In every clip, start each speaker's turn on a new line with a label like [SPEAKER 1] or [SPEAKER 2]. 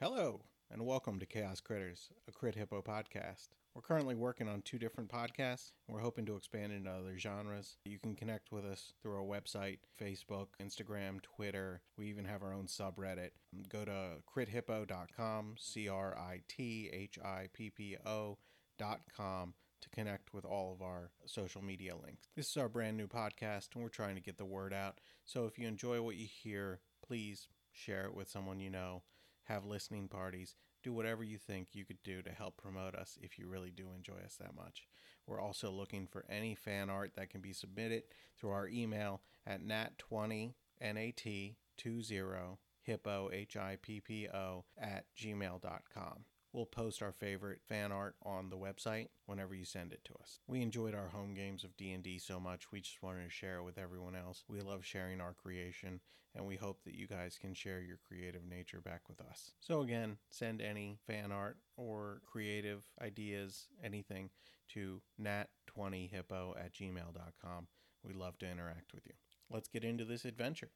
[SPEAKER 1] Hello, and welcome to Chaos Critters, a Crit Hippo podcast. We're currently working on two different podcasts, and we're hoping to expand into other genres. You can connect with us through our website, Facebook, Instagram, Twitter. We even have our own subreddit. Go to crithippo.com, C R I T H I P P O dot com to connect with all of our social media links. This is our brand new podcast, and we're trying to get the word out. So if you enjoy what you hear, please share it with someone you know have listening parties, do whatever you think you could do to help promote us if you really do enjoy us that much. We're also looking for any fan art that can be submitted through our email at nat20nat20 hippo h-i-p-p-o at gmail.com we'll post our favorite fan art on the website whenever you send it to us we enjoyed our home games of d&d so much we just wanted to share it with everyone else we love sharing our creation and we hope that you guys can share your creative nature back with us. So, again, send any fan art or creative ideas, anything, to nat20hippo at gmail.com. We'd love to interact with you. Let's get into this adventure.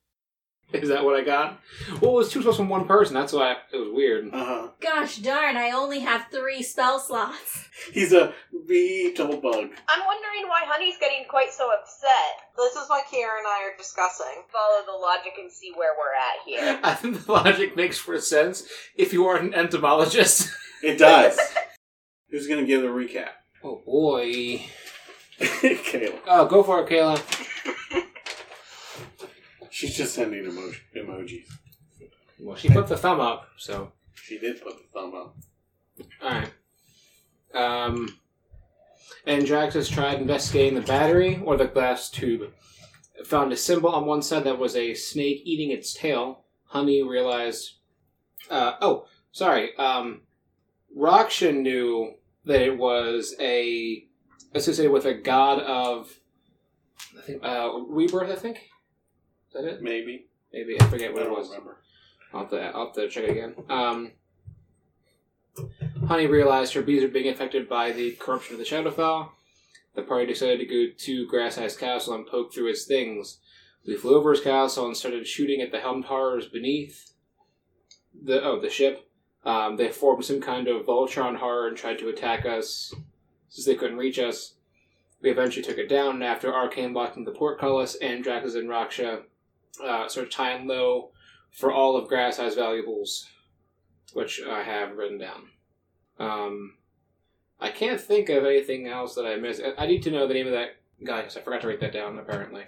[SPEAKER 2] Is that what I got? Well, it was two spells from one person. That's why it was weird.
[SPEAKER 3] Uh huh.
[SPEAKER 4] Gosh darn, I only have three spell slots.
[SPEAKER 3] He's a bee double bug.
[SPEAKER 5] I'm wondering why Honey's getting quite so upset.
[SPEAKER 6] This is what Kiara and I are discussing.
[SPEAKER 5] Follow the logic and see where we're at here.
[SPEAKER 2] I think the logic makes for sense if you are an entomologist.
[SPEAKER 3] It does. Who's gonna give the recap?
[SPEAKER 2] Oh boy.
[SPEAKER 3] Kayla.
[SPEAKER 2] Oh, go for it, Kayla.
[SPEAKER 3] She's just sending emo- emojis.
[SPEAKER 2] Well, she put the thumb up, so
[SPEAKER 3] She did put the thumb up.
[SPEAKER 2] all right. Um, and Drax has tried investigating the battery or the glass tube. Found a symbol on one side that was a snake eating its tail. Honey realized. Uh, oh, sorry. Um, Raksha knew that it was a associated with a god of, I think, uh, rebirth. I think. Is that it?
[SPEAKER 3] Maybe.
[SPEAKER 2] Maybe I forget what
[SPEAKER 3] I
[SPEAKER 2] it
[SPEAKER 3] don't
[SPEAKER 2] was.
[SPEAKER 3] remember.
[SPEAKER 2] I'll have to, I'll have to check it again. Um, Honey realized her bees are being affected by the corruption of the Shadowfell. The party decided to go to Grasshide's castle and poke through his things. We flew over his castle and started shooting at the helm towers beneath the oh the ship. Um, they formed some kind of Voltron horror and tried to attack us since they couldn't reach us. We eventually took it down and after Arcane blocking the portcullis and Draxus and Raksha uh, sort of tying low for all of Grass Eyes valuables, which I have written down. Um, I can't think of anything else that I missed. I- I need to know the name of that guy because I forgot to write that down. Apparently,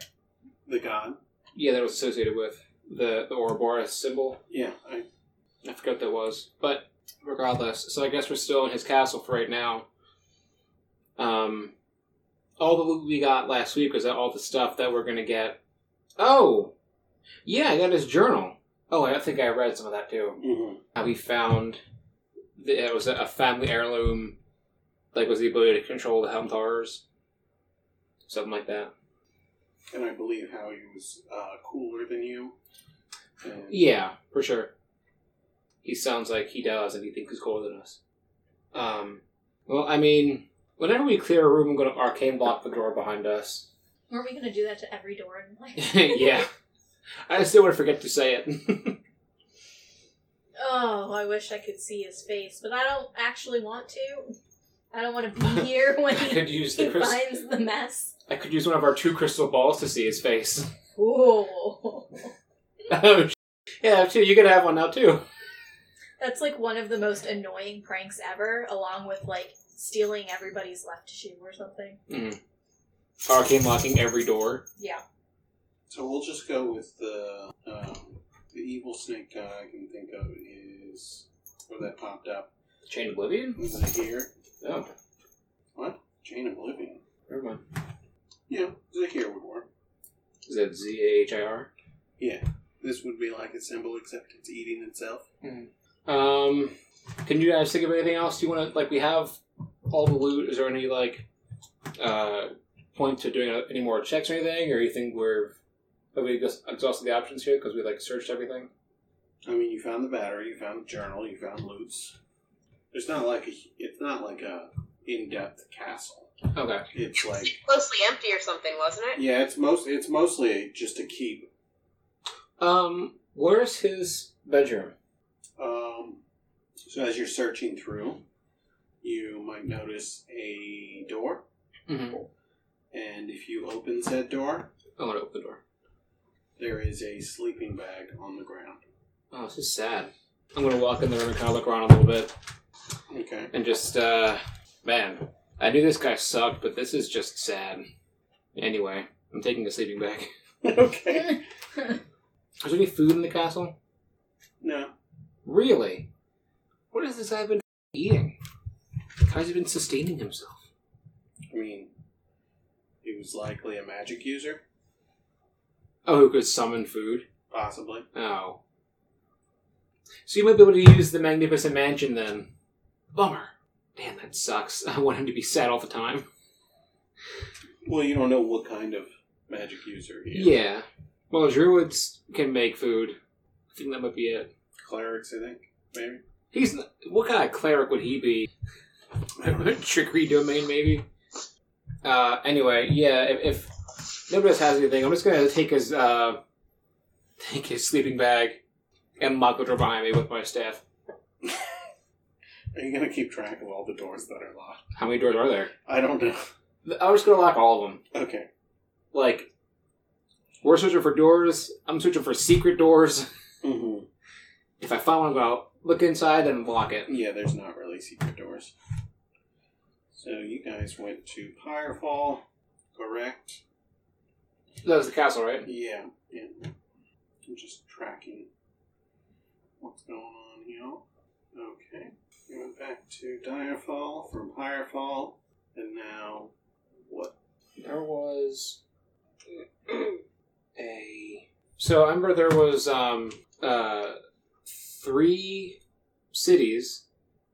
[SPEAKER 3] The god.
[SPEAKER 2] yeah, that was associated with the the Ouroboros symbol.
[SPEAKER 3] Yeah. I,
[SPEAKER 2] I forgot what that was, but regardless, so I guess we're still in his castle for right now. Um, all that we got last week was all the stuff that we're gonna get. Oh, yeah, I got his journal. Oh, I think I read some of that too.
[SPEAKER 3] mhm.
[SPEAKER 2] how he found the, it was a family heirloom, like was the ability to control the helm towers, something like that.
[SPEAKER 3] And I believe how he was uh, cooler than you. And
[SPEAKER 2] Yeah, for sure. He sounds like he does, and he thinks he's cooler than us. Um, well, I mean, whenever we clear a room, I'm going to arcane block the door behind us.
[SPEAKER 4] Weren't we gonna do that to every door in life?
[SPEAKER 2] yeah, I still would forget to say it.
[SPEAKER 4] Oh, I wish I could see his face, but I don't actually want to. I don't want to be here when
[SPEAKER 2] I
[SPEAKER 4] he,
[SPEAKER 2] could use the
[SPEAKER 4] he
[SPEAKER 2] crystal.
[SPEAKER 4] finds the mess.
[SPEAKER 2] I could use one of our two crystal balls to see his face.
[SPEAKER 4] Ooh.
[SPEAKER 2] oh, sh- yeah, too. You could have one now too.
[SPEAKER 4] That's like one of the most annoying pranks ever, along with like stealing everybody's left shoe or something.
[SPEAKER 2] Hmm. Arcane locking every door.
[SPEAKER 4] Yeah.
[SPEAKER 3] So we'll just go with the um, the evil snake guy I can think of is where that popped up.
[SPEAKER 2] Chain Oblivion?
[SPEAKER 3] Was it here?
[SPEAKER 2] Oh,
[SPEAKER 3] What? Chain of Oblivion.
[SPEAKER 2] never mind.
[SPEAKER 3] Yeah, Zahir would work.
[SPEAKER 2] Is that Z A H I R?
[SPEAKER 3] Yeah, this would be like a symbol except it's eating itself.
[SPEAKER 2] Um, Can you guys think of anything else you want to like? We have all the loot. Is there any like uh, point to doing any more checks or anything, or you think we're have we just exhausted the options here because we like searched everything?
[SPEAKER 3] I mean, you found the battery, you found the journal, you found loots. It's not like a, it's not like a in-depth castle.
[SPEAKER 2] Okay.
[SPEAKER 3] It's like
[SPEAKER 5] Mostly empty or something, wasn't it?
[SPEAKER 3] yeah, it's most it's mostly just a keep.
[SPEAKER 2] Um, where's his bedroom?
[SPEAKER 3] Um, so as you're searching through, you might notice a door,
[SPEAKER 2] Mm-hmm.
[SPEAKER 3] and if you open said door,
[SPEAKER 2] I want to open the door.
[SPEAKER 3] there is a sleeping bag on the ground.
[SPEAKER 2] Oh, this is sad. I'm gonna walk in the room and kind of look around a little bit
[SPEAKER 3] Okay.
[SPEAKER 2] and just, uh, man, I knew this guy sucked, but this is just sad. Anyway, I'm taking a sleeping bag.
[SPEAKER 3] okay.
[SPEAKER 2] Is there any food in the castle?
[SPEAKER 3] No.
[SPEAKER 2] Really? What has this guy been eating? How's he been sustaining himself?
[SPEAKER 3] I mean, he was likely a magic user,
[SPEAKER 2] Oh, who could summon food?
[SPEAKER 3] possibly.
[SPEAKER 2] Oh. So you might be able to use the Magnificent Mansion then. Bummer. Damn, that sucks. I want him to be sad all the time.
[SPEAKER 3] Well, you don't know what kind of magic user he is.
[SPEAKER 2] Yeah. Well, druids can make food. I think that might be it.
[SPEAKER 3] Clerics, I think, maybe.
[SPEAKER 2] He's n what kind of cleric would he be? Trickery domain, maybe. Uh, anyway, yeah. If, if nobody else has anything, I'm just gonna take his uh, take his sleeping bag and lock the door behind me with my staff.
[SPEAKER 3] Are you going to keep track of all the doors that are locked?
[SPEAKER 2] How many doors are there?
[SPEAKER 3] I don't know.
[SPEAKER 2] I'm just gonna lock all of them.
[SPEAKER 3] Okay.
[SPEAKER 2] like we're searching for doors. I'm searching for secret doors.
[SPEAKER 3] Mm-hmm.
[SPEAKER 2] If I find one, I'm gonna look inside and lock it.
[SPEAKER 3] Yeah, there's not really secret doors. So you guys went to Pyrefall, correct?
[SPEAKER 2] That was the castle, right?
[SPEAKER 3] Yeah, yeah. I'm just tracking what's going on here. Okay. We went back to Direfall from Pyrefall, and now what?
[SPEAKER 2] There was a. So I remember there was um uh three cities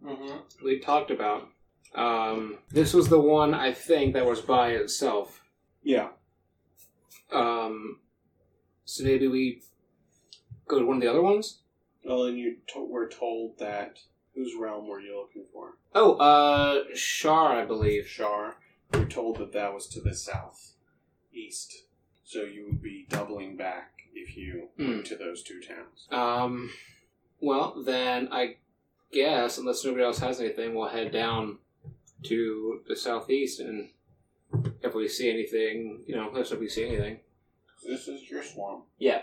[SPEAKER 3] Mm-hmm.
[SPEAKER 2] we talked about. Um, this was the one I think that was by itself.
[SPEAKER 3] Yeah.
[SPEAKER 2] Um, so maybe we go to one of the other ones.
[SPEAKER 3] Well, and you to- were told that whose realm were you looking for?
[SPEAKER 2] Oh, uh, Shar, I believe.
[SPEAKER 3] Shar. You were told that that was to the south, east. So you would be doubling back if you
[SPEAKER 2] Hmm.
[SPEAKER 3] went to those two towns.
[SPEAKER 2] Um, well, then I guess, unless nobody else has anything, we'll head down to the southeast and if we see anything, you know, unless we see anything.
[SPEAKER 3] This is your swamp.
[SPEAKER 2] Yeah.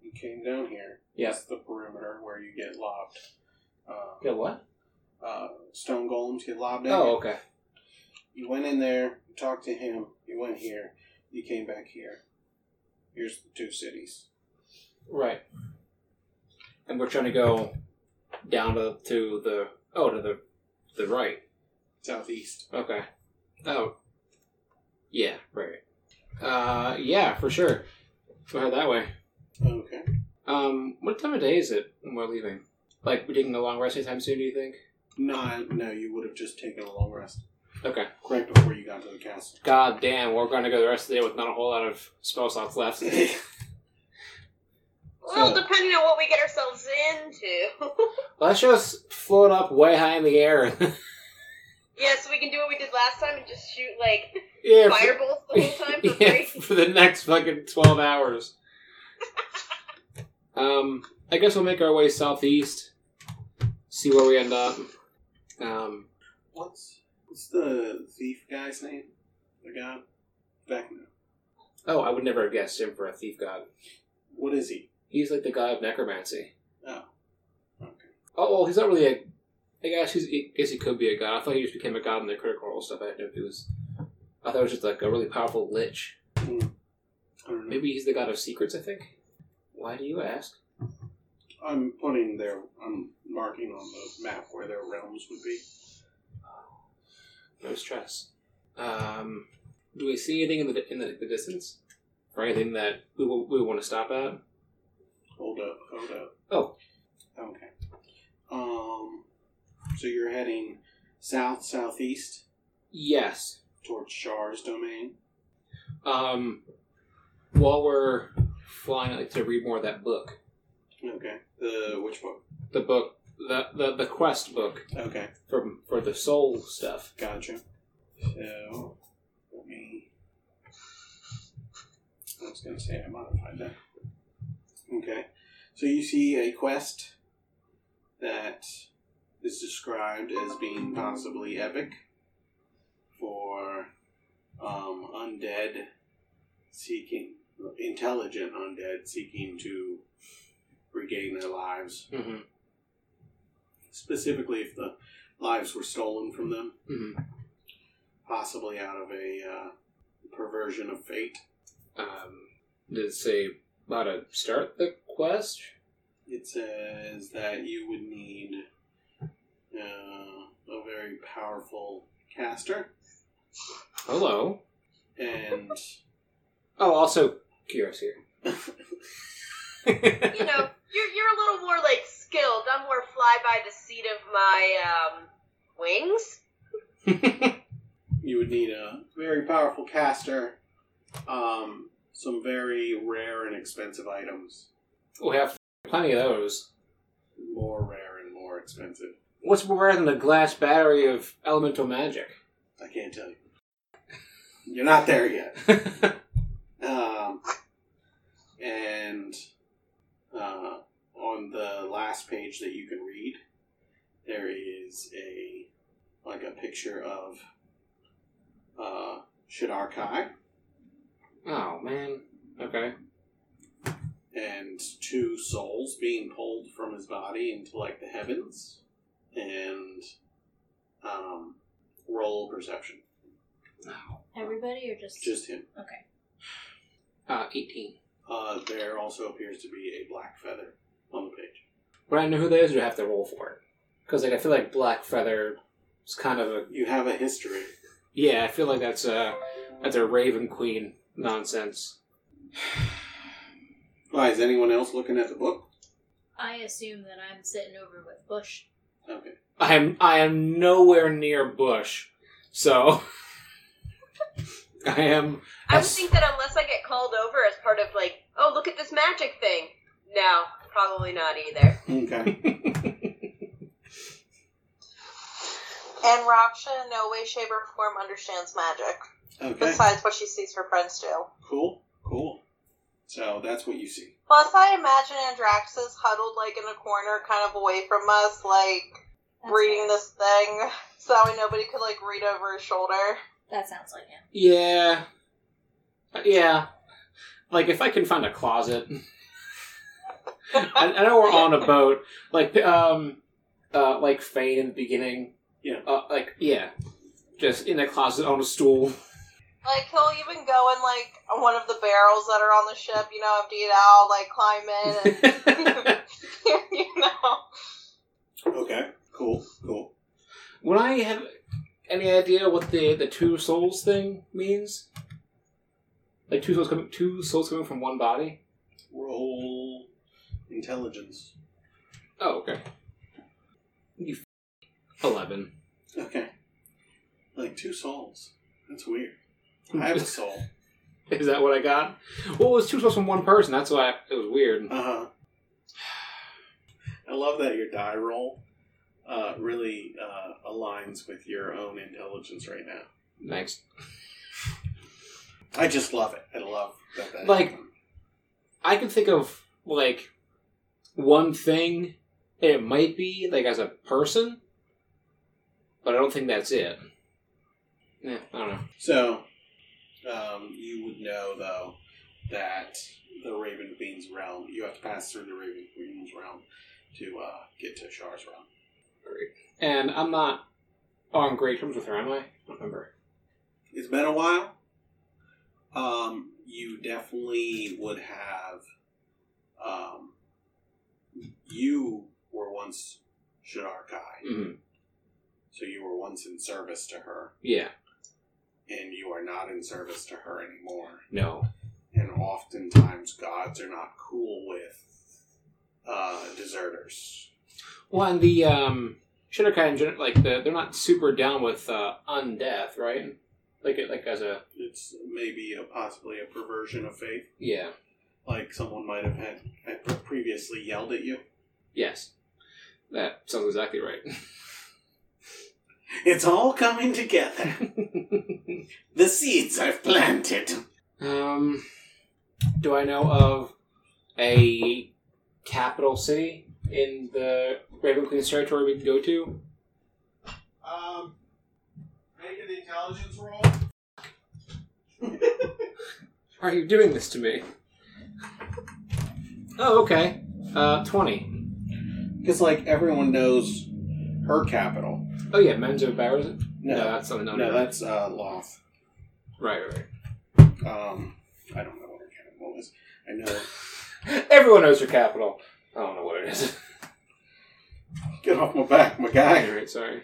[SPEAKER 3] You came down here.
[SPEAKER 2] Yeah.
[SPEAKER 3] It's the perimeter where you get lobbed. Uh,
[SPEAKER 2] what?
[SPEAKER 3] uh, stone golems get lobbed at
[SPEAKER 2] Oh,
[SPEAKER 3] you.
[SPEAKER 2] okay.
[SPEAKER 3] You went in there, you talked to him, you went here, you came back here. Here's the two cities.
[SPEAKER 2] Right. And we're trying to go down to, to the, oh, to the, the right.
[SPEAKER 3] Southeast.
[SPEAKER 2] Okay. Oh. Yeah, right. Uh, yeah, for sure. Go ahead that way.
[SPEAKER 3] Okay.
[SPEAKER 2] Um, what time of day is it when we're leaving? Like, we're taking a long rest anytime soon, do you think?
[SPEAKER 3] No, I- no, you would have just taken a long rest.
[SPEAKER 2] Okay.
[SPEAKER 3] right before you got to the castle.
[SPEAKER 2] God damn, we're going to go the rest of the day with not a whole lot of spell slots left.
[SPEAKER 5] Well,
[SPEAKER 2] So-
[SPEAKER 5] depending on what we get ourselves into.
[SPEAKER 2] Let's just float up way high in the air.
[SPEAKER 5] yeah, so we can do what we did last time and just shoot like
[SPEAKER 2] yeah, for,
[SPEAKER 5] fireballs the whole time for
[SPEAKER 2] yeah,
[SPEAKER 5] free.
[SPEAKER 2] for the next fucking 12 hours. um, I guess we'll make our way southeast, see where we end up. Um,
[SPEAKER 3] what's what's the thief guy's name? The guy back now.
[SPEAKER 2] oh, I would never have guessed him for a thief god.
[SPEAKER 3] What is he?
[SPEAKER 2] He's like the god of necromancy.
[SPEAKER 3] Oh, okay.
[SPEAKER 2] Oh, well, he's not really a. I guess he's. I guess he could be a god. I thought he just became a god in the Critical Role stuff. I didn't know if he was. I thought it was just like a really powerful lich.
[SPEAKER 3] I don't know.
[SPEAKER 2] Maybe he's the god of secrets. I think. Why do you ask?
[SPEAKER 3] I'm putting their I'm marking on the map where their realms would be.
[SPEAKER 2] No stress. Um, do we see anything in the in the, the distance, or anything that we will, we want to stop at?
[SPEAKER 3] Hold up, hold up.
[SPEAKER 2] Oh.
[SPEAKER 3] Okay. Um So you're heading south southeast
[SPEAKER 2] Yes.
[SPEAKER 3] towards Shar's domain.
[SPEAKER 2] Um, while we're flying, I'd like to read more of that book.
[SPEAKER 3] Okay. The which book?
[SPEAKER 2] The book, the the, the quest book
[SPEAKER 3] Okay,
[SPEAKER 2] from for the soul stuff.
[SPEAKER 3] gotcha. So let me. I was gonna say I modified that. Okay. So you see a quest that is described as being possibly epic for um, undead seeking intelligent undead seeking to regain their lives
[SPEAKER 2] Mm-hmm.
[SPEAKER 3] specifically if the lives were stolen from them,
[SPEAKER 2] Mm-hmm.
[SPEAKER 3] possibly out of a uh, perversion of fate.
[SPEAKER 2] Um, did it say how to start the quest?
[SPEAKER 3] It says that you would need uh, a very powerful caster,
[SPEAKER 2] Hello.
[SPEAKER 3] and
[SPEAKER 2] Oh, also Kira's here.
[SPEAKER 5] You know, you're you're a little more like skilled. I'm more fly by the seat of my um wings.
[SPEAKER 3] you would need a very powerful caster, um, some very rare and expensive items,
[SPEAKER 2] we have plenty of those.
[SPEAKER 3] more rare and more expensive.
[SPEAKER 2] What's more rare than a glass battery of elemental magic?
[SPEAKER 3] I can't tell you. You're not there yet. Um, and uh, on the last page that you can read, there is a like a picture of uh, Shadar Kai
[SPEAKER 2] oh man. Okay.
[SPEAKER 3] and two souls being pulled from his body into like the heavens, and um, roll perception.
[SPEAKER 4] Everybody or just
[SPEAKER 3] Just him.
[SPEAKER 4] okay?
[SPEAKER 2] Uh, eighteen.
[SPEAKER 3] Uh, there also appears to be a black feather on the page.
[SPEAKER 2] When I know who that is, do I have to roll for it? Because like I feel like Black Feather is kind of a
[SPEAKER 3] You have a history.
[SPEAKER 2] yeah. I feel like that's a that's a Raven Queen nonsense.
[SPEAKER 3] Why is anyone else looking at the book?
[SPEAKER 4] I assume that I'm sitting over with Bush.
[SPEAKER 3] Okay.
[SPEAKER 2] I am I am nowhere near Bush, so I am
[SPEAKER 5] I would
[SPEAKER 2] That's-
[SPEAKER 5] think that unless I get called over as part of like, oh look at this magic thing. No, probably not either.
[SPEAKER 3] Okay.
[SPEAKER 6] And Raksha in no way, shape, or form understands magic,
[SPEAKER 3] Okay.
[SPEAKER 6] besides what she sees her friends do.
[SPEAKER 3] Cool. Cool. So that's what you see.
[SPEAKER 6] Plus, I imagine Andraxis huddled like in a corner, kind of away from us, like
[SPEAKER 4] That's
[SPEAKER 6] reading
[SPEAKER 4] fine.
[SPEAKER 6] this thing, so that way nobody could like read over his shoulder.
[SPEAKER 4] That sounds like him.
[SPEAKER 2] yeah yeah. Like if I can find a closet, I, I know we're on a boat. Like um, uh, like Fane in the beginning.
[SPEAKER 3] Yeah.
[SPEAKER 2] Uh, like yeah, just in a closet on a stool.
[SPEAKER 6] Like he'll even go in like one of the barrels that are on the ship, you know, empty it out, like climb in, and you know.
[SPEAKER 3] Okay. Cool. Cool.
[SPEAKER 2] Would I have any idea what the the two souls thing means? Like two souls coming, two souls coming from one body.
[SPEAKER 3] Roll intelligence.
[SPEAKER 2] Oh, okay. You f- eleven.
[SPEAKER 3] Okay. Like two souls. That's weird. I have a soul.
[SPEAKER 2] Is that what I got? Well, it was two souls from one person. That's why it was weird.
[SPEAKER 3] Uh huh. I love that your die roll uh, really uh, aligns with your own intelligence right now.
[SPEAKER 2] Thanks.
[SPEAKER 3] I just love it. I love that. that
[SPEAKER 2] Like-
[SPEAKER 3] happened.
[SPEAKER 2] I can think of like one thing it might be like as a person, but I don't think that's it. Yeah, I don't know.
[SPEAKER 3] So, um, you would know though that the Raven Queen's realm. You have to pass through the Raven Queen's realm to uh, get to Shar's realm.
[SPEAKER 2] And I'm not on great terms with her, am I? I don't remember.
[SPEAKER 3] It's been a while. Um, you definitely would have. Um, you were once Shadar Kai,
[SPEAKER 2] Mm-hmm.
[SPEAKER 3] so you were once in service to her,
[SPEAKER 2] Yeah.
[SPEAKER 3] and you are not in service to her anymore.
[SPEAKER 2] No.
[SPEAKER 3] and oftentimes gods are not cool with uh, deserters.
[SPEAKER 2] Well, and the um, Shinrakai in general, like the, they're not super down with uh, undeath, right? Like it, like as a
[SPEAKER 3] It's maybe a, possibly a perversion of faith.
[SPEAKER 2] yeah,
[SPEAKER 3] Like someone might have had, had previously yelled at you.
[SPEAKER 2] yes, that sounds exactly right.
[SPEAKER 3] It's all coming together. the seeds I've planted.
[SPEAKER 2] um, do I know of a capital city in the Raven Queen's territory we can go to?
[SPEAKER 3] Um, make an intelligence roll.
[SPEAKER 2] Are you doing this to me? Oh, okay. Uh, twenty.
[SPEAKER 3] Because, like, everyone knows her capital.
[SPEAKER 2] Oh yeah, Menzo Bar is it?
[SPEAKER 3] No,
[SPEAKER 2] that's something.
[SPEAKER 3] no,
[SPEAKER 2] No, no,
[SPEAKER 3] that's uh, Loth.
[SPEAKER 2] right, right,
[SPEAKER 3] Um, I don't know what her capital is. I know.
[SPEAKER 2] right. Everyone knows your capital. I don't know what it is.
[SPEAKER 3] Get off my back, my guy.
[SPEAKER 2] right, sorry.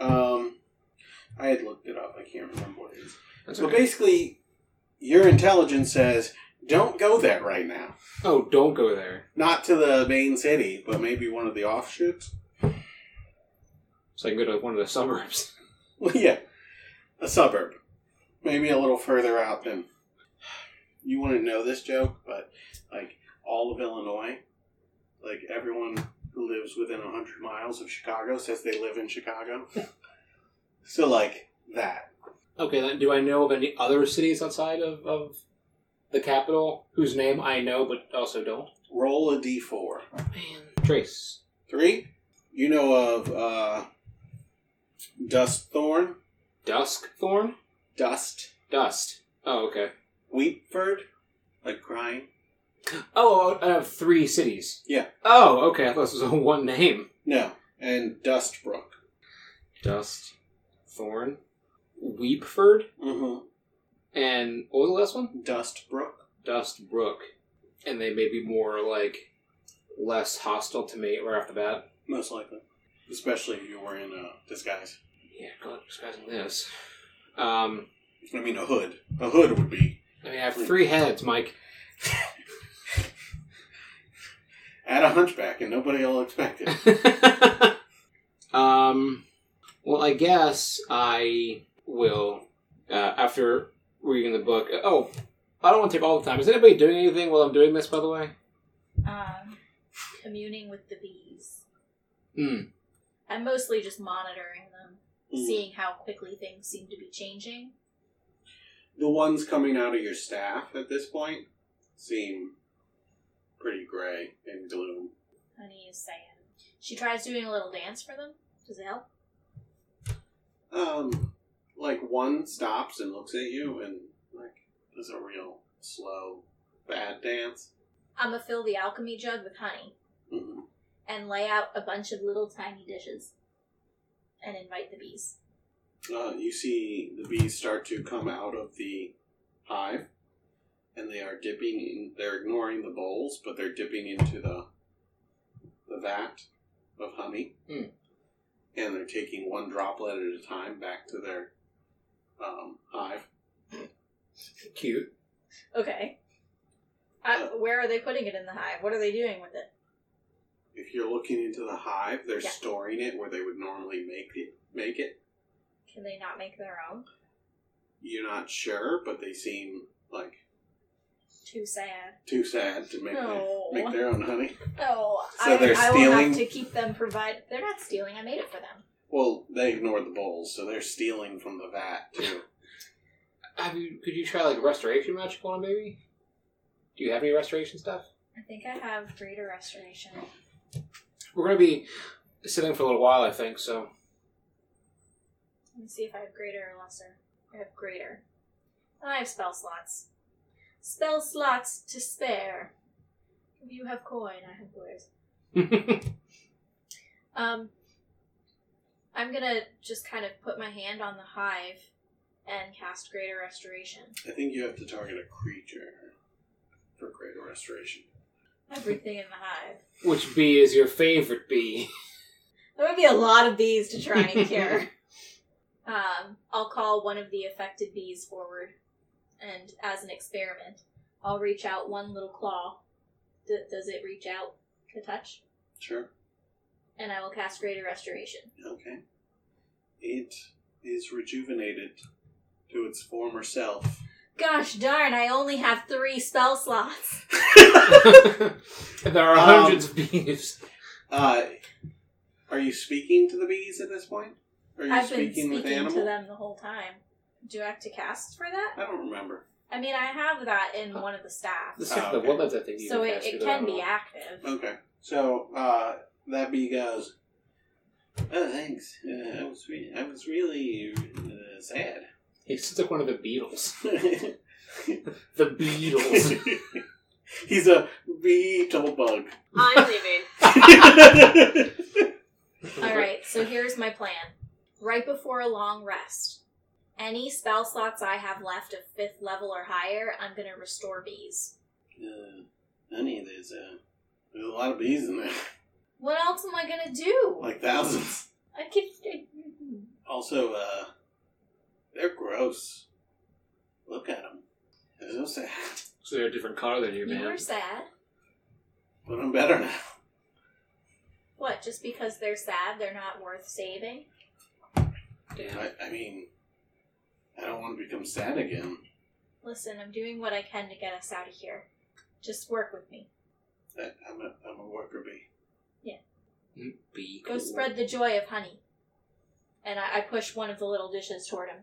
[SPEAKER 3] Um, I had looked it up. I can't remember what it is.
[SPEAKER 2] That's
[SPEAKER 3] So
[SPEAKER 2] okay.
[SPEAKER 3] basically, your intelligence says don't go there right now.
[SPEAKER 2] Oh, don't go there.
[SPEAKER 3] Not to the main city, but maybe one of the offshoots.
[SPEAKER 2] So I can go to one of the suburbs.
[SPEAKER 3] Well, yeah, a suburb, maybe a little further out than you wouldn't know this joke, but like all of Illinois, like everyone who lives within hundred miles of Chicago says they live in Chicago. so like that.
[SPEAKER 2] Okay, then do I know of any other cities outside of, of the capital whose name I know but also don't?
[SPEAKER 3] Roll a d four.
[SPEAKER 2] Man. Trace.
[SPEAKER 3] Three. You know of uh, Dust Thorn,
[SPEAKER 2] Dusk Thorn?
[SPEAKER 3] Dust
[SPEAKER 2] Dust. Oh, okay.
[SPEAKER 3] Weepford, like crying.
[SPEAKER 2] Oh, I have three cities.
[SPEAKER 3] Yeah.
[SPEAKER 2] Oh, okay. I thought this was a one name.
[SPEAKER 3] No, and Dustbrook.
[SPEAKER 2] Dust Thorn. Weepford.
[SPEAKER 3] Mm-hmm.
[SPEAKER 2] And what was the last one?
[SPEAKER 3] Dustbrook.
[SPEAKER 2] Dust Brook. And they may be more like less hostile to me right off the bat.
[SPEAKER 3] Most likely. Especially if you were in uh, disguise.
[SPEAKER 2] Yeah, God, disguising this. Um,
[SPEAKER 3] I mean, a hood. A hood would be.
[SPEAKER 2] I mean, I have three heads, Mike.
[SPEAKER 3] Add a hunchback, and nobody will expect it.
[SPEAKER 2] um, well, I guess I will uh, after reading the book. Oh, I don't want to take all the time. Is anybody doing anything while I'm doing this? By the way,
[SPEAKER 4] Um, communing with the bees.
[SPEAKER 2] Hmm.
[SPEAKER 4] I'm mostly just monitoring them,
[SPEAKER 3] Hmm.
[SPEAKER 4] seeing how quickly things seem to be changing.
[SPEAKER 3] The ones coming out of your staff at this point seem pretty gray and gloom.
[SPEAKER 4] Honey is saying. She tries doing a little dance for them. Does it help?
[SPEAKER 3] Um, like one stops and looks at you and, like, does a real slow, bad dance.
[SPEAKER 4] I'm gonna fill the alchemy jug with honey
[SPEAKER 3] hmm
[SPEAKER 4] and lay out a bunch of little tiny dishes and invite the bees.
[SPEAKER 3] Uh, you see the bees start to come out of the hive, and they are dipping in. They're ignoring the bowls, but they're dipping into the the vat of honey,
[SPEAKER 2] Hmm.
[SPEAKER 3] and they're taking one droplet at a time back to their um, hive.
[SPEAKER 2] cute.
[SPEAKER 4] Okay. Uh, where are they putting it in the hive? What are they doing with it?
[SPEAKER 3] If you're looking into the hive, they're
[SPEAKER 4] Yeah.
[SPEAKER 3] storing it where they would normally make it. Make it.
[SPEAKER 4] Can they not make their own?
[SPEAKER 3] You're not sure, but they seem like
[SPEAKER 4] Too sad.
[SPEAKER 3] too sad to make
[SPEAKER 4] No.
[SPEAKER 3] their, make their own honey.
[SPEAKER 4] No,
[SPEAKER 3] So
[SPEAKER 4] I,
[SPEAKER 3] they're
[SPEAKER 4] I will
[SPEAKER 3] stealing-
[SPEAKER 4] have to keep them provide. They're not stealing. I made it for them.
[SPEAKER 3] Well, they ignored the bowls, so they're stealing from the vat too.
[SPEAKER 2] Have you? Could you try like restoration magic on it, maybe? Do you have any restoration stuff?
[SPEAKER 4] I think I have greater restoration.
[SPEAKER 2] We're gonna be sitting for a little while, I think. So
[SPEAKER 4] Let me see if I have greater or lesser. I have greater. And I have spell slots. Spell slots to spare. If you have coin, I have words. Um, I'm gonna just kind of put my hand on the hive and cast Greater Restoration.
[SPEAKER 3] I think you have to target a creature for greater restoration.
[SPEAKER 4] Everything in the hive.
[SPEAKER 2] which bee is your favorite bee?
[SPEAKER 4] There would be a lot of bees to try and cure. um, I'll call one of the affected bees forward, and as an experiment, I'll reach out one little claw. D- does it reach out to touch?
[SPEAKER 3] Sure.
[SPEAKER 4] and I will cast Greater Restoration.
[SPEAKER 3] Okay. It is rejuvenated to its former self.
[SPEAKER 4] Gosh darn, I only have three spell slots.
[SPEAKER 2] there are
[SPEAKER 3] Um,
[SPEAKER 2] hundreds of bees.
[SPEAKER 3] Uh, are you speaking to the bees at this point? Are you
[SPEAKER 4] I've been
[SPEAKER 3] speaking,
[SPEAKER 4] speaking
[SPEAKER 3] with animals?
[SPEAKER 4] to them the whole time. Do I have to cast for that?
[SPEAKER 3] I don't remember.
[SPEAKER 4] I mean, I have that in one of the staff,
[SPEAKER 2] The
[SPEAKER 3] Oh,
[SPEAKER 2] stuff that
[SPEAKER 3] okay.
[SPEAKER 2] woodlands, I think. you
[SPEAKER 4] so
[SPEAKER 2] can
[SPEAKER 4] it,
[SPEAKER 2] pass
[SPEAKER 4] it
[SPEAKER 2] through
[SPEAKER 4] can
[SPEAKER 2] that
[SPEAKER 4] be
[SPEAKER 2] one.
[SPEAKER 4] active.
[SPEAKER 3] Okay. So uh, that bee goes. Oh, thanks. Uh, I was re- I was really uh, sad.
[SPEAKER 2] He sounds like one of the Beatles. The Beatles.
[SPEAKER 3] He's a beetle bug. Uh,
[SPEAKER 5] I'm leaving.
[SPEAKER 4] All right, so here's my plan. Right before a long rest, any spell slots I have left of fifth level or higher, I'm going to restore bees.
[SPEAKER 3] uh, honey, there's a there's a lot of bees in there,
[SPEAKER 4] What else am I going to do?
[SPEAKER 3] like thousands.
[SPEAKER 4] I could.
[SPEAKER 3] Also, uh, they're gross. Look at them. They're so sad.
[SPEAKER 2] So they're a different color than you,
[SPEAKER 4] you were
[SPEAKER 2] man.
[SPEAKER 4] sad.
[SPEAKER 3] But I'm better now.
[SPEAKER 4] What? Just because they're sad, they're not worth saving?
[SPEAKER 2] Damn.
[SPEAKER 3] I, I mean, I don't want to become sad again.
[SPEAKER 4] Listen, I'm doing what I can to get us out of here. Just work with me.
[SPEAKER 3] I, I'm a I'm a worker bee.
[SPEAKER 2] Be
[SPEAKER 4] Go
[SPEAKER 2] cool.
[SPEAKER 4] spread the joy of honey. And I, I push one of the little dishes toward him.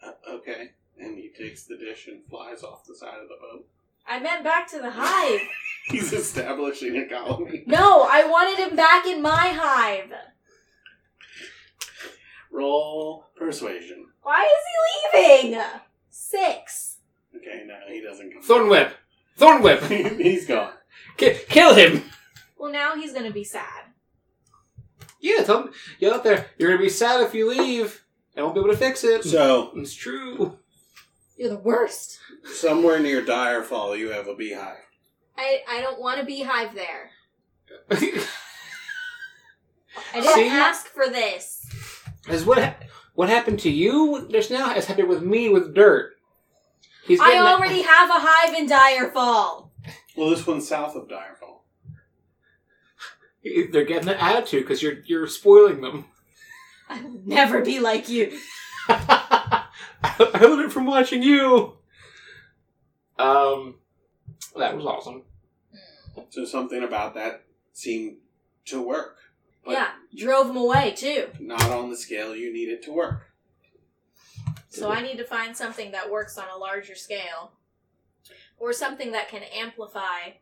[SPEAKER 3] Uh, okay. And he takes the dish and flies off the side of the boat.
[SPEAKER 4] I meant back to the hive.
[SPEAKER 3] He's establishing a colony.
[SPEAKER 4] No, I wanted him back in my hive.
[SPEAKER 3] Roll persuasion.
[SPEAKER 4] Why is he leaving? Six.
[SPEAKER 3] Okay, no, he doesn't come.
[SPEAKER 2] Thorn whip. Thorn whip.
[SPEAKER 3] He's gone.
[SPEAKER 2] Ki- kill him.
[SPEAKER 4] Well, now he's gonna be sad.
[SPEAKER 2] Yeah, tell him. Yell out there. You're gonna be sad if you leave. I won't be able to fix it.
[SPEAKER 3] So
[SPEAKER 2] it's true.
[SPEAKER 4] You're the worst.
[SPEAKER 3] somewhere near Direfall, you have a beehive.
[SPEAKER 4] I, I don't want a beehive there. I didn't
[SPEAKER 2] See?
[SPEAKER 4] ask for this.
[SPEAKER 2] As what hap what happened to you just now has happened with me with dirt. He's
[SPEAKER 4] I
[SPEAKER 2] getting that-
[SPEAKER 4] already have a hive in Direfall.
[SPEAKER 3] Well, this one's south of Direfall.
[SPEAKER 2] they're getting that attitude because you're you're spoiling them.
[SPEAKER 4] I will never be like you.
[SPEAKER 2] I I learned it from watching you. Um, that was awesome.
[SPEAKER 3] So something about that seemed to work. But
[SPEAKER 4] yeah, drove him away too.
[SPEAKER 3] Not on the scale you need it to work.
[SPEAKER 4] So I need to find something that works on a larger scale, or something that can amplify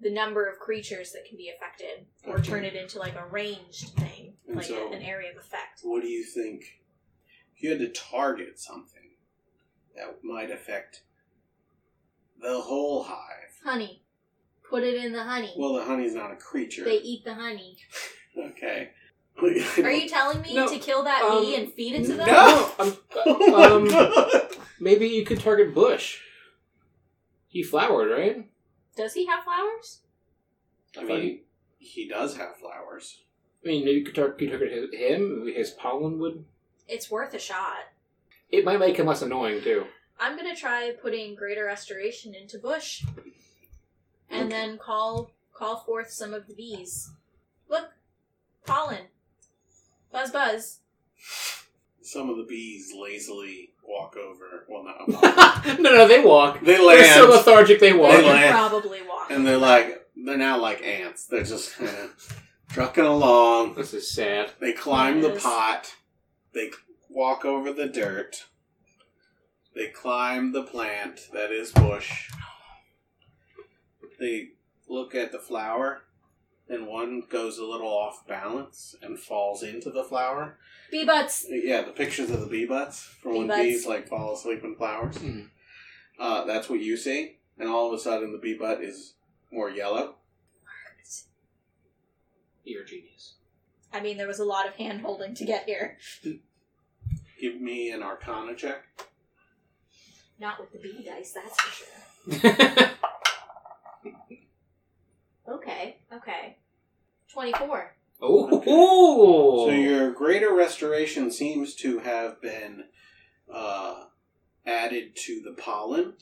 [SPEAKER 4] the number of creatures that can be affected, or turn it into like a ranged thing,
[SPEAKER 3] And
[SPEAKER 4] like
[SPEAKER 3] so-
[SPEAKER 4] an area of effect.
[SPEAKER 3] What do you think? If you had to target something that might affect the whole hive.
[SPEAKER 4] Honey, put it in the honey.
[SPEAKER 3] Well, the honey's not a creature.
[SPEAKER 4] they eat the honey.
[SPEAKER 3] Okay.
[SPEAKER 4] Are you telling me
[SPEAKER 2] No,
[SPEAKER 4] to kill that
[SPEAKER 2] um,
[SPEAKER 4] bee and feed it to them?
[SPEAKER 2] No, um,
[SPEAKER 3] Oh my
[SPEAKER 2] um,
[SPEAKER 3] God.
[SPEAKER 2] maybe you could target Bush. He flowered, right?
[SPEAKER 4] Does he have flowers?
[SPEAKER 3] I mean, he does have flowers.
[SPEAKER 2] I mean, maybe you could tar- could target his, him. Maybe his pollen would.
[SPEAKER 4] It's worth a shot.
[SPEAKER 2] It might make him less annoying too.
[SPEAKER 4] I'm gonna try putting greater restoration into bush, and then call call forth some of the bees. Look, pollen, buzz buzz.
[SPEAKER 3] Some of the bees lazily walk over. Well, not
[SPEAKER 2] no, no, they walk.
[SPEAKER 3] they
[SPEAKER 2] They're so
[SPEAKER 3] land,
[SPEAKER 2] lethargic they walk.
[SPEAKER 4] They
[SPEAKER 3] Pollen.
[SPEAKER 4] can probably walk.
[SPEAKER 3] and they're like they're not like ants. They're just kind of trucking along.
[SPEAKER 2] This is sad.
[SPEAKER 3] They climb the
[SPEAKER 4] Yes.
[SPEAKER 3] pot. They walk over the dirt. They climb the plant that is bush. They look at the flower, and one goes a little off balance and falls into the flower.
[SPEAKER 4] Bee butts.
[SPEAKER 3] Yeah, the pictures of the bee butts from
[SPEAKER 4] Bee
[SPEAKER 3] when
[SPEAKER 4] butts.
[SPEAKER 3] bees like fall asleep in flowers.
[SPEAKER 2] Mm.
[SPEAKER 3] Uh, that's what you see, and all of a sudden the bee butt is more yellow.
[SPEAKER 2] You're a genius.
[SPEAKER 4] I mean, there was a lot of hand holding to get here.
[SPEAKER 3] Give me an Arcana check.
[SPEAKER 4] Not with the bee dice, that's for sure. Okay, okay. Twenty four.
[SPEAKER 2] oh,
[SPEAKER 3] So your greater restoration seems to have been uh, added to the pollen,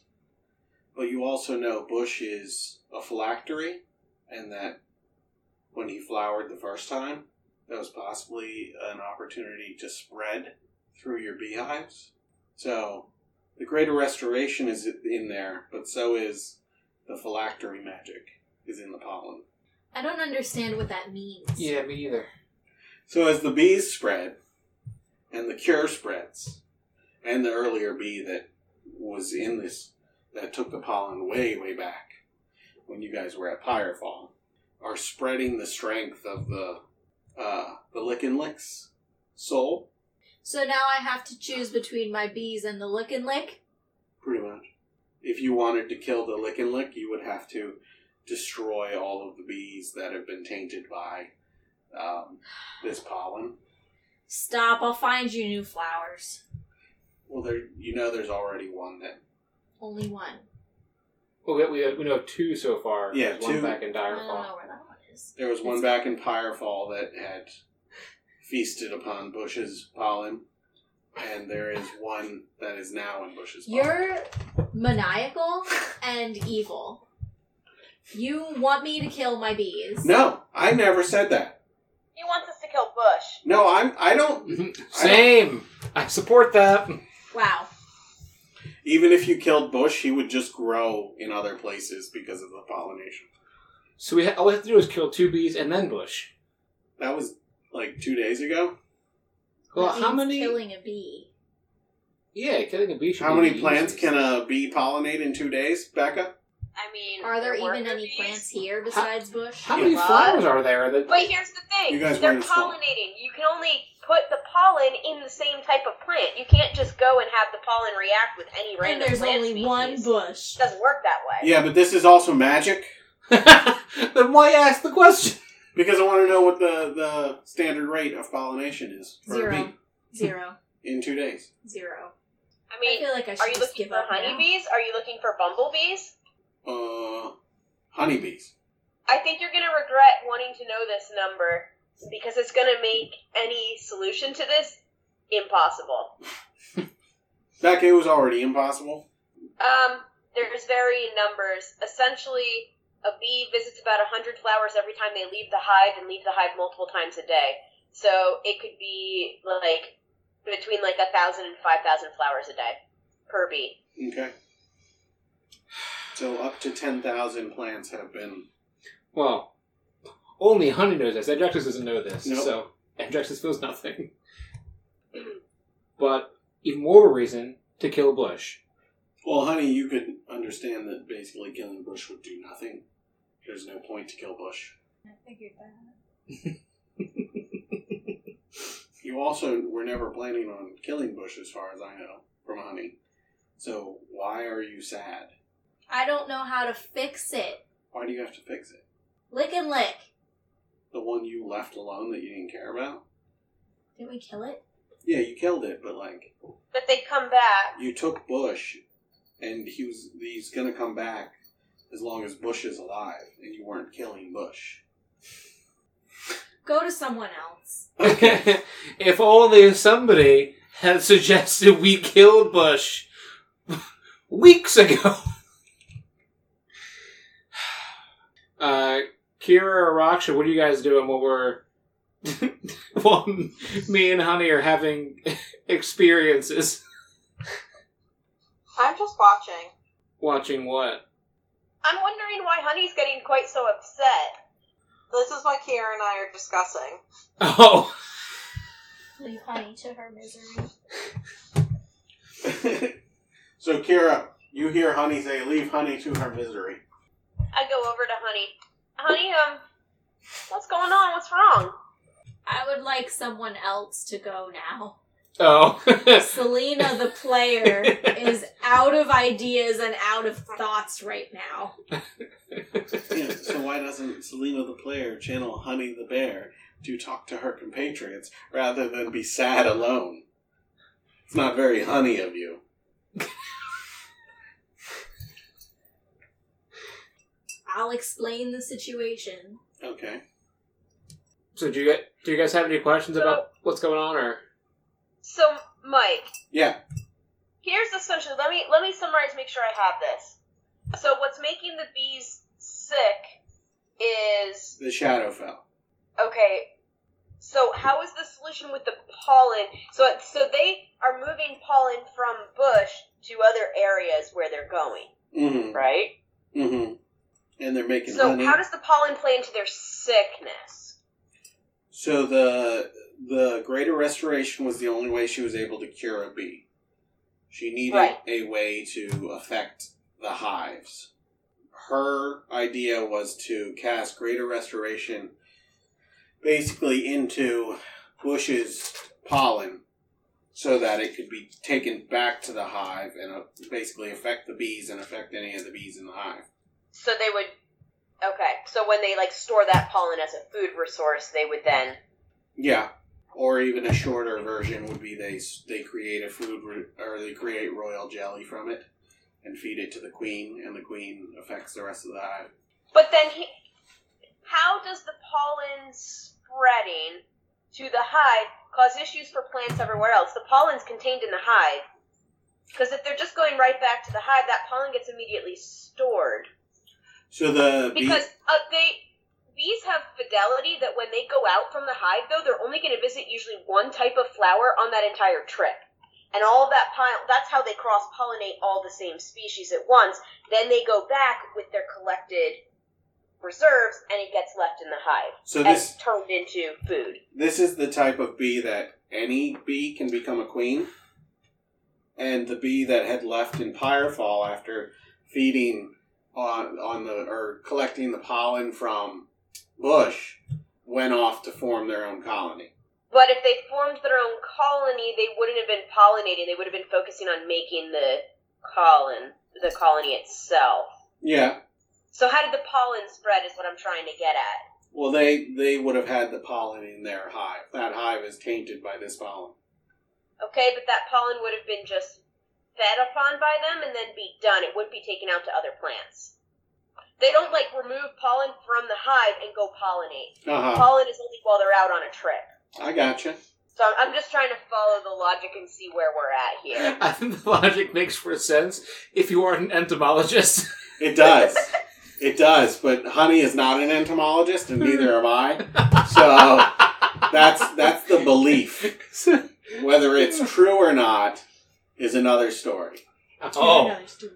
[SPEAKER 3] but you also know Bush is a phylactery, and that when he flowered the first time, that was possibly an opportunity to spread through your beehives. So the greater restoration is in there, but so is the phylactery magic is in the pollen.
[SPEAKER 4] I don't understand what that means.
[SPEAKER 2] Yeah, me either.
[SPEAKER 3] So as the bees spread, and the cure spreads, and the earlier bee that was in this that took the pollen way, way back when you guys were at Pyrefall, are spreading the strength of the uh, the lick and licks soul,
[SPEAKER 4] So now I have to choose between my bees and the lick and lick.
[SPEAKER 3] pretty much. If you wanted to kill the lick and lick, you would have to destroy all of the bees that have been tainted by um, this pollen.
[SPEAKER 4] Stop, I'll find you new flowers.
[SPEAKER 3] Well, there you know there's already one that
[SPEAKER 4] Only one.
[SPEAKER 2] Well, we, we, we know of two so far.
[SPEAKER 3] Yeah,
[SPEAKER 2] There's
[SPEAKER 3] two.
[SPEAKER 2] One back in
[SPEAKER 4] I don't know
[SPEAKER 2] Direfall.
[SPEAKER 4] where that one is.
[SPEAKER 3] There was one back in Pyrefall that had feasted upon Bush's pollen, and there is one that is now in Bush's pollen.
[SPEAKER 4] You're maniacal and evil. You want me to kill my bees.
[SPEAKER 3] No, I never said that.
[SPEAKER 5] He wants us to kill Bush.
[SPEAKER 3] No, I'm. I don't.
[SPEAKER 2] Same. I support that.
[SPEAKER 4] Wow.
[SPEAKER 3] Even if you killed Bush, he would just grow in other places because of the pollination.
[SPEAKER 2] So we ha- all we have to do is kill two bees and then Bush.
[SPEAKER 3] That was like two days ago.
[SPEAKER 2] Well,
[SPEAKER 4] That
[SPEAKER 2] how
[SPEAKER 4] means
[SPEAKER 2] many?
[SPEAKER 4] Killing a bee.
[SPEAKER 2] Yeah, killing a bee. Should
[SPEAKER 3] How
[SPEAKER 2] be
[SPEAKER 3] many
[SPEAKER 2] the
[SPEAKER 3] plants
[SPEAKER 2] easiest.
[SPEAKER 3] can a bee pollinate in two days, Becca?
[SPEAKER 5] I mean,
[SPEAKER 4] Are there
[SPEAKER 5] were
[SPEAKER 4] even
[SPEAKER 5] other
[SPEAKER 4] any
[SPEAKER 5] bees.
[SPEAKER 4] plants here besides bush?
[SPEAKER 2] How many
[SPEAKER 5] What?
[SPEAKER 2] flowers are there? That
[SPEAKER 5] But here's the thing:
[SPEAKER 3] You guys were
[SPEAKER 5] they're
[SPEAKER 3] in a swamp.
[SPEAKER 5] pollinating. You can only put the pollen in the same type of plant. You can't just go and have the pollen react with any
[SPEAKER 4] And
[SPEAKER 5] random
[SPEAKER 4] there's
[SPEAKER 5] plant
[SPEAKER 4] only
[SPEAKER 5] species.
[SPEAKER 4] one bush.
[SPEAKER 5] It doesn't work that way.
[SPEAKER 3] Yeah, but this is also magic
[SPEAKER 2] then why ask the question?
[SPEAKER 3] because I want to know what the the standard rate of pollination is for a
[SPEAKER 4] Zero.
[SPEAKER 3] bee
[SPEAKER 4] Zero.
[SPEAKER 3] in two days.
[SPEAKER 4] Zero.
[SPEAKER 5] I
[SPEAKER 4] I
[SPEAKER 5] mean,
[SPEAKER 4] feel like I should
[SPEAKER 5] are you
[SPEAKER 4] just
[SPEAKER 5] looking
[SPEAKER 4] give
[SPEAKER 5] for
[SPEAKER 4] up now.
[SPEAKER 5] honeybees? Are you looking for bumblebees?
[SPEAKER 3] Uh, honeybees.
[SPEAKER 5] I think you're gonna regret wanting to know this number because it's gonna make any solution to this impossible.
[SPEAKER 3] Becca, it was already impossible.
[SPEAKER 5] Um, there's varying numbers. Essentially, a bee visits about 100 flowers every time they leave the hive and leave the hive multiple times a day. So it could be like between like a thousand and five thousand flowers a day per bee.
[SPEAKER 3] Okay. So up to 10,000 plants have been.
[SPEAKER 2] Well, only Honey knows this. Adrexis doesn't know this,
[SPEAKER 3] Nope.
[SPEAKER 2] so Adrexis feels nothing. but even more of a reason to kill Bush.
[SPEAKER 3] Well, honey, you could understand that basically killing Bush would do nothing. There's no point to kill Bush.
[SPEAKER 4] I figured that.
[SPEAKER 3] You also were never planning on killing Bush, as far as I know, from honey. So why are you sad?
[SPEAKER 4] I don't know how to fix it.
[SPEAKER 3] Why do you have to fix it?
[SPEAKER 4] Lick and lick.
[SPEAKER 3] The one you left alone that you didn't care about?
[SPEAKER 4] Didn't we kill it?
[SPEAKER 3] Yeah, you killed it, but like.
[SPEAKER 5] But they come back.
[SPEAKER 3] you took Bush, and he was he's gonna come back as long as Bush is alive, and you weren't killing Bush.
[SPEAKER 4] Go to someone else.
[SPEAKER 2] if only somebody had suggested we kill Bush weeks ago. uh, Kira or Raksha, what are you guys doing while we're. while me and Honey are having experiences?
[SPEAKER 6] I'm just watching.
[SPEAKER 2] Watching what?
[SPEAKER 5] I'm wondering why Honey's getting quite so upset.
[SPEAKER 6] This is what Kira and I are discussing.
[SPEAKER 2] Oh,
[SPEAKER 4] Leave honey to her misery.
[SPEAKER 3] so Kira, you hear Honey say, "Leave Honey to her misery."
[SPEAKER 5] I go over to Honey. Honey, um, what's going on? What's wrong?
[SPEAKER 4] I would like someone else to go now.
[SPEAKER 2] oh.
[SPEAKER 4] Selena, the player, is out of ideas and out of thoughts right now.
[SPEAKER 3] Yeah, so why doesn't Selena the player channel Honey the bear to talk to her compatriots rather than be sad alone? It's not very honey of you.
[SPEAKER 4] I'll explain the situation.
[SPEAKER 3] Okay.
[SPEAKER 2] so, do you, get- do you guys have any questions about what's going on, or.
[SPEAKER 5] So, Mike,
[SPEAKER 3] Yeah.
[SPEAKER 5] here's essentially let me let me summarize make sure i have this so what's making the bees sick is
[SPEAKER 3] The shadow fell.
[SPEAKER 5] okay So how is the solution with the pollen? So so they are moving pollen from bush to other areas where they're going,
[SPEAKER 3] Mm-hmm.
[SPEAKER 5] right?
[SPEAKER 3] Mm-hmm. And they're making
[SPEAKER 5] So
[SPEAKER 3] honey.
[SPEAKER 5] how does the pollen play into their sickness?
[SPEAKER 3] so the the greater restoration was the only way she was able to cure a bee. She needed
[SPEAKER 5] Right.
[SPEAKER 3] a way to affect the hives. Her idea was to cast greater restoration basically into Bush's pollen so that it could be taken back to the hive and uh, basically affect the bees and affect any of the bees in the hive.
[SPEAKER 5] So they would Okay. So when they like store that pollen as a food resource, they would then
[SPEAKER 3] Yeah, or even a shorter version would be they they create a food ro- or they create royal jelly from it and feed it to the queen, and the queen affects the rest of the hive.
[SPEAKER 5] But then he how does the pollen spreading to the hive cause issues for plants everywhere else? The pollen's contained in the hive. Because if they're just going right back to the hive, that pollen gets immediately stored.
[SPEAKER 3] So the bee-
[SPEAKER 5] Because uh, they bees have fidelity that when they go out from the hive, though, they're only going to visit usually one type of flower on that entire trip. And all of that pile, that's how they cross pollinate all the same species at once. Then they go back with their collected reserves and it gets left in the hive
[SPEAKER 3] so
[SPEAKER 5] and
[SPEAKER 3] this
[SPEAKER 5] turned into food.
[SPEAKER 3] this is the type of bee that any bee can become a queen, and the bee that had left in Pyrefall after feeding on on the or collecting the pollen from bush went off to form their own colony.
[SPEAKER 5] But if they formed their own colony, they wouldn't have been pollinating. They would have been focusing on making the colon, the colony itself.
[SPEAKER 3] Yeah,
[SPEAKER 5] So how did the pollen spread is what I'm trying to get at.
[SPEAKER 3] Well, they they would have had the pollen in their hive. That hive is tainted by this pollen.
[SPEAKER 5] Okay, but that pollen would have been just fed upon by them and then be done. It wouldn't be taken out to other plants. They don't like remove pollen from the hive and go pollinate.
[SPEAKER 3] Uh huh.
[SPEAKER 5] Pollen is only while they're out on a trip.
[SPEAKER 3] I gotcha.
[SPEAKER 5] So I'm- I'm just trying to follow the logic and see where we're at here.
[SPEAKER 2] I think the logic makes for sense if you are an entomologist.
[SPEAKER 3] It does. it does. But Honey is not an entomologist, and neither am I. So that's that's the belief. Whether it's true or not is another story.
[SPEAKER 2] oh,
[SPEAKER 4] Another story.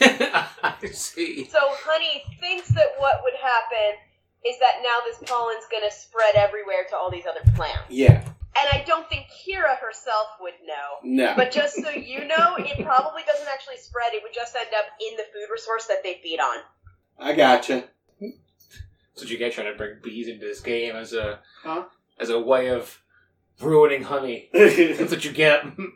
[SPEAKER 2] I see.
[SPEAKER 5] So Honey thinks that what would happen is that now this pollen's going to spread everywhere to all these other plants.
[SPEAKER 3] Yeah.
[SPEAKER 5] And I don't think Kira herself would know.
[SPEAKER 3] No.
[SPEAKER 5] But just so you know, it probably doesn't actually spread. It would just end up in the food resource that they feed on.
[SPEAKER 3] I gotcha.
[SPEAKER 2] So you guys trying to bring bees into this game as a
[SPEAKER 3] Huh?
[SPEAKER 2] as a way of ruining honey. That's
[SPEAKER 3] yeah.
[SPEAKER 2] what you get. um,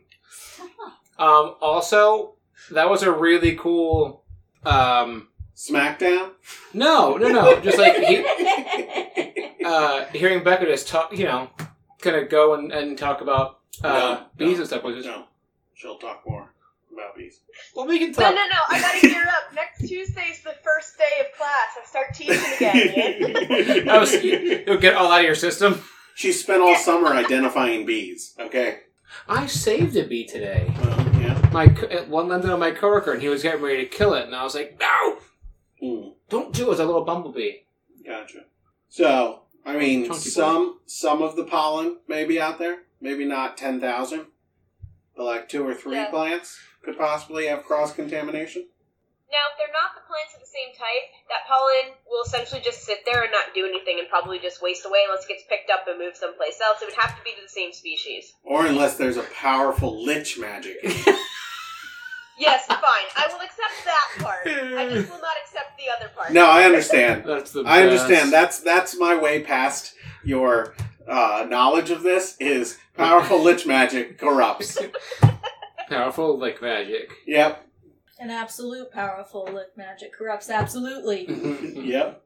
[SPEAKER 2] also, that was a really cool. Um,
[SPEAKER 3] Smackdown.
[SPEAKER 2] no, no, no. Just like he, uh, hearing Becca just talk, you know, kind of go and, and talk about uh,
[SPEAKER 3] No,
[SPEAKER 2] bees
[SPEAKER 3] no,
[SPEAKER 2] and stuff. Was just,
[SPEAKER 3] No. She'll talk more about bees.
[SPEAKER 2] Well, we can
[SPEAKER 5] No,
[SPEAKER 2] talk.
[SPEAKER 5] no, no. I gotta gear up. Next Tuesday's the first day of class. I start teaching again. man.
[SPEAKER 2] That was, you'll get all out of your system.
[SPEAKER 3] She spent all summer identifying bees. Okay.
[SPEAKER 2] I saved a bee today.
[SPEAKER 3] Well, yeah.
[SPEAKER 2] My co- one landed on my coworker, and he was getting ready to kill it, and I was like, "No,
[SPEAKER 3] Mm,
[SPEAKER 2] don't do it." It's a little bumblebee.
[SPEAKER 3] gotcha. So, I mean,
[SPEAKER 2] Chunky boy.
[SPEAKER 3] some some of the pollen may be out there. Maybe not ten thousand, but like two or three
[SPEAKER 5] Yeah.
[SPEAKER 3] plants could possibly have cross contamination.
[SPEAKER 5] Now, if they're not the plants of the same type, that pollen will essentially just sit there and not do anything and probably just waste away unless it gets picked up and moved someplace else. It would have to be to the same species.
[SPEAKER 3] Or unless there's a powerful lich magic.
[SPEAKER 5] Yes, fine. I will accept that part. I just will not accept the other part.
[SPEAKER 3] No, I understand.
[SPEAKER 2] That's the.
[SPEAKER 3] I understand.
[SPEAKER 2] best.
[SPEAKER 3] That's that's my way past your uh, knowledge of this is powerful lich magic corrupts.
[SPEAKER 2] powerful like magic.
[SPEAKER 3] Yep.
[SPEAKER 4] An absolute powerful lick magic corrupts absolutely.
[SPEAKER 3] Yep.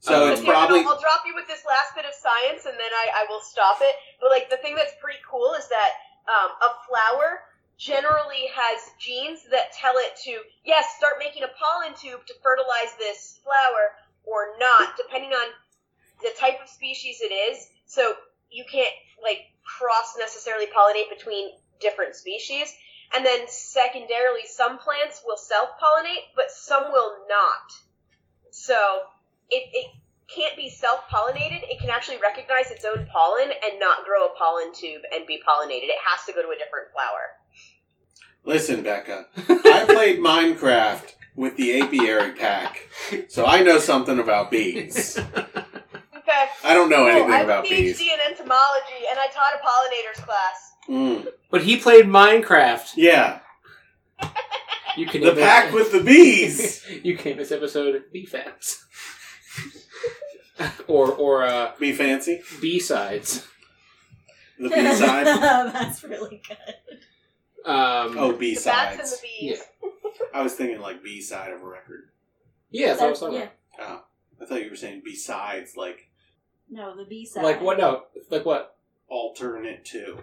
[SPEAKER 3] So
[SPEAKER 2] Um,
[SPEAKER 3] it's
[SPEAKER 5] Here, I'll-
[SPEAKER 3] probably
[SPEAKER 5] I'll drop you with this last bit of science, and then I, I will stop it. But like the thing that's pretty cool is that um, a flower generally has genes that tell it to yes, start making a pollen tube to fertilize this flower or not, depending on the type of species it is. So you can't like cross necessarily pollinate between different species. And then secondarily, some plants will self pollinate, but some will not. So it, it can't be self-pollinated, it can actually recognize its own pollen and not grow a pollen tube and be pollinated. It has to go to a different flower.
[SPEAKER 3] Listen, Becca, I played Minecraft with the apiary pack, so I know something about bees.
[SPEAKER 5] Okay.
[SPEAKER 3] I don't know Oh, anything
[SPEAKER 5] Oh, I have
[SPEAKER 3] about
[SPEAKER 5] a PhD
[SPEAKER 3] bees.
[SPEAKER 5] in entomology and I taught a pollinators class.
[SPEAKER 3] Mm.
[SPEAKER 2] But he played Minecraft.
[SPEAKER 3] Yeah,
[SPEAKER 2] You can
[SPEAKER 3] the
[SPEAKER 2] name
[SPEAKER 3] pack
[SPEAKER 2] it-
[SPEAKER 3] with the bees.
[SPEAKER 2] you can name this episode B Facts. or or uh,
[SPEAKER 3] Be fancy.
[SPEAKER 2] B sides.
[SPEAKER 3] The bee side.
[SPEAKER 4] That's really good.
[SPEAKER 2] Um,
[SPEAKER 3] Oh, B
[SPEAKER 5] The bats and the
[SPEAKER 3] sides.
[SPEAKER 5] bees.
[SPEAKER 3] I was thinking like B side of a record.
[SPEAKER 2] yeah, that's what I was
[SPEAKER 4] That-
[SPEAKER 2] talking
[SPEAKER 4] yeah.
[SPEAKER 3] Oh, I thought you were saying besides, like
[SPEAKER 4] No, the B side.
[SPEAKER 2] about. Like what? No, like what?
[SPEAKER 3] alternate to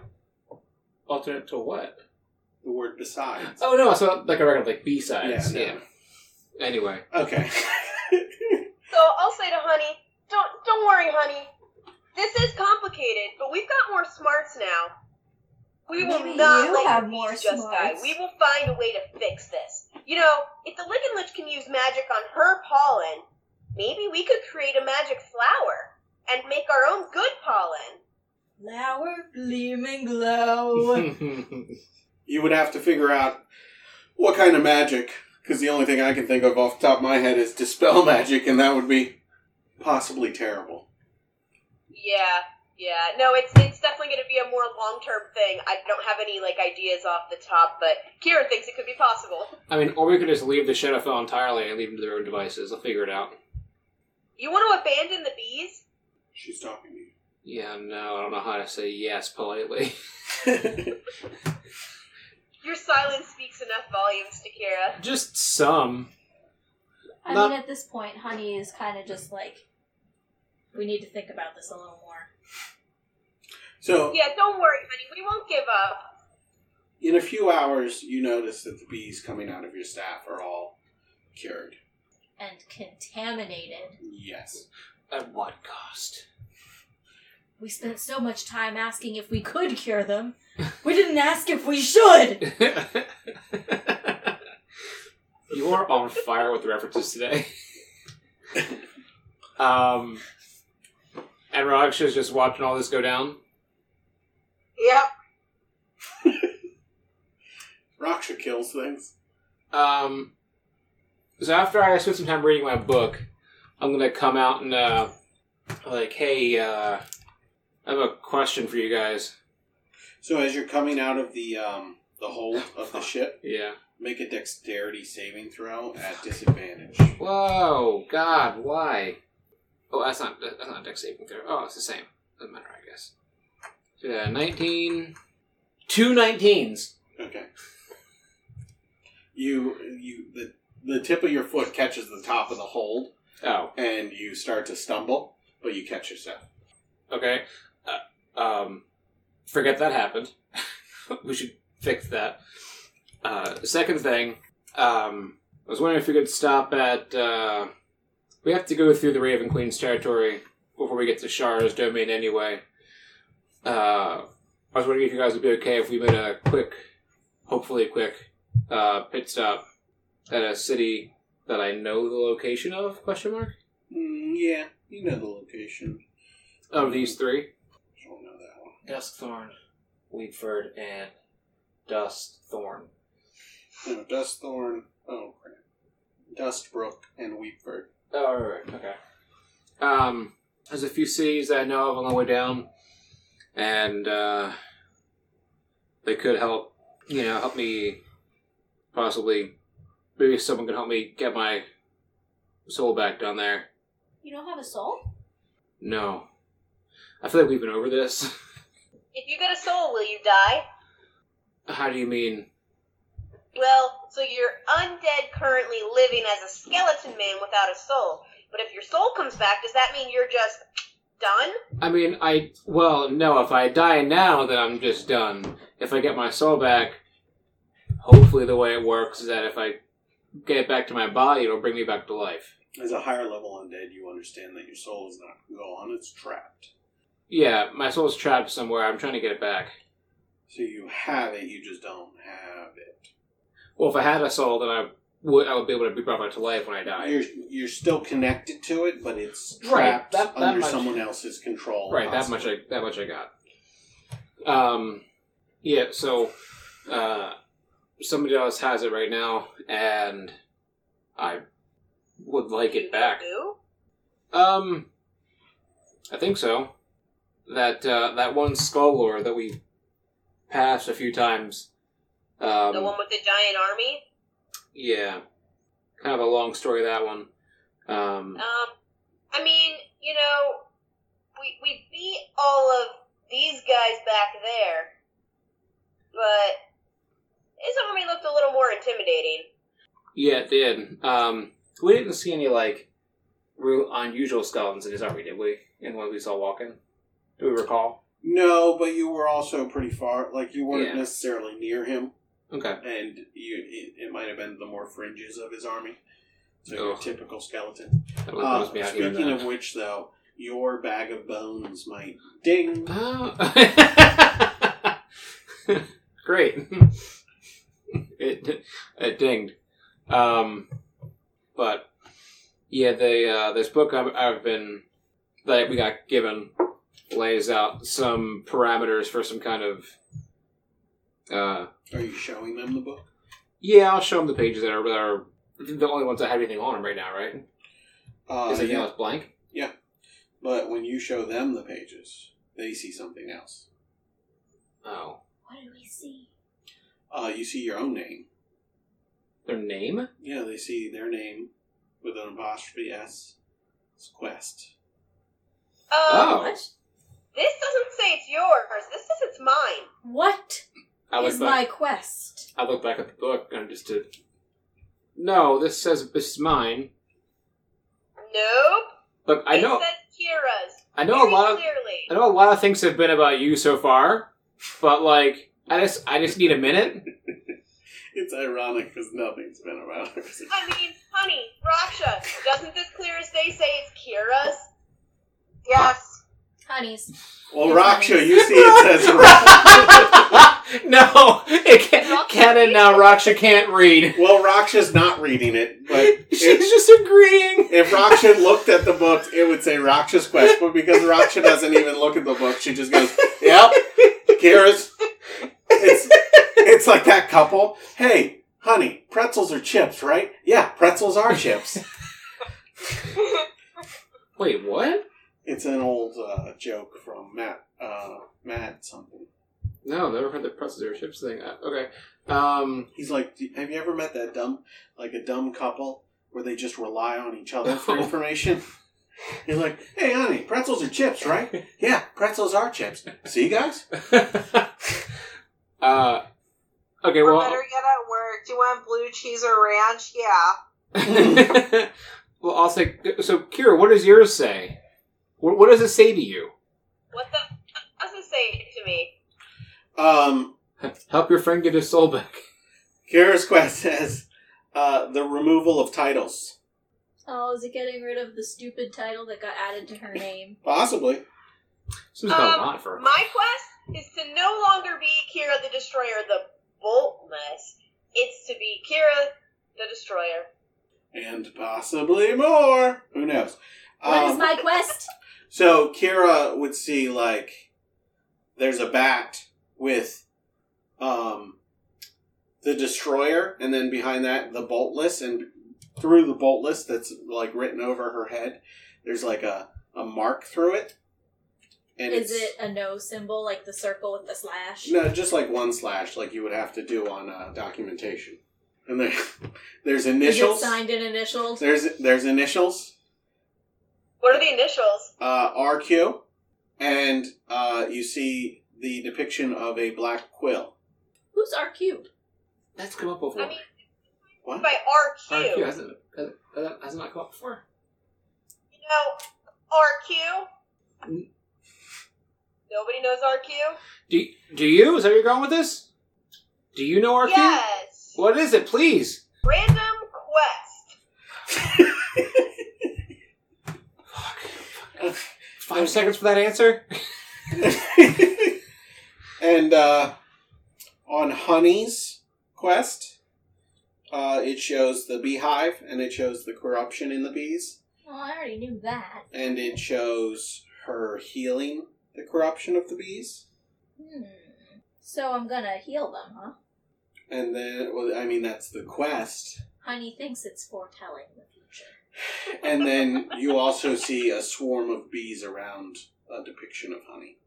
[SPEAKER 2] Alternate to what?
[SPEAKER 3] the word besides.
[SPEAKER 2] Oh no, so like a record like B sides.
[SPEAKER 3] no.
[SPEAKER 2] Yeah, Anyway,
[SPEAKER 3] Okay.
[SPEAKER 5] So I'll say to Honey, don't don't worry, Honey. This is complicated, but we've got more smarts now. We will
[SPEAKER 4] Maybe
[SPEAKER 5] not
[SPEAKER 4] you
[SPEAKER 5] let
[SPEAKER 4] have
[SPEAKER 5] the bees
[SPEAKER 4] more
[SPEAKER 5] just die.
[SPEAKER 4] smarts.
[SPEAKER 5] We will find a way to fix this. You know, if the Lickin' Lich can use magic on her pollen, maybe we could create a magic flower and make our own good pollen.
[SPEAKER 4] Flower gleaming glow.
[SPEAKER 2] I
[SPEAKER 3] you would have to figure out what kind of magic, because the only thing I can think of off the top of my head is dispel magic, and that would be possibly terrible.
[SPEAKER 5] Yeah, yeah. No, it's it's definitely going to be a more long term thing. I don't have any like ideas off the top, but Kieran thinks it could be possible.
[SPEAKER 2] mean, or we could just leave the Shadowfell entirely and leave them to their own devices. I'll figure it out.
[SPEAKER 5] You want to abandon the bees?
[SPEAKER 3] She's talking to you.
[SPEAKER 2] Yeah, no, I don't know how to say yes politely.
[SPEAKER 5] Your silence speaks enough volumes to Kira.
[SPEAKER 2] Just some.
[SPEAKER 4] I
[SPEAKER 2] Not-
[SPEAKER 4] mean, at this point, Honey is kind of just like, we need to think about this a little more.
[SPEAKER 3] So,
[SPEAKER 5] Yeah, don't worry, honey. We won't give up.
[SPEAKER 3] in a few hours, you notice that the bees coming out of your staff are all cured.
[SPEAKER 4] And contaminated.
[SPEAKER 3] Yes.
[SPEAKER 2] At what cost?
[SPEAKER 4] We spent so much time asking if we could cure them. We didn't ask if we should.
[SPEAKER 2] you are on fire with references today. um, and Raksha's just watching all this go down.
[SPEAKER 6] Yep.
[SPEAKER 3] Raksha kills things.
[SPEAKER 2] Um, so after I spent some time reading my book, I'm gonna come out and uh, like, hey, uh, I have a question for you guys.
[SPEAKER 3] So, as you're coming out of the um, the hold of the ship,
[SPEAKER 2] Yeah.
[SPEAKER 3] make a dexterity saving throw at disadvantage.
[SPEAKER 2] Whoa, God, why? Oh, that's not that's not a deck saving throw. Oh, it's the same. Doesn't matter, I guess. So yeah, nineteen. Two 19s.
[SPEAKER 3] Okay. You you the the tip of your foot catches the top of the hold,
[SPEAKER 2] Oh,
[SPEAKER 3] and you start to stumble, but you catch yourself.
[SPEAKER 2] okay. Uh, um, forget that happened. we should fix that. Uh, second thing, um, I was wondering if we could stop at. Uh, we have to go through the Raven Queen's territory before we get to Shara's domain anyway. Uh, I was wondering if you guys would be okay if we made a quick, hopefully quick, uh, pit stop at a city that I know the location of? Question mark
[SPEAKER 3] Mm, yeah, you know the location.
[SPEAKER 2] of these three.
[SPEAKER 3] I don't know that one.
[SPEAKER 2] Duskthorn, Weedford, and Dustthorn.
[SPEAKER 3] No, Dustthorn. Oh, crap. Dustbrook and Weepford.
[SPEAKER 2] Oh, right, right, okay. Um, there's a few cities that I know of on the way down, and uh, they could help. You know, help me possibly. Maybe someone could help me get my soul back down there.
[SPEAKER 4] You don't have a soul?
[SPEAKER 2] No, I feel like we've been over this.
[SPEAKER 5] If you get a soul, will you die?
[SPEAKER 2] How do you mean?
[SPEAKER 5] Well, so you're undead currently living as a skeleton man without a soul. But if your soul comes back, does that mean you're just done?
[SPEAKER 2] I mean, I well, no. If I die now, then I'm just done. If I get my soul back, hopefully the way it works is that if I get it back to my body, it'll bring me back to life.
[SPEAKER 3] As a higher level undead, you understand that your soul is not gone, it's trapped.
[SPEAKER 2] Yeah, my soul's trapped somewhere. I'm trying to get it back.
[SPEAKER 3] So you have it, you just don't have it.
[SPEAKER 2] Well, if I had a soul, then I would I would be able to be brought back to life when I die.
[SPEAKER 3] Uh, You're you're still connected to it, but it's
[SPEAKER 2] Right,
[SPEAKER 3] trapped
[SPEAKER 2] that- that
[SPEAKER 3] under
[SPEAKER 2] much-
[SPEAKER 3] someone else's control.
[SPEAKER 2] Right, that much I that much I got. Um, yeah. So, uh, somebody else has it right now, and I would like it back.
[SPEAKER 5] Do?
[SPEAKER 2] Um, I think so. That uh, that one skull lore that we passed a few times. Um,
[SPEAKER 5] The one with the giant army.
[SPEAKER 2] yeah, kind of a long story that one. Um,
[SPEAKER 5] Um, I mean, you know, we we beat all of these guys back there, but this army looked a little more intimidating.
[SPEAKER 2] yeah, it did. Um, we didn't see any like real unusual skeletons in his army, did we? In what we saw walking, do we recall?
[SPEAKER 3] No, but you were also pretty far. Like you weren't
[SPEAKER 2] Yeah.
[SPEAKER 3] necessarily near him,
[SPEAKER 2] Okay.
[SPEAKER 3] and you it, it might have been the more fringes of his army. So your
[SPEAKER 2] Ugh.
[SPEAKER 3] typical skeleton.
[SPEAKER 2] That was, that
[SPEAKER 3] Uh,
[SPEAKER 2] was me out here.
[SPEAKER 3] speaking
[SPEAKER 2] now.
[SPEAKER 3] of which, though, your bag of bones might ding.
[SPEAKER 2] Oh. Great. it it dinged. Um, but yeah, they uh, this book I've, I've been that we got given lays out some parameters for some kind of. Uh,
[SPEAKER 3] Are you showing them the book?
[SPEAKER 2] yeah, I'll show them the pages that are, that are the only ones that have anything on them right now, right?
[SPEAKER 3] Uh,
[SPEAKER 2] Is anything
[SPEAKER 3] yeah,
[SPEAKER 2] else blank?
[SPEAKER 3] But when you show them the pages, they see something else.
[SPEAKER 2] Oh,
[SPEAKER 4] What do we see?
[SPEAKER 3] Uh, you see your own name.
[SPEAKER 2] their name?
[SPEAKER 3] Yeah, they see their name with an apostrophe S. It's quest.
[SPEAKER 5] Um,
[SPEAKER 2] oh,
[SPEAKER 5] this doesn't say it's yours. This says it's mine.
[SPEAKER 4] What
[SPEAKER 2] I
[SPEAKER 4] is
[SPEAKER 2] was like.
[SPEAKER 4] my quest?
[SPEAKER 2] I look back at the book and just to. No, this says this is mine.
[SPEAKER 5] Nope.
[SPEAKER 2] Look, I
[SPEAKER 5] It
[SPEAKER 2] know,
[SPEAKER 5] says Kira's.
[SPEAKER 2] I know a
[SPEAKER 5] very
[SPEAKER 2] lot of,
[SPEAKER 5] clearly.
[SPEAKER 2] I know a lot of things have been about you so far, but like, I just, I just need a minute.
[SPEAKER 3] It's ironic because nothing's been about her.
[SPEAKER 5] I mean, honey, Raksha, doesn't this clear as day say it's Kira's?
[SPEAKER 6] Yes.
[SPEAKER 4] Honeys.
[SPEAKER 3] Well, Raksha, you see it says Raksha.
[SPEAKER 2] no, it can't. Canon now. Raksha can't read.
[SPEAKER 3] Well, Raksha's not reading it, but
[SPEAKER 2] She's
[SPEAKER 3] if,
[SPEAKER 2] just agreeing.
[SPEAKER 3] if Raksha looked at the book, it would say Raksha's quest. But because Raksha doesn't even look at the book, she just goes, "Yep, Kira's." It's it's like that couple. Hey, honey, pretzels are chips, right? Yeah, pretzels are chips.
[SPEAKER 2] Wait, what?
[SPEAKER 3] It's an old uh, joke from Matt uh, Matt something.
[SPEAKER 2] No, never heard the pretzels or chips thing. Uh, Okay, um,
[SPEAKER 3] He's like, "Do- have you ever met that dumb, like a dumb couple where they just rely on each other for
[SPEAKER 2] No.
[SPEAKER 3] information? You're like, hey, honey, pretzels are chips, right? yeah, pretzels are chips. See, guys?
[SPEAKER 2] uh, okay.
[SPEAKER 6] Or
[SPEAKER 2] Well,
[SPEAKER 6] better yet, at work. Do you want blue cheese or ranch? Yeah.
[SPEAKER 2] well, I'll say. So, Kira, what does yours say? What, what does it say to you?
[SPEAKER 5] What the? Doesn't say it to me.
[SPEAKER 3] Um,
[SPEAKER 2] Help your friend get his soul back.
[SPEAKER 3] Kira's quest says uh, the removal of titles.
[SPEAKER 4] Oh, is it getting rid of the stupid title that got added to her name?
[SPEAKER 3] Possibly.
[SPEAKER 2] This is not a
[SPEAKER 5] Um,
[SPEAKER 2] lot for.
[SPEAKER 5] My quest is to no longer be Kira the Destroyer, the Boltless. It's to be Kira the Destroyer.
[SPEAKER 3] And possibly more. Who knows?
[SPEAKER 4] What is
[SPEAKER 3] Um,
[SPEAKER 4] my quest?
[SPEAKER 3] So Kira would see like there's a bat with um the destroyer and then behind that the boltless and through the boltless that's like written over her head there's like a, a mark through it. And
[SPEAKER 4] Is
[SPEAKER 3] it's
[SPEAKER 4] it a no symbol, like the circle with the slash?
[SPEAKER 3] no just like one slash like you would have to do on uh, documentation. And there there's
[SPEAKER 4] Is it
[SPEAKER 3] initials.
[SPEAKER 4] signed and initialed?
[SPEAKER 3] There's there's initials
[SPEAKER 5] What are the initials?
[SPEAKER 3] uh, RQ, and uh, you see the depiction of a black quill.
[SPEAKER 4] Who's RQ?
[SPEAKER 2] That's come up before.
[SPEAKER 5] I mean,
[SPEAKER 3] What?
[SPEAKER 5] by RQ.
[SPEAKER 2] RQ hasn't hasn't- that hasn't not come up before.
[SPEAKER 5] You know, RQ.
[SPEAKER 2] Mm.
[SPEAKER 5] Nobody knows RQ.
[SPEAKER 2] Do do you? Is that where you're going with this? Do you know RQ?
[SPEAKER 5] Yes.
[SPEAKER 2] What is it, please?
[SPEAKER 5] Random quest.
[SPEAKER 2] Five seconds for that answer.
[SPEAKER 3] and uh, on Honey's quest, uh, it shows the beehive and it shows the corruption in the bees
[SPEAKER 4] Well, I already knew that.
[SPEAKER 3] and it shows her healing the corruption of the bees.
[SPEAKER 4] Hmm. So I'm gonna heal them, huh?
[SPEAKER 3] And then, well, I mean, that's the quest.
[SPEAKER 4] Honey thinks it's foretelling the future.
[SPEAKER 3] And then you also see a swarm of bees around a depiction of honey.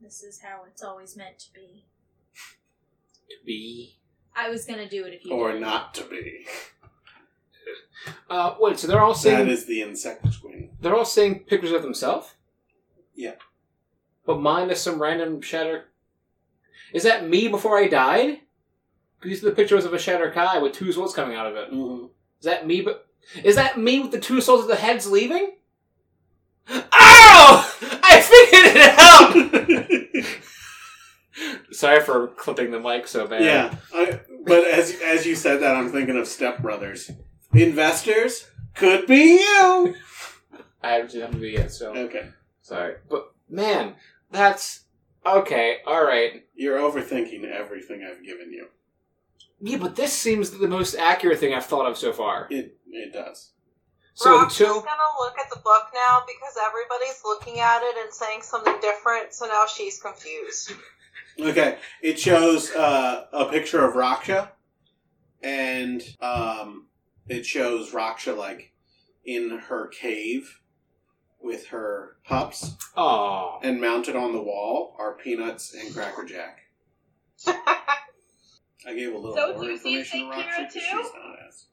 [SPEAKER 4] This is how it's always meant to be.
[SPEAKER 2] To be.
[SPEAKER 4] I was gonna do it if you
[SPEAKER 3] Or
[SPEAKER 4] didn't.
[SPEAKER 3] not to be.
[SPEAKER 2] Uh, wait, so they're all
[SPEAKER 3] That
[SPEAKER 2] seeing
[SPEAKER 3] is the insect queen.
[SPEAKER 2] they're all seeing pictures of themselves.
[SPEAKER 3] Yeah.
[SPEAKER 2] But mine is some random shatter. Is that me before I died? These are the pictures of a shattered Kai with two souls coming out of it.
[SPEAKER 3] Mm-hmm.
[SPEAKER 2] Is that me? But is that me with the two souls of the heads leaving? Oh! I figured it out. Sorry for clipping the mic so bad.
[SPEAKER 3] Yeah, I, but as as you said that, I'm thinking of Step Brothers. Investors could be you.
[SPEAKER 2] I haven't seen that movie yet, so
[SPEAKER 3] Okay,
[SPEAKER 2] sorry. But man, that's okay. All right.
[SPEAKER 3] you're overthinking everything I've given you.
[SPEAKER 2] Yeah, but this seems the most accurate thing I've thought of so far.
[SPEAKER 3] It it does.
[SPEAKER 2] So
[SPEAKER 6] Brock's
[SPEAKER 2] until
[SPEAKER 6] just gonna look at the book now because everybody's looking at it and saying something different, so now she's confused.
[SPEAKER 3] Okay, it shows uh, a picture of Raksha, and um, it shows Raksha like in her cave with her pups,
[SPEAKER 2] oh,
[SPEAKER 3] and mounted on the wall are peanuts and Cracker Jack. I gave a little
[SPEAKER 5] So
[SPEAKER 3] more
[SPEAKER 5] do you
[SPEAKER 3] information to
[SPEAKER 5] think
[SPEAKER 3] Raksha
[SPEAKER 5] Kira
[SPEAKER 3] 'cause
[SPEAKER 5] too?
[SPEAKER 3] she's not as.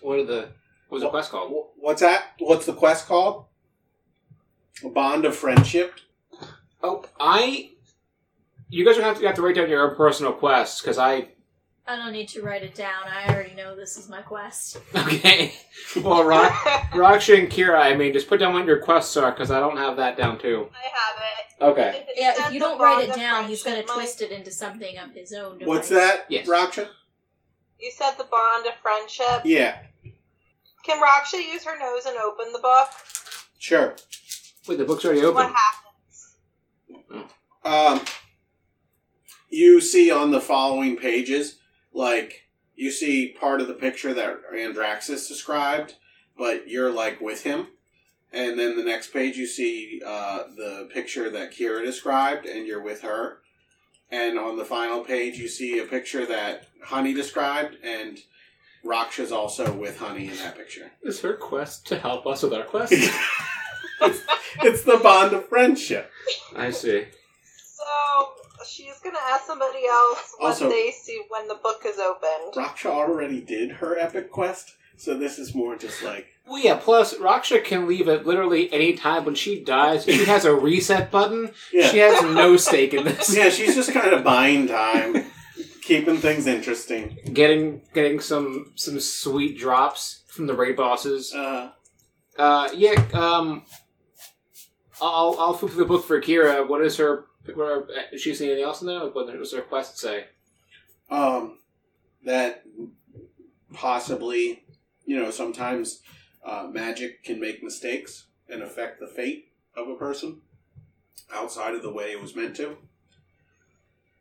[SPEAKER 2] what are the what was the quest called?
[SPEAKER 3] Wh- What's that? What's the quest called? A bond of friendship.
[SPEAKER 2] Oh, I. You guys are gonna have to, have to write down your own personal quests because I
[SPEAKER 4] I don't need to write it down. I already know this is my quest.
[SPEAKER 2] Okay. Well, Rock, Raksha and Kira, I mean, just put down what your quests are because I don't have that down too.
[SPEAKER 6] I have
[SPEAKER 2] Okay.
[SPEAKER 6] it.
[SPEAKER 4] Yeah,
[SPEAKER 6] That's
[SPEAKER 4] if you
[SPEAKER 6] the
[SPEAKER 4] don't write
[SPEAKER 6] bond
[SPEAKER 4] it
[SPEAKER 6] of
[SPEAKER 4] down, he's gonna
[SPEAKER 6] friendship, Mike.
[SPEAKER 4] twist it into something of his own. Device.
[SPEAKER 3] What's that,
[SPEAKER 2] Yes.
[SPEAKER 3] Raksha?
[SPEAKER 6] You said the bond of friendship.
[SPEAKER 3] Yeah,
[SPEAKER 6] Can Raksha use her nose and open the book?
[SPEAKER 3] sure.
[SPEAKER 2] Wait, the book's already
[SPEAKER 6] What
[SPEAKER 2] open.
[SPEAKER 6] happened?
[SPEAKER 3] Um, you see on the following pages, like you see part of the picture that Andraxis described, but you're like with him, and then the next page you see uh, the picture that Kira described, and you're with her, and on the final page you see a picture that Honey described, and Raksha's also with Honey in that picture.
[SPEAKER 2] Is her quest to help us with our quest?
[SPEAKER 3] it's, it's the bond of friendship.
[SPEAKER 2] I see.
[SPEAKER 6] So she's gonna ask somebody else what
[SPEAKER 3] Also-
[SPEAKER 6] they see when the book is opened.
[SPEAKER 3] Raksha already did her epic quest, so this is more just like
[SPEAKER 2] Well, yeah. Plus, Raksha can leave at literally any time. When she dies, she has a reset button.
[SPEAKER 3] yeah,
[SPEAKER 2] She has no stake in this.
[SPEAKER 3] yeah. She's just kind of buying time, keeping things interesting.
[SPEAKER 2] Getting getting some some sweet drops from the raid bosses.
[SPEAKER 3] Uh,
[SPEAKER 2] Uh, yeah. Um, I'll I'll flip through the book for Kira. What is her? What are, is she seeing anything else in there? Like, what does her quest say?
[SPEAKER 3] um, that possibly, you know, sometimes uh, magic can make mistakes and affect the fate of a person outside of the way it was meant to,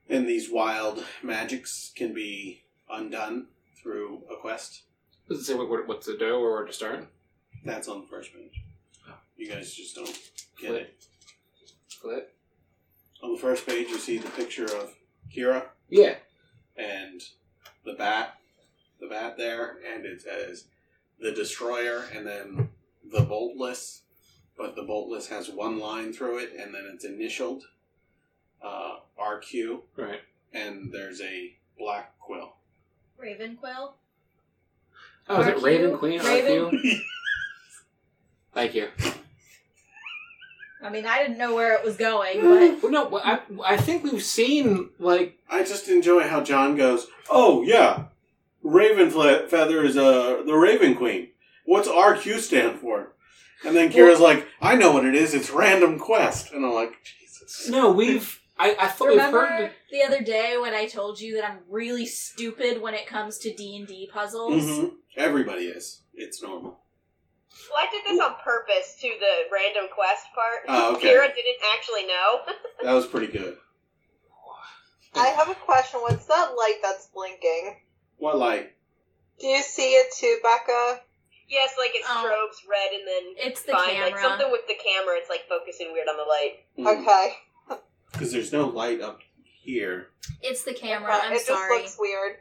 [SPEAKER 3] and these wild magics can be undone through a quest.
[SPEAKER 2] Does it say what, what, what's the dough or where to start?
[SPEAKER 3] That's on the first page. You guys just don't get it.
[SPEAKER 2] Flip.
[SPEAKER 3] On the first page, you see the picture of Kira
[SPEAKER 2] Yeah.
[SPEAKER 3] and the bat, the bat there, and it says the destroyer, and then the boltless. But the boltless has one line through it, and then it's initialed uh, RQ,
[SPEAKER 2] Right.
[SPEAKER 3] and there's a black quill.
[SPEAKER 4] Ravenquill?
[SPEAKER 2] Oh, is it
[SPEAKER 4] RQ?
[SPEAKER 2] Raven Queen?
[SPEAKER 4] Raven?
[SPEAKER 2] RQ? Thank you.
[SPEAKER 4] I mean, I didn't know where it was going, but
[SPEAKER 2] Well, no, well, I, I think we've seen like
[SPEAKER 3] I just enjoy how John goes, "Oh yeah, Raven fle- Feather is uh, the Raven Queen. What's RQ stand for?" And then Kira's like, "I know what it is. It's Random Quest." And I'm like, "Jesus."
[SPEAKER 2] no, we've I, I thought we've
[SPEAKER 4] remember
[SPEAKER 2] heard.
[SPEAKER 4] the other day when I told you that I'm really stupid when it comes to D and D puzzles.
[SPEAKER 3] Mhm. Everybody is. It's normal.
[SPEAKER 5] Well, I did this on purpose to the random quest part.
[SPEAKER 3] Oh, okay.
[SPEAKER 5] Kira didn't actually know.
[SPEAKER 3] That was pretty good.
[SPEAKER 6] I have a question. What's that light that's blinking?
[SPEAKER 3] What like?
[SPEAKER 6] Do you see it too, Becca?
[SPEAKER 5] Yes, like it
[SPEAKER 4] Oh.
[SPEAKER 5] strobes red and then
[SPEAKER 4] It's the
[SPEAKER 5] fine,
[SPEAKER 4] camera.
[SPEAKER 5] like something with the camera. It's like focusing weird on the light.
[SPEAKER 2] Hmm.
[SPEAKER 6] Okay.
[SPEAKER 3] Because Hmm. there's no light up here.
[SPEAKER 4] It's the camera. I'm
[SPEAKER 6] Uh, it
[SPEAKER 4] sorry.
[SPEAKER 6] just looks weird.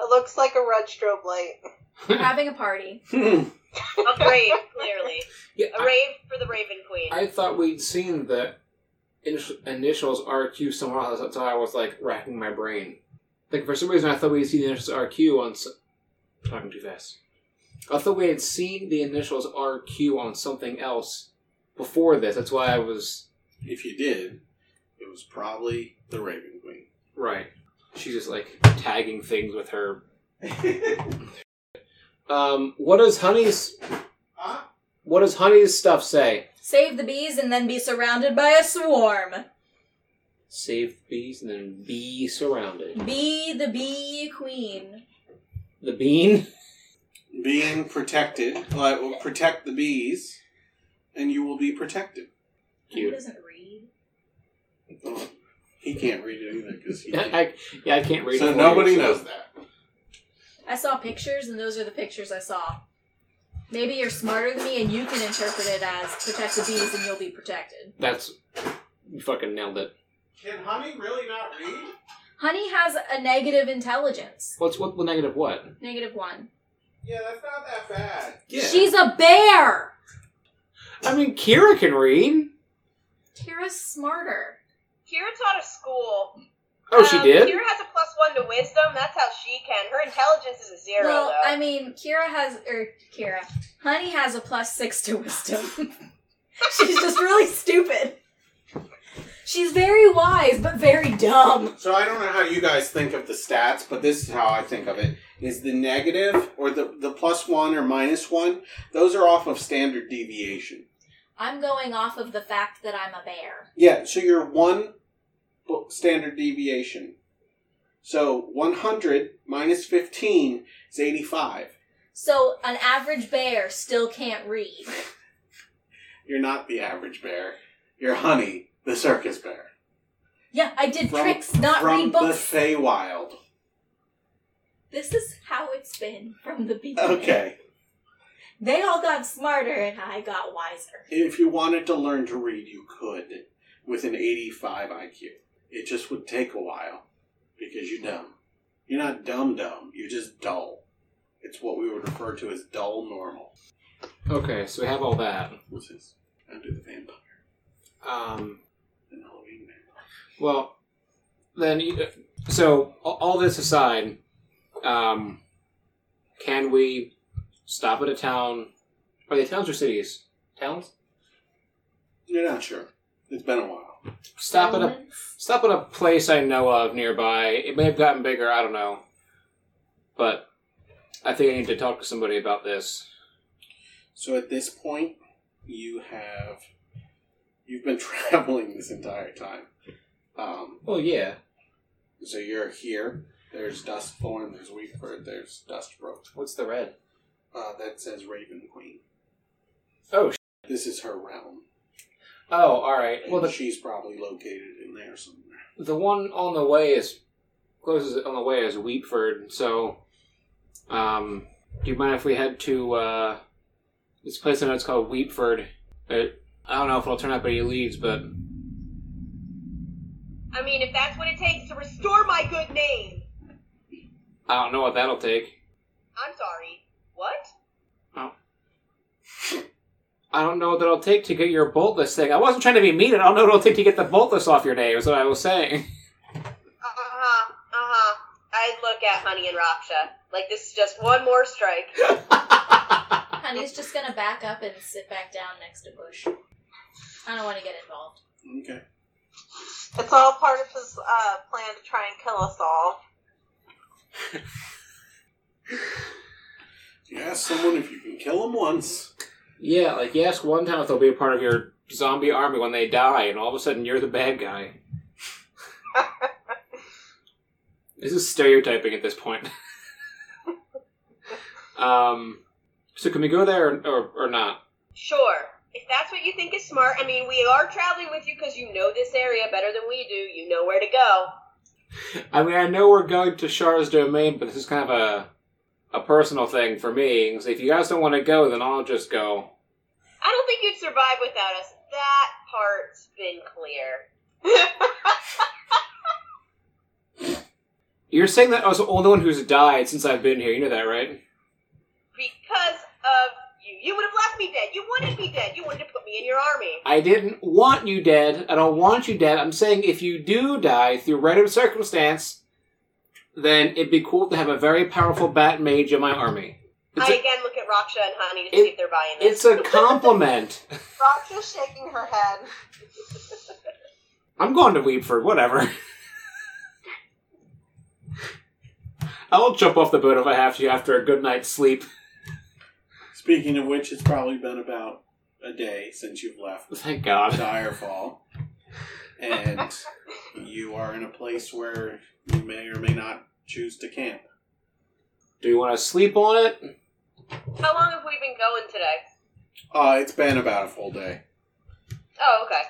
[SPEAKER 6] It looks like a red strobe light.
[SPEAKER 4] We're having a party.
[SPEAKER 5] A rave, clearly,
[SPEAKER 2] yeah,
[SPEAKER 5] a
[SPEAKER 2] I,
[SPEAKER 5] rave for the Raven Queen.
[SPEAKER 2] I thought we'd seen the init- initials RQ somewhere else. That's why I was like racking my brain. Like for some reason, I thought we'd seen the initials RQ on. s talking too fast. I thought we had seen the initials RQ on something else before this. That's why I was
[SPEAKER 3] If you did, it was probably the Raven Queen.
[SPEAKER 2] right. She's just like tagging things with her.
[SPEAKER 3] Huh?
[SPEAKER 2] Um, what does Honey's What does Honey's stuff say?
[SPEAKER 4] Save the bees and then be surrounded by a swarm.
[SPEAKER 2] Save bees and then be surrounded.
[SPEAKER 4] Be the bee queen.
[SPEAKER 2] The bean.
[SPEAKER 3] Being protected, uh, will protect the bees, and you will be protected.
[SPEAKER 4] He
[SPEAKER 2] Cute.
[SPEAKER 4] doesn't read.
[SPEAKER 3] Well, he can't read it either because he. Can't.
[SPEAKER 2] I, yeah, I can't read. it
[SPEAKER 3] so
[SPEAKER 2] for
[SPEAKER 3] nobody
[SPEAKER 2] you, so-
[SPEAKER 3] knows that.
[SPEAKER 4] I saw pictures, and those are the pictures I saw. Maybe you're smarter than me, and you can interpret it as protect the bees, and you'll be protected.
[SPEAKER 2] That's you fucking nailed it.
[SPEAKER 3] Can Honey really not read?
[SPEAKER 4] Honey has a negative intelligence.
[SPEAKER 2] What's what, what negative what?
[SPEAKER 4] Negative one.
[SPEAKER 3] Yeah, that's not that bad.
[SPEAKER 4] She's a bear.
[SPEAKER 2] I mean, Kira can read.
[SPEAKER 4] Kira's smarter.
[SPEAKER 5] Kira taught a school.
[SPEAKER 2] Oh, she
[SPEAKER 5] Um,
[SPEAKER 2] did.
[SPEAKER 5] Kira has a plus one to wisdom. That's how she can. Her intelligence is a zero,
[SPEAKER 4] well,
[SPEAKER 5] though.
[SPEAKER 4] I mean, Kira has or Kira, Honey has a plus six to wisdom. She's just really stupid. She's very wise, but very dumb.
[SPEAKER 3] So I don't know how you guys think of the stats, but this is how I think of it: is the negative or the the plus one or minus one. Those are off of standard deviation.
[SPEAKER 4] I'm going off of the fact that I'm a bear.
[SPEAKER 3] Yeah, so you're one bo- standard deviation. So 100 minus 15 is 85.
[SPEAKER 4] So an average bear still can't read.
[SPEAKER 3] You're not the average bear. You're Honey, the circus bear.
[SPEAKER 4] Yeah, I did
[SPEAKER 3] From-
[SPEAKER 4] tricks, not
[SPEAKER 3] From
[SPEAKER 4] read
[SPEAKER 3] the
[SPEAKER 4] books.
[SPEAKER 3] Feywild.
[SPEAKER 4] this is how it's been from the beginning.
[SPEAKER 3] Okay.
[SPEAKER 4] They all got smarter and I got wiser.
[SPEAKER 3] If you wanted to learn to read, you could with an 85 IQ. It just would take a while because you're dumb. You're not dumb dumb, you're just dull. It's what we would refer to as dull normal.
[SPEAKER 2] Okay, so we have all that.
[SPEAKER 3] What's this? Undo the vampire.
[SPEAKER 2] Um,
[SPEAKER 3] And Halloween man.
[SPEAKER 2] well, then, you- so all- all this aside, um, can we stop at a town? Are they towns or cities? Towns.
[SPEAKER 3] You're not sure. It's been a while.
[SPEAKER 2] Stop at a
[SPEAKER 4] Elements.
[SPEAKER 2] Stop at a place I know of nearby. It may have gotten bigger, I don't know. But I think I need to talk to somebody about this.
[SPEAKER 3] So at this point, you have you've been traveling this entire time. Um,
[SPEAKER 2] Well, yeah.
[SPEAKER 3] so you're here. There's Dustthorn. There's Weakbird. There's Dustbrook.
[SPEAKER 2] What's the red?
[SPEAKER 3] Uh, that says Raven Queen.
[SPEAKER 2] Oh, sh-
[SPEAKER 3] This is her realm.
[SPEAKER 2] oh, all right. Well,
[SPEAKER 3] well,
[SPEAKER 2] the,
[SPEAKER 3] she's probably located in there somewhere.
[SPEAKER 2] the one on the way is closest on the way is Wheatford. So, um, do you mind if we head to uh, this place I know it's called Wheatford? It, I don't know if it'll turn up any leads, but
[SPEAKER 5] I mean, if that's what it takes to restore my good name.
[SPEAKER 2] I don't know what that'll take.
[SPEAKER 5] I'm sorry. What?
[SPEAKER 2] I don't know what that'll take to get your boltless thing. I wasn't trying to be mean. I don't know what it'll take to get the boltless off your name. Is what I was saying.
[SPEAKER 5] Uh huh. Uh huh. I look at Honey and Raksha like this is just one more strike.
[SPEAKER 4] Honey's just gonna back up and sit back down next to Bush. I don't want to get involved.
[SPEAKER 3] Okay.
[SPEAKER 6] It's all part of his uh, plan to try and kill us all.
[SPEAKER 3] You ask someone if you can kill them once.
[SPEAKER 2] yeah, like you ask one time if they'll be a part of your zombie army when they die, and all of a sudden you're the bad guy. this is stereotyping at this point. um, so can we go there or, or, or not?
[SPEAKER 5] Sure. If that's what you think is smart, I mean, we are traveling with you because you know this area better than we do. You know where to go.
[SPEAKER 2] I mean, I know we're going to Char's domain, but this is kind of a a personal thing for me. So if you guys don't want to go, then I'll just go.
[SPEAKER 5] I don't think you'd survive without us. That part's been clear.
[SPEAKER 2] You're saying that I was the only one who's died since I've been here. You know that, right?
[SPEAKER 5] Because of you. You would have left me dead. You wouldn't be dead. You wouldn't have put me in your army.
[SPEAKER 2] I didn't want you dead. I don't want you dead. I'm saying if you do die through random circumstance, then it'd be cool to have a very powerful bat mage in my army. It's
[SPEAKER 5] I
[SPEAKER 2] a,
[SPEAKER 5] again look at Raksha and Honey to
[SPEAKER 2] It-
[SPEAKER 5] see if they're buying this.
[SPEAKER 2] it's a compliment.
[SPEAKER 6] Raksha's shaking her head.
[SPEAKER 2] I'm going to Weepford, whatever. I'll jump off the boat if I have to after a good night's sleep.
[SPEAKER 3] Speaking of which, it's probably been about a day since you've left
[SPEAKER 2] Thank God.
[SPEAKER 3] Direfall, and you are in a place where you may or may not choose to camp.
[SPEAKER 2] Do you want to sleep on it?
[SPEAKER 5] How long have we been going today?
[SPEAKER 3] Uh, it's been about a full day.
[SPEAKER 5] Oh, okay.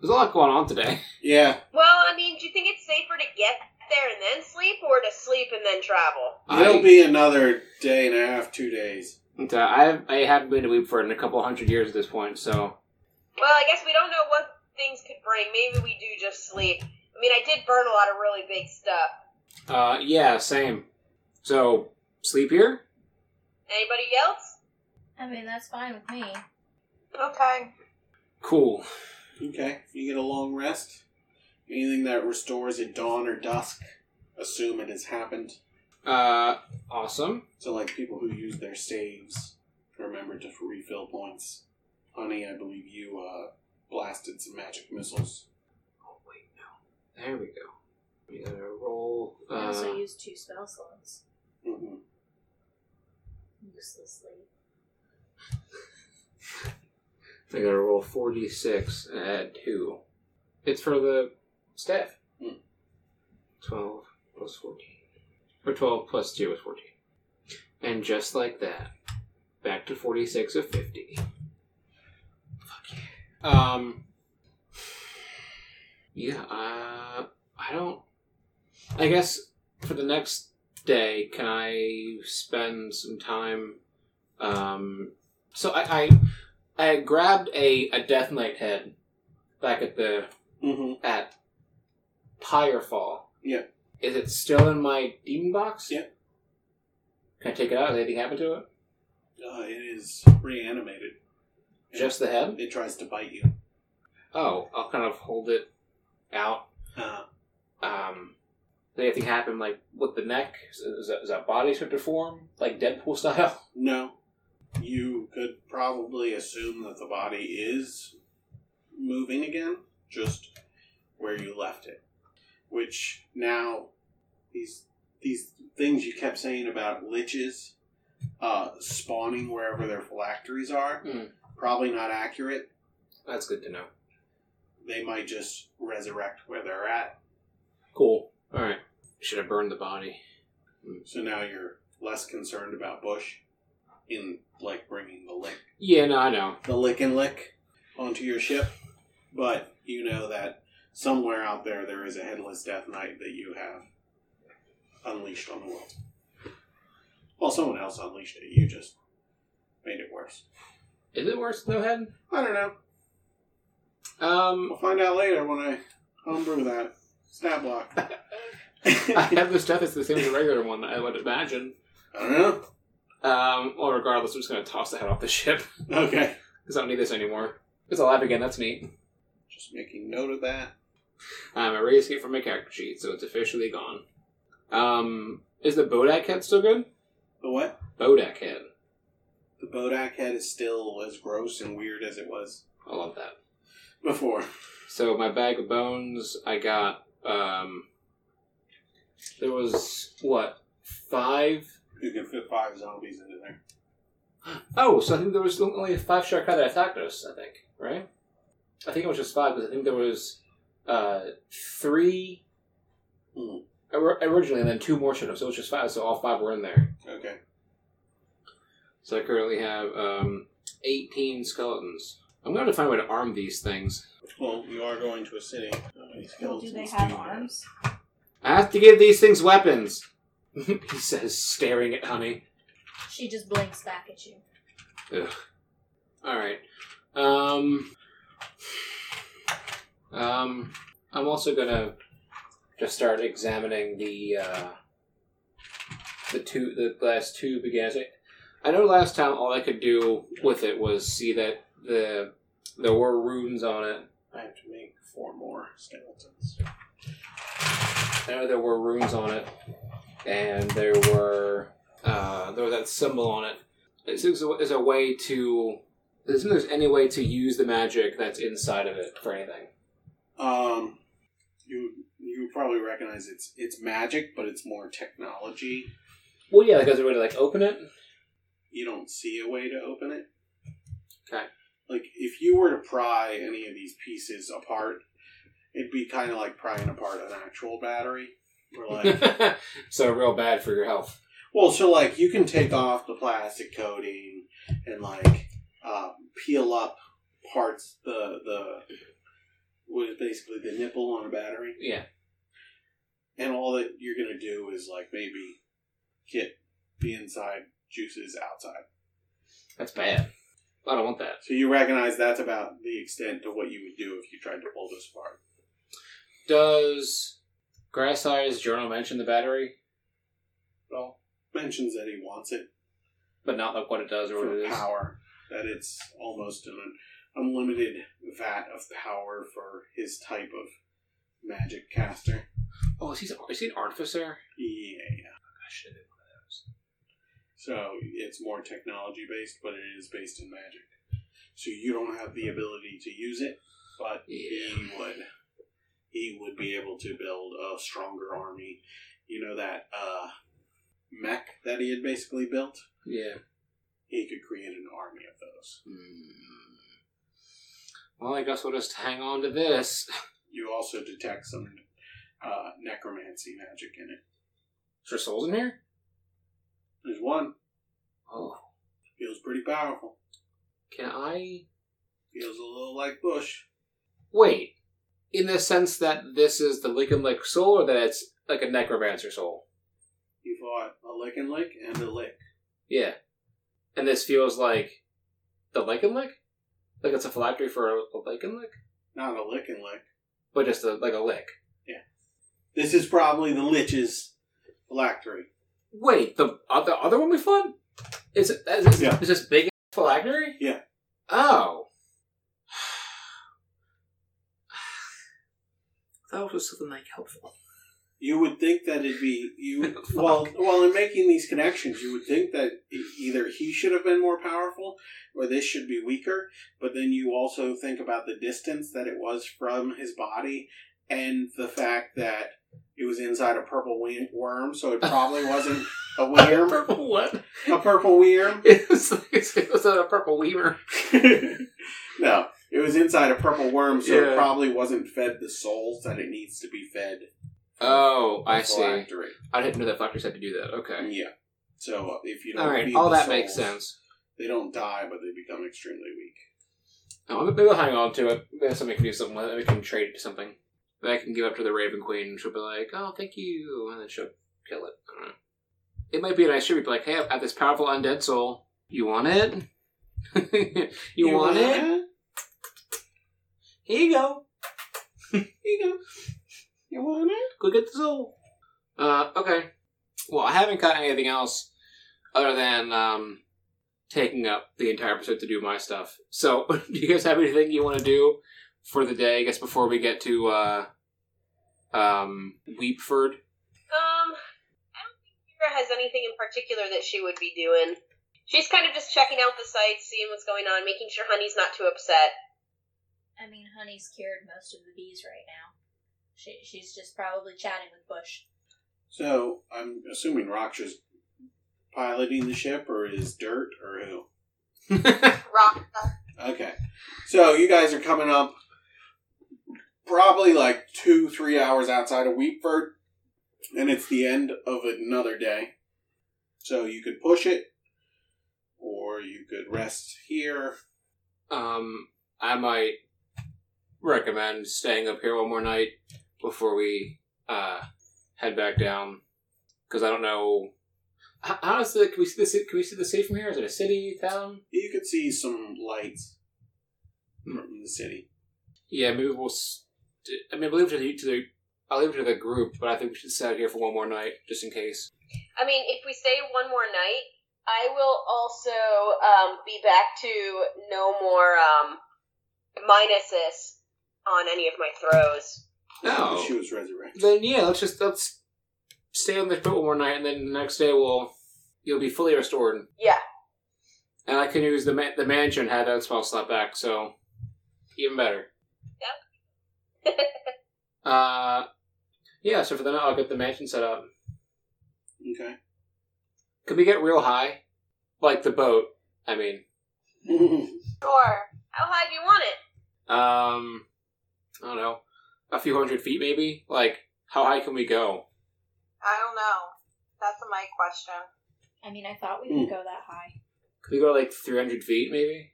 [SPEAKER 2] There's a lot going on today.
[SPEAKER 3] Yeah,
[SPEAKER 5] Well, I mean, do you think it's safer to get there and then sleep, or to sleep and then travel?
[SPEAKER 3] it'll
[SPEAKER 2] I-
[SPEAKER 3] be another day and a half, two days.
[SPEAKER 2] And, uh, I I haven't been to Weepford in a couple hundred years at this point, so
[SPEAKER 5] Well, I guess we don't know what things could bring. Maybe we do just sleep. I mean, I did burn a lot of really big stuff.
[SPEAKER 2] uh, yeah, same. So sleep here.
[SPEAKER 5] Anybody else?
[SPEAKER 4] I mean, that's fine with me.
[SPEAKER 5] Uh,
[SPEAKER 6] Okay.
[SPEAKER 2] Cool.
[SPEAKER 3] Okay, you get a long rest. Anything that restores at dawn or dusk, assume it has happened.
[SPEAKER 2] Uh, awesome.
[SPEAKER 3] So, like people who use their saves, remember to refill points. Honey, I believe you uh, blasted some magic missiles.
[SPEAKER 2] Oh wait, no. There we go. We gotta roll.
[SPEAKER 4] I also
[SPEAKER 2] Uh,
[SPEAKER 4] used two spell slots
[SPEAKER 3] hmm
[SPEAKER 4] uselessly.
[SPEAKER 2] I gotta roll forty six at two. It's for the staff.
[SPEAKER 3] Hmm.
[SPEAKER 2] Twelve plus fourteen, or twelve plus two is fourteen. And just like that, back to forty six of fifty. Fuck yeah. Um. Yeah. Uh, I don't. I guess for the next day, can I spend some time? Um. So I, I I grabbed a, a Death Knight head back at the Mm-hmm.
[SPEAKER 3] hmm
[SPEAKER 2] at Pyrefall.
[SPEAKER 3] Yeah.
[SPEAKER 2] Is it still in my demon box?
[SPEAKER 3] Yeah.
[SPEAKER 2] Can I take it out? Has anything happened to it?
[SPEAKER 3] Uh, it is reanimated. Yeah.
[SPEAKER 2] Just the head?
[SPEAKER 3] It tries to bite you.
[SPEAKER 2] Oh, I'll kind of hold it out.
[SPEAKER 3] Uh,
[SPEAKER 2] Um, did anything happen like with the neck? Is, is, that, is that body sort of form like Deadpool style?
[SPEAKER 3] no. You could probably assume that the body is moving again, just where you left it. Which now these these things you kept saying about liches uh, spawning wherever their phylacteries are
[SPEAKER 2] Mm.
[SPEAKER 3] probably not accurate.
[SPEAKER 2] That's good to know.
[SPEAKER 3] They might just resurrect where they're at.
[SPEAKER 2] Cool. All right. Should have burned the body.
[SPEAKER 3] So now you're less concerned about Bush in like bringing the lick
[SPEAKER 2] Yeah. No, I know.
[SPEAKER 3] the lick and lick onto your ship, but you know that somewhere out there there is a headless death knight that you have unleashed on the world. Well, someone else unleashed it. You just made it worse.
[SPEAKER 2] Is it worse than no head?
[SPEAKER 3] I don't know.
[SPEAKER 2] Um,
[SPEAKER 3] We'll find out later when I homebrew that stat block.
[SPEAKER 2] I
[SPEAKER 3] I
[SPEAKER 2] have this death is the same as the regular one, I would imagine.
[SPEAKER 3] don't know.
[SPEAKER 2] Um, well, regardless, I'm just going to toss the head off the ship
[SPEAKER 3] Okay.
[SPEAKER 2] because I don't need this anymore. It's alive again, that's neat.
[SPEAKER 3] Just making note of that.
[SPEAKER 2] Um, I erased it from my character sheet, so it's officially gone. Um, is the Bodak head still good?
[SPEAKER 3] The what?
[SPEAKER 2] Bodak head.
[SPEAKER 3] The Bodak head is still as gross and weird as it was
[SPEAKER 2] I love that.
[SPEAKER 3] before.
[SPEAKER 2] So my bag of bones, I got, um, there was, what, five?
[SPEAKER 3] You can fit five zombies into there.
[SPEAKER 2] Oh, so I think there was only five shark that attacked us, I think, right? I think it was just five because I think there was uh, three
[SPEAKER 3] Hmm.
[SPEAKER 2] or- originally and then two more showed up, so it was just five, so all five were in there.
[SPEAKER 3] Okay.
[SPEAKER 2] So I currently have um, 18 skeletons. I'm going to find a way to arm these things.
[SPEAKER 3] Well, you are going to a city. How many
[SPEAKER 4] Well, do they
[SPEAKER 3] skeletons
[SPEAKER 4] have
[SPEAKER 3] you
[SPEAKER 4] arms?
[SPEAKER 2] I have to give these things weapons. he says, staring at Honey.
[SPEAKER 4] She just blinks back at you.
[SPEAKER 2] Ugh. All right. Um, um, I'm also gonna just start examining the uh, the two the glass tube again. I know last time all I could do with it was see that the there were runes on it.
[SPEAKER 3] I have to make four more skeletons.
[SPEAKER 2] I know there were runes on it, and there were uh, there was that symbol on it. It seems a- is a way to. Isn't there's any way to use the magic that's inside of it for anything?
[SPEAKER 3] Um, you you probably recognize it's it's magic, but it's more technology.
[SPEAKER 2] Well, yeah, like is there a way to like open it?
[SPEAKER 3] You don't see a way to open it.
[SPEAKER 2] Okay.
[SPEAKER 3] Like if you were to pry any of these pieces apart, it'd be kind of like prying apart an actual battery. Or like
[SPEAKER 2] so real bad for your health.
[SPEAKER 3] Well, so like you can take off the plastic coating and like uh, peel up parts the the what is basically the nipple on a battery,
[SPEAKER 2] Yeah.
[SPEAKER 3] and all that you're gonna do is like maybe get the inside juices outside.
[SPEAKER 2] That's bad. I don't want that.
[SPEAKER 3] So you recognize that's about the extent to what you would do if you tried to pull this apart.
[SPEAKER 2] Does Grass Eyes journal mention the battery at all?
[SPEAKER 3] Mentions that he wants it
[SPEAKER 2] But not like what it does or what
[SPEAKER 3] for
[SPEAKER 2] it is.
[SPEAKER 3] power. That it's almost an unlimited vat of power for his type of magic caster.
[SPEAKER 2] Oh, is he, is he an artificer?
[SPEAKER 3] Yeah.
[SPEAKER 2] I should have been one of those.
[SPEAKER 3] So it's more technology based, but it is based in magic. So you don't have the ability to use it, but he would. He would be able to build a stronger army. You know that uh, mech that he had basically built.
[SPEAKER 2] Yeah.
[SPEAKER 3] He could create an army of those.
[SPEAKER 2] Hmm. Well, I guess we'll just hang on to this.
[SPEAKER 3] You also detect some uh, necromancy magic in it.
[SPEAKER 2] Is there souls in here?
[SPEAKER 3] There's one.
[SPEAKER 2] Oh.
[SPEAKER 3] Feels pretty powerful.
[SPEAKER 2] Can I.
[SPEAKER 3] Feels a little like Bush.
[SPEAKER 2] Wait. In the sense that this is the Lincoln Lake soul or that it's like a necromancer soul?
[SPEAKER 3] You fought a lick and lick and a lick.
[SPEAKER 2] Yeah. And this feels like the Lincoln Lick? Like it's a phylactery for a, a Lincoln Lick?
[SPEAKER 3] Not a lick and lick.
[SPEAKER 2] But just a, like a lick.
[SPEAKER 3] This is probably the Lich's phylactery.
[SPEAKER 2] Wait, the other, other one we fought? Is it is this,
[SPEAKER 3] Yeah.
[SPEAKER 2] is this big phylactery?
[SPEAKER 3] Yeah.
[SPEAKER 2] Oh. That was something like helpful.
[SPEAKER 3] You would think that it'd be you.
[SPEAKER 2] Fuck.
[SPEAKER 3] well, well, in making these connections, you would think that e- either he should have been more powerful, or this should be weaker. But then you also think about the distance that it was from his body, and the fact that it was inside a purple we- worm, so it probably wasn't a worm,
[SPEAKER 2] Purple what?
[SPEAKER 3] a purple worm.
[SPEAKER 2] It was, like, it was a purple Weaver.
[SPEAKER 3] no, it was inside a purple worm, so
[SPEAKER 2] Yeah.
[SPEAKER 3] it probably wasn't fed the souls that it needs to be fed.
[SPEAKER 2] Oh, I
[SPEAKER 3] The
[SPEAKER 2] see.
[SPEAKER 3] phylactery.
[SPEAKER 2] I didn't know that phylacteries had to do that. Okay.
[SPEAKER 3] Yeah. So uh, if you don't,
[SPEAKER 2] All right.
[SPEAKER 3] feed
[SPEAKER 2] All
[SPEAKER 3] the
[SPEAKER 2] that makes
[SPEAKER 3] souls,
[SPEAKER 2] sense.
[SPEAKER 3] They don't die, but they become extremely weak.
[SPEAKER 2] Oh, maybe I'll hang on to it. Maybe somebody can do something with it. We can trade it to something. Then I can give up to the Raven Queen, and she'll be like, "Oh, thank you," and then she'll kill it. I don't know. It might be a nice tribute, be like, "Hey, I've got this powerful undead soul. You want it? you, want, it? Here you go. Here you go.
[SPEAKER 3] You want it?
[SPEAKER 2] Go get the soul." Uh, okay. Well, I haven't got anything else other than um, taking up the entire episode to do my stuff. So, do you guys have anything you want to do for the day? I guess before we get to uh, um, Weepford.
[SPEAKER 5] Um, I don't think Kira has anything in particular that she would be doing. She's kind of just checking out the sites, seeing what's going on, making sure Honey's not too upset.
[SPEAKER 4] I mean, Honey's cured most of the bees right now. She, she's just probably chatting with Bush.
[SPEAKER 3] So I'm assuming Raksha's piloting the ship, or is Dirt, or who?
[SPEAKER 6] Rock.
[SPEAKER 3] Okay. So you guys are coming up probably like two, three hours outside of Wheatford, and it's the end of another day. So you could push it, or you could rest here.
[SPEAKER 2] um, I might recommend staying up here one more night before we uh, head back down. because I don't know. H- How is the can we see the ci- can we see the city from here? Is it a city town?
[SPEAKER 3] You could see some lights from the city.
[SPEAKER 2] Yeah, maybe we'll. s- d- I mean, I'll leave it to the, to the I'll leave it to the group, but I think we should stay out here for one more night just in case.
[SPEAKER 5] I mean, if we stay one more night, I will also um, be back to no more um, minuses on any of my throws.
[SPEAKER 2] No.
[SPEAKER 3] She was resurrected.
[SPEAKER 2] Then yeah, let's just let's stay on this boat one more night, and then the next day we'll you'll be fully restored,
[SPEAKER 5] Yeah.
[SPEAKER 2] and I can use the ma- the mansion had that spell slot back, so even better. Uh, yeah. So for the night, I'll get the mansion set up.
[SPEAKER 3] Okay.
[SPEAKER 2] Could we get real high, like the boat? I mean,
[SPEAKER 5] sure. How high do you want it?
[SPEAKER 2] um, I don't know, a few hundred feet maybe. Like, how high can we go?
[SPEAKER 6] I don't know. That's my question.
[SPEAKER 4] I mean, I thought we could go that high.
[SPEAKER 2] Could we go like 300 feet, maybe?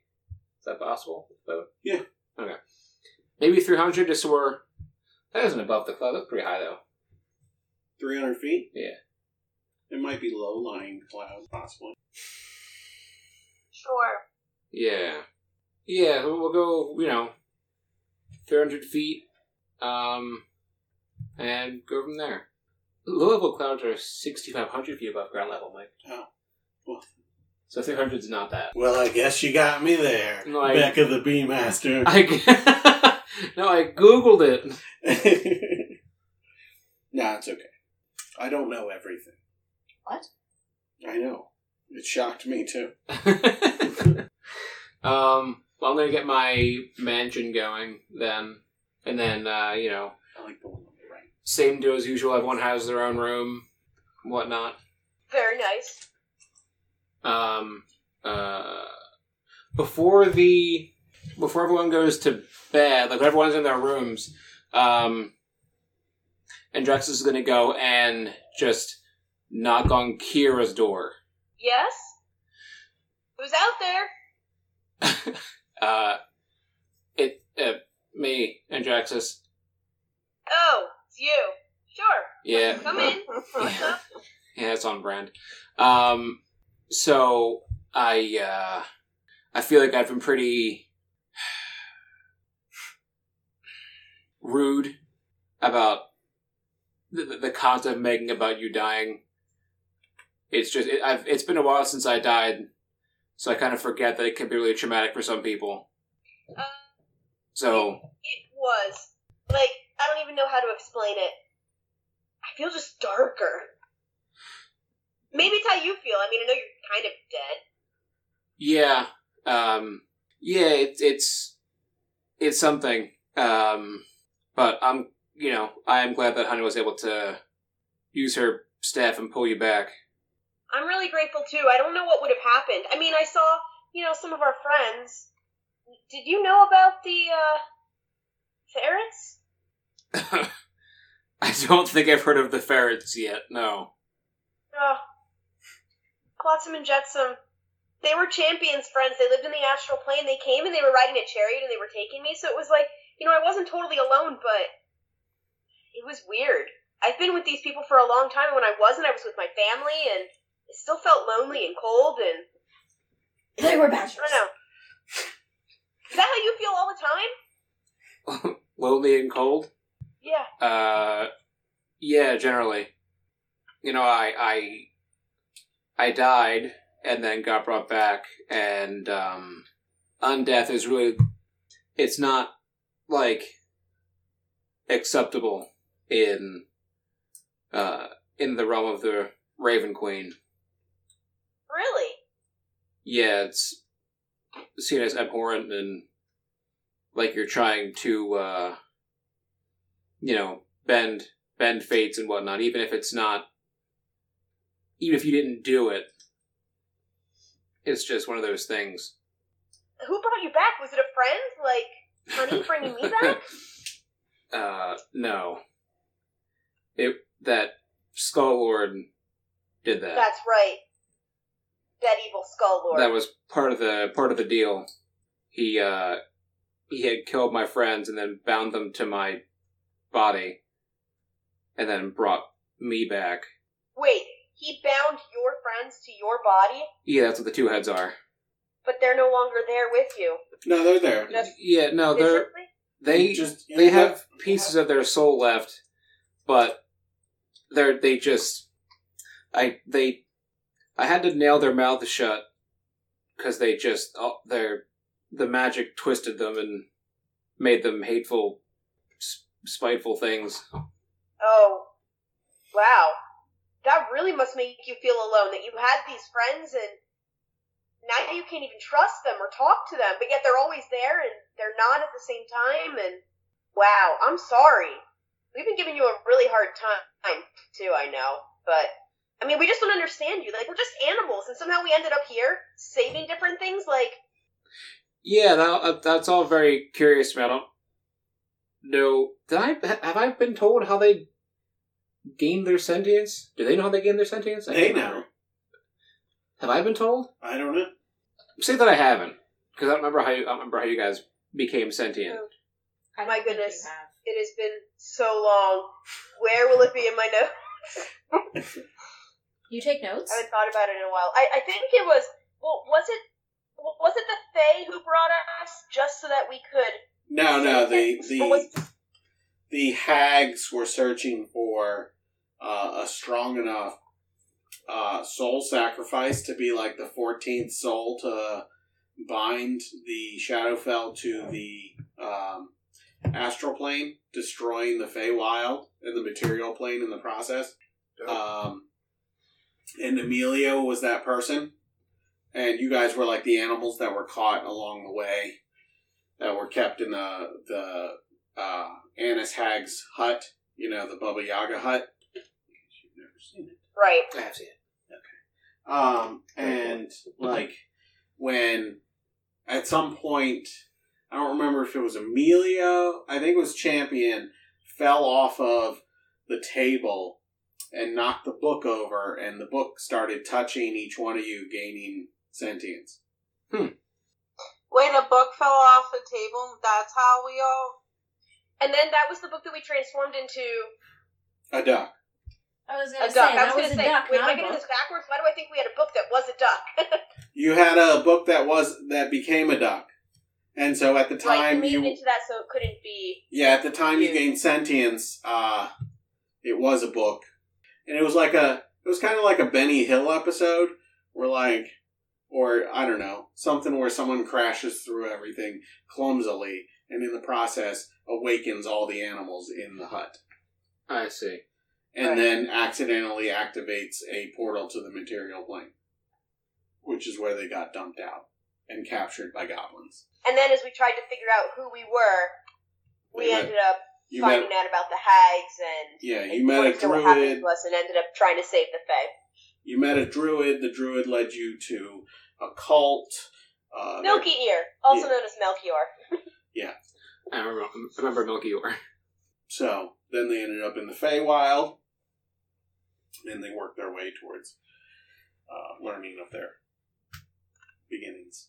[SPEAKER 2] Is that possible? with the boat?
[SPEAKER 3] Yeah.
[SPEAKER 2] Okay. Maybe 300 just so we're. That isn't above the cloud. That's pretty high, though.
[SPEAKER 3] 300 feet?
[SPEAKER 2] Yeah.
[SPEAKER 3] It might be low lying clouds, possibly.
[SPEAKER 6] Sure.
[SPEAKER 2] Yeah. Yeah, we'll we'll go, you know, 300 feet, um, and go from there. Low level clouds are 6,500 feet above ground level, Mike.
[SPEAKER 3] Oh. Well.
[SPEAKER 2] So 300 is not that.
[SPEAKER 3] Well, I guess you got me there.
[SPEAKER 2] No, I-
[SPEAKER 3] Becca the Bee Master.
[SPEAKER 2] I, g- no, I googled it.
[SPEAKER 3] nah, it's okay. I don't know everything.
[SPEAKER 4] What?
[SPEAKER 3] I know. It shocked me, too.
[SPEAKER 2] um, well, I'm gonna get my mansion going then, and then uh, you know,
[SPEAKER 3] I like the one on the right.
[SPEAKER 2] same do as usual. Everyone has their own room, and whatnot.
[SPEAKER 5] Very nice.
[SPEAKER 2] Um, uh, before the before everyone goes to bed, like everyone's in their rooms, um, and Drex is gonna go and just knock on Kira's door.
[SPEAKER 5] Yes? Who's out there?
[SPEAKER 2] Uh, it uh, me and Draxus.
[SPEAKER 5] Oh, it's you. Sure.
[SPEAKER 2] Yeah.
[SPEAKER 5] Come in. What's up?
[SPEAKER 2] Yeah, that's on brand. Um, so I uh, I feel like I've been pretty rude about the, the- the concept of making about you dying. It's just it, I've it's been a while since I died, so I kind of forget that it can be really traumatic for some people.
[SPEAKER 5] Uh,
[SPEAKER 2] So
[SPEAKER 5] It was. Like, I don't even know how to explain it. I feel just darker. Maybe it's how you feel. I mean, I know you're kind of
[SPEAKER 2] yeah,
[SPEAKER 5] dead.
[SPEAKER 2] um, yeah, it, it's it's something. Um, but I'm, you know, I am glad that Honey was able to use her staff and pull you back.
[SPEAKER 5] I'm really grateful too. I don't know what would have happened. I mean, I saw, you know, some of our friends. Did you know about the uh ferrets?
[SPEAKER 2] I don't think I've heard of the ferrets yet. No.
[SPEAKER 5] Oh. Flotsam and Jetsam. They were champions friends. They lived in the astral plane. They came and they were riding a chariot and they were taking me, so it was like, you know, I wasn't totally alone, but it was weird. I've been with these people for a long time, and when I wasn't, I was with my family, and it still felt lonely and cold, and
[SPEAKER 4] They were
[SPEAKER 5] I
[SPEAKER 4] bachelors.
[SPEAKER 5] don't know. Is that how you feel all the time?
[SPEAKER 2] Lonely and cold.
[SPEAKER 5] Yeah.
[SPEAKER 2] Uh, yeah, generally. You know, I I I died and then got brought back, and um, undeath is really it's not like acceptable in uh in the realm of the Raven Queen.
[SPEAKER 5] Really?
[SPEAKER 2] Yeah, it's seen as abhorrent and like you're trying to uh you know, bend bend fates and whatnot, even if it's not even if you didn't do it. It's just one of those things.
[SPEAKER 5] Who brought you back? Was it a friend? Like, honey bringing me back?
[SPEAKER 2] Uh no. It that Skull Lord did that.
[SPEAKER 5] That's right. That evil skull lord.
[SPEAKER 2] that was part of the part of the deal. He uh he had killed my friends and then bound them to my body and then brought me back
[SPEAKER 5] Wait, he bound your friends to your body,
[SPEAKER 2] Yeah, that's what the two heads are.
[SPEAKER 5] but they're no longer there with you.
[SPEAKER 3] No, they're there.
[SPEAKER 5] No, That's-
[SPEAKER 2] Yeah, no, they're
[SPEAKER 5] Physically?
[SPEAKER 2] they
[SPEAKER 3] just you
[SPEAKER 2] they
[SPEAKER 3] know what?
[SPEAKER 2] have pieces of their soul left, but they're they just I they I had to nail their mouth shut because they just oh, their the magic twisted them and made them hateful, s- spiteful things.
[SPEAKER 5] Oh, wow. That really must make you feel alone that you had these friends and now you can't even trust them or talk to them, but yet they're always there and they're not at the same time. And wow, I'm sorry. We've been giving you a really hard time, too, I know. But, I mean, we just don't understand you. Like, we're just animals, and somehow we ended up here saving different things. Like,
[SPEAKER 2] Yeah, that, uh, that's all very curious to me. I don't know. Did I have I been told how they gained their sentience? Do they know how they gained their sentience? I
[SPEAKER 3] They
[SPEAKER 2] can't
[SPEAKER 3] know.
[SPEAKER 2] remember. Have I been told?
[SPEAKER 3] I don't know.
[SPEAKER 2] Say that I haven't, because I don't remember how you, I don't remember how you guys became sentient.
[SPEAKER 4] I don't
[SPEAKER 5] My
[SPEAKER 4] think you
[SPEAKER 5] goodness.
[SPEAKER 4] have.
[SPEAKER 5] it has been so long. Where will it be in my notes?
[SPEAKER 4] You take notes?
[SPEAKER 5] I haven't thought about it in a while. I, I think it was well, was it was it the Fae who brought us just so that we could?
[SPEAKER 3] No, no, the
[SPEAKER 5] Or
[SPEAKER 3] the
[SPEAKER 5] was-
[SPEAKER 3] the hags were searching for uh, a strong enough uh, soul sacrifice to be like the fourteenth soul to bind the Shadowfell to the um, astral plane, destroying the Feywild and the material plane in the process. Um, and Emilio was that person, and you guys were like the animals that were caught along the way, that were kept in the the uh, Annis Hag's hut, you know, the Bubba Yaga hut. You've never seen it.
[SPEAKER 5] right.
[SPEAKER 2] I have seen it.
[SPEAKER 3] Um, and like when at some point, I don't remember if it was Emilio, I think it was Champion, fell off of the table and knocked the book over, and the book started touching each one of you, gaining sentience.
[SPEAKER 6] Wait, a book fell off the table. That's how we all.
[SPEAKER 5] And then that was the book that we transformed into
[SPEAKER 3] A duck.
[SPEAKER 4] I was
[SPEAKER 5] a
[SPEAKER 4] going to
[SPEAKER 5] duck.
[SPEAKER 4] say,
[SPEAKER 5] I
[SPEAKER 4] that
[SPEAKER 5] was
[SPEAKER 4] was,
[SPEAKER 5] gonna
[SPEAKER 4] a
[SPEAKER 5] say,
[SPEAKER 4] duck,
[SPEAKER 5] wait, am I
[SPEAKER 4] not a
[SPEAKER 5] getting
[SPEAKER 4] book.
[SPEAKER 5] this backwards? Why do I think we had a book that was a duck?
[SPEAKER 3] You had a book that was that became a duck, and so at the
[SPEAKER 5] like,
[SPEAKER 3] time
[SPEAKER 5] we made
[SPEAKER 3] you
[SPEAKER 5] it into that so it couldn't be.
[SPEAKER 3] Yeah, at the time you
[SPEAKER 6] Yeah.
[SPEAKER 3] gained sentience, uh, it was a book, and it was like a, it was kind of like a Benny Hill episode, where like, or I don't know, something where someone crashes through everything clumsily, and in the process awakens all the animals in the hut,
[SPEAKER 2] I see.
[SPEAKER 3] and
[SPEAKER 6] Right.
[SPEAKER 3] then accidentally activates a portal to the material plane, which is where they got dumped out and captured by goblins.
[SPEAKER 5] And then as we tried to figure out who we were, we
[SPEAKER 3] They met-
[SPEAKER 5] ended up
[SPEAKER 3] You
[SPEAKER 5] finding
[SPEAKER 3] met,
[SPEAKER 5] out about the hags and.
[SPEAKER 3] yeah, you met a
[SPEAKER 5] and what happened
[SPEAKER 3] druid.
[SPEAKER 5] to us and ended up trying to save the Fae.
[SPEAKER 3] You met a druid. The druid led you to a cult. Uh, there-
[SPEAKER 5] Milky Ear, also
[SPEAKER 3] Yeah.
[SPEAKER 5] known as Melchior.
[SPEAKER 2] I remember, I remember Milky Or.
[SPEAKER 3] So then they ended up in the Feywild, and they worked their way towards uh, learning of their beginnings.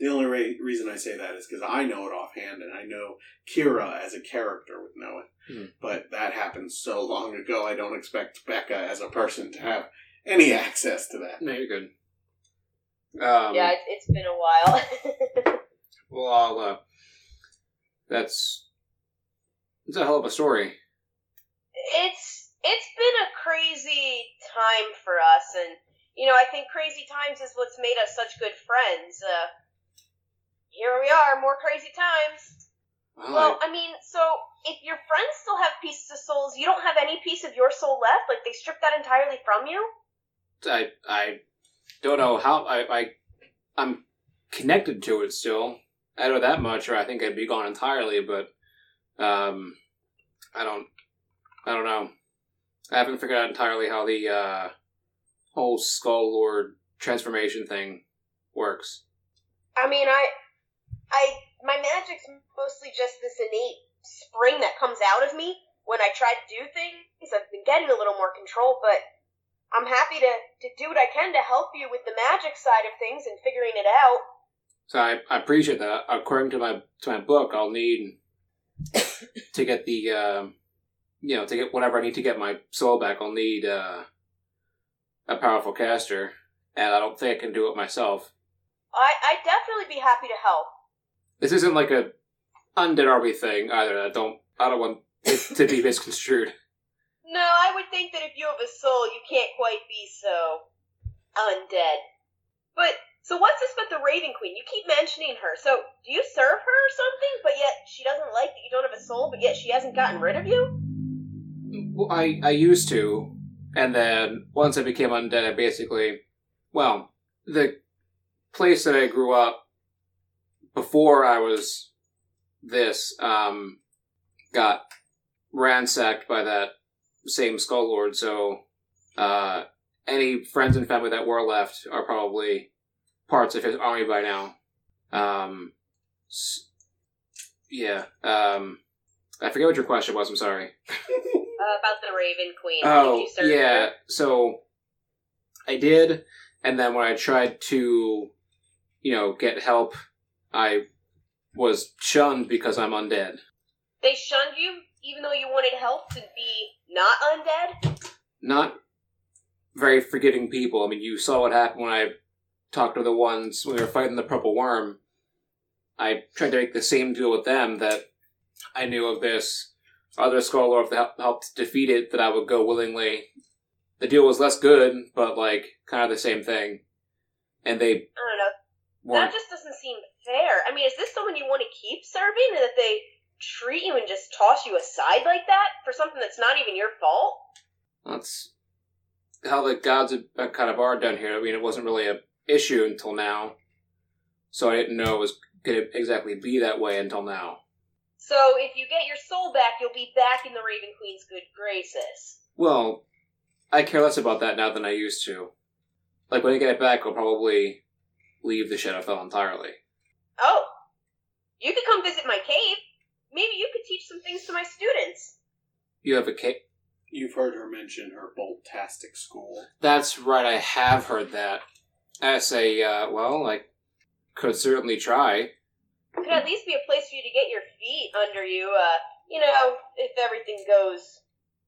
[SPEAKER 3] The only re- reason I say that is because I know it offhand, and I know Kira as a character would know it.
[SPEAKER 2] Mhm.
[SPEAKER 3] But that happened so long ago, I don't expect Becca as a person to have any access to that.
[SPEAKER 2] No, you're good. Um,
[SPEAKER 5] yeah, it's, it's been a while.
[SPEAKER 2] Well, I'll, uh, that's it's a hell of a story.
[SPEAKER 5] it's it's been a crazy time for us and you know i think crazy times is what's made us such good friends uh, here we are more crazy times
[SPEAKER 2] Well,
[SPEAKER 5] well i mean so if your friends still have pieces of souls you don't have any piece of your soul left like they stripped that entirely from you
[SPEAKER 2] I, I I don't know how I, I I'm connected to it still. I don't know that much, or I think I'd be gone entirely. But um, I don't I don't know. I haven't figured out entirely how the uh, whole skull lord transformation thing works.
[SPEAKER 5] i mean i i my magic's mostly just this innate spring that comes out of me when i try to do things i've been getting a little more control but i'm happy to to do what i can to help you with the magic side of things and figuring it out
[SPEAKER 2] So I, I appreciate that. According to my to my book, I'll need to get the um, you know to get whatever I need to get my soul back. I'll need uh, a powerful caster, and I don't think I can do it myself.
[SPEAKER 5] I I'd definitely be happy to help.
[SPEAKER 2] This isn't like a undead army thing either. I don't I don't want it to be misconstrued.
[SPEAKER 5] No, I would think that if you have a soul, you can't quite be so undead. But so what's this about the Raven Queen? You keep mentioning her. So do you serve her or something? But yet she doesn't like that you don't have a soul. But yet she hasn't gotten rid of you.
[SPEAKER 2] Well, I I used to, and then once I became undead, I basically, well, the place that I grew up before I was this um got ransacked by that same skull lord. So uh, any friends and family that were left are probably parts of his army by now. Um, s- yeah. Um, I forget what your question was. I'm sorry.
[SPEAKER 5] Uh, about the Raven Queen.
[SPEAKER 2] Oh,
[SPEAKER 5] Did you serve
[SPEAKER 2] yeah.
[SPEAKER 5] her?
[SPEAKER 2] So I did, and then when I tried to, you know, get help, I was shunned because I'm undead.
[SPEAKER 5] They shunned you, even though you wanted help to be not undead.
[SPEAKER 2] Not very forgiving people. I mean, you saw what happened when I talked to the ones when we were fighting the purple worm. I tried to make the same deal with them that I knew of this other skull lord that hel- helped defeat it that I would go willingly. The deal was less good, but like kind of the same thing. And they
[SPEAKER 5] I don't know.
[SPEAKER 2] weren't
[SPEAKER 5] That just doesn't seem fair. I mean, is this someone you want to keep serving, and that they treat you and just toss you aside like that for something that's not even your fault?
[SPEAKER 2] That's how the gods have- uh, kind of are done here. I mean, it wasn't really a issue until now, so I didn't know it was going to exactly be that way until now.
[SPEAKER 5] So if you get your soul back, you'll be back in the Raven Queen's good graces.
[SPEAKER 2] Well, I care less about that now than I used to. Like when I get it back, I'll probably leave the Shadowfell entirely.
[SPEAKER 5] Oh, you could come visit my cave. Maybe you could teach some things to my students.
[SPEAKER 2] You have a ca-
[SPEAKER 3] You've heard her mention her boltastic school.
[SPEAKER 2] That's right. I have heard that. I say, uh, well, I could certainly try.
[SPEAKER 5] Could at least be a place for you to get your feet under you. Uh, you know, if everything goes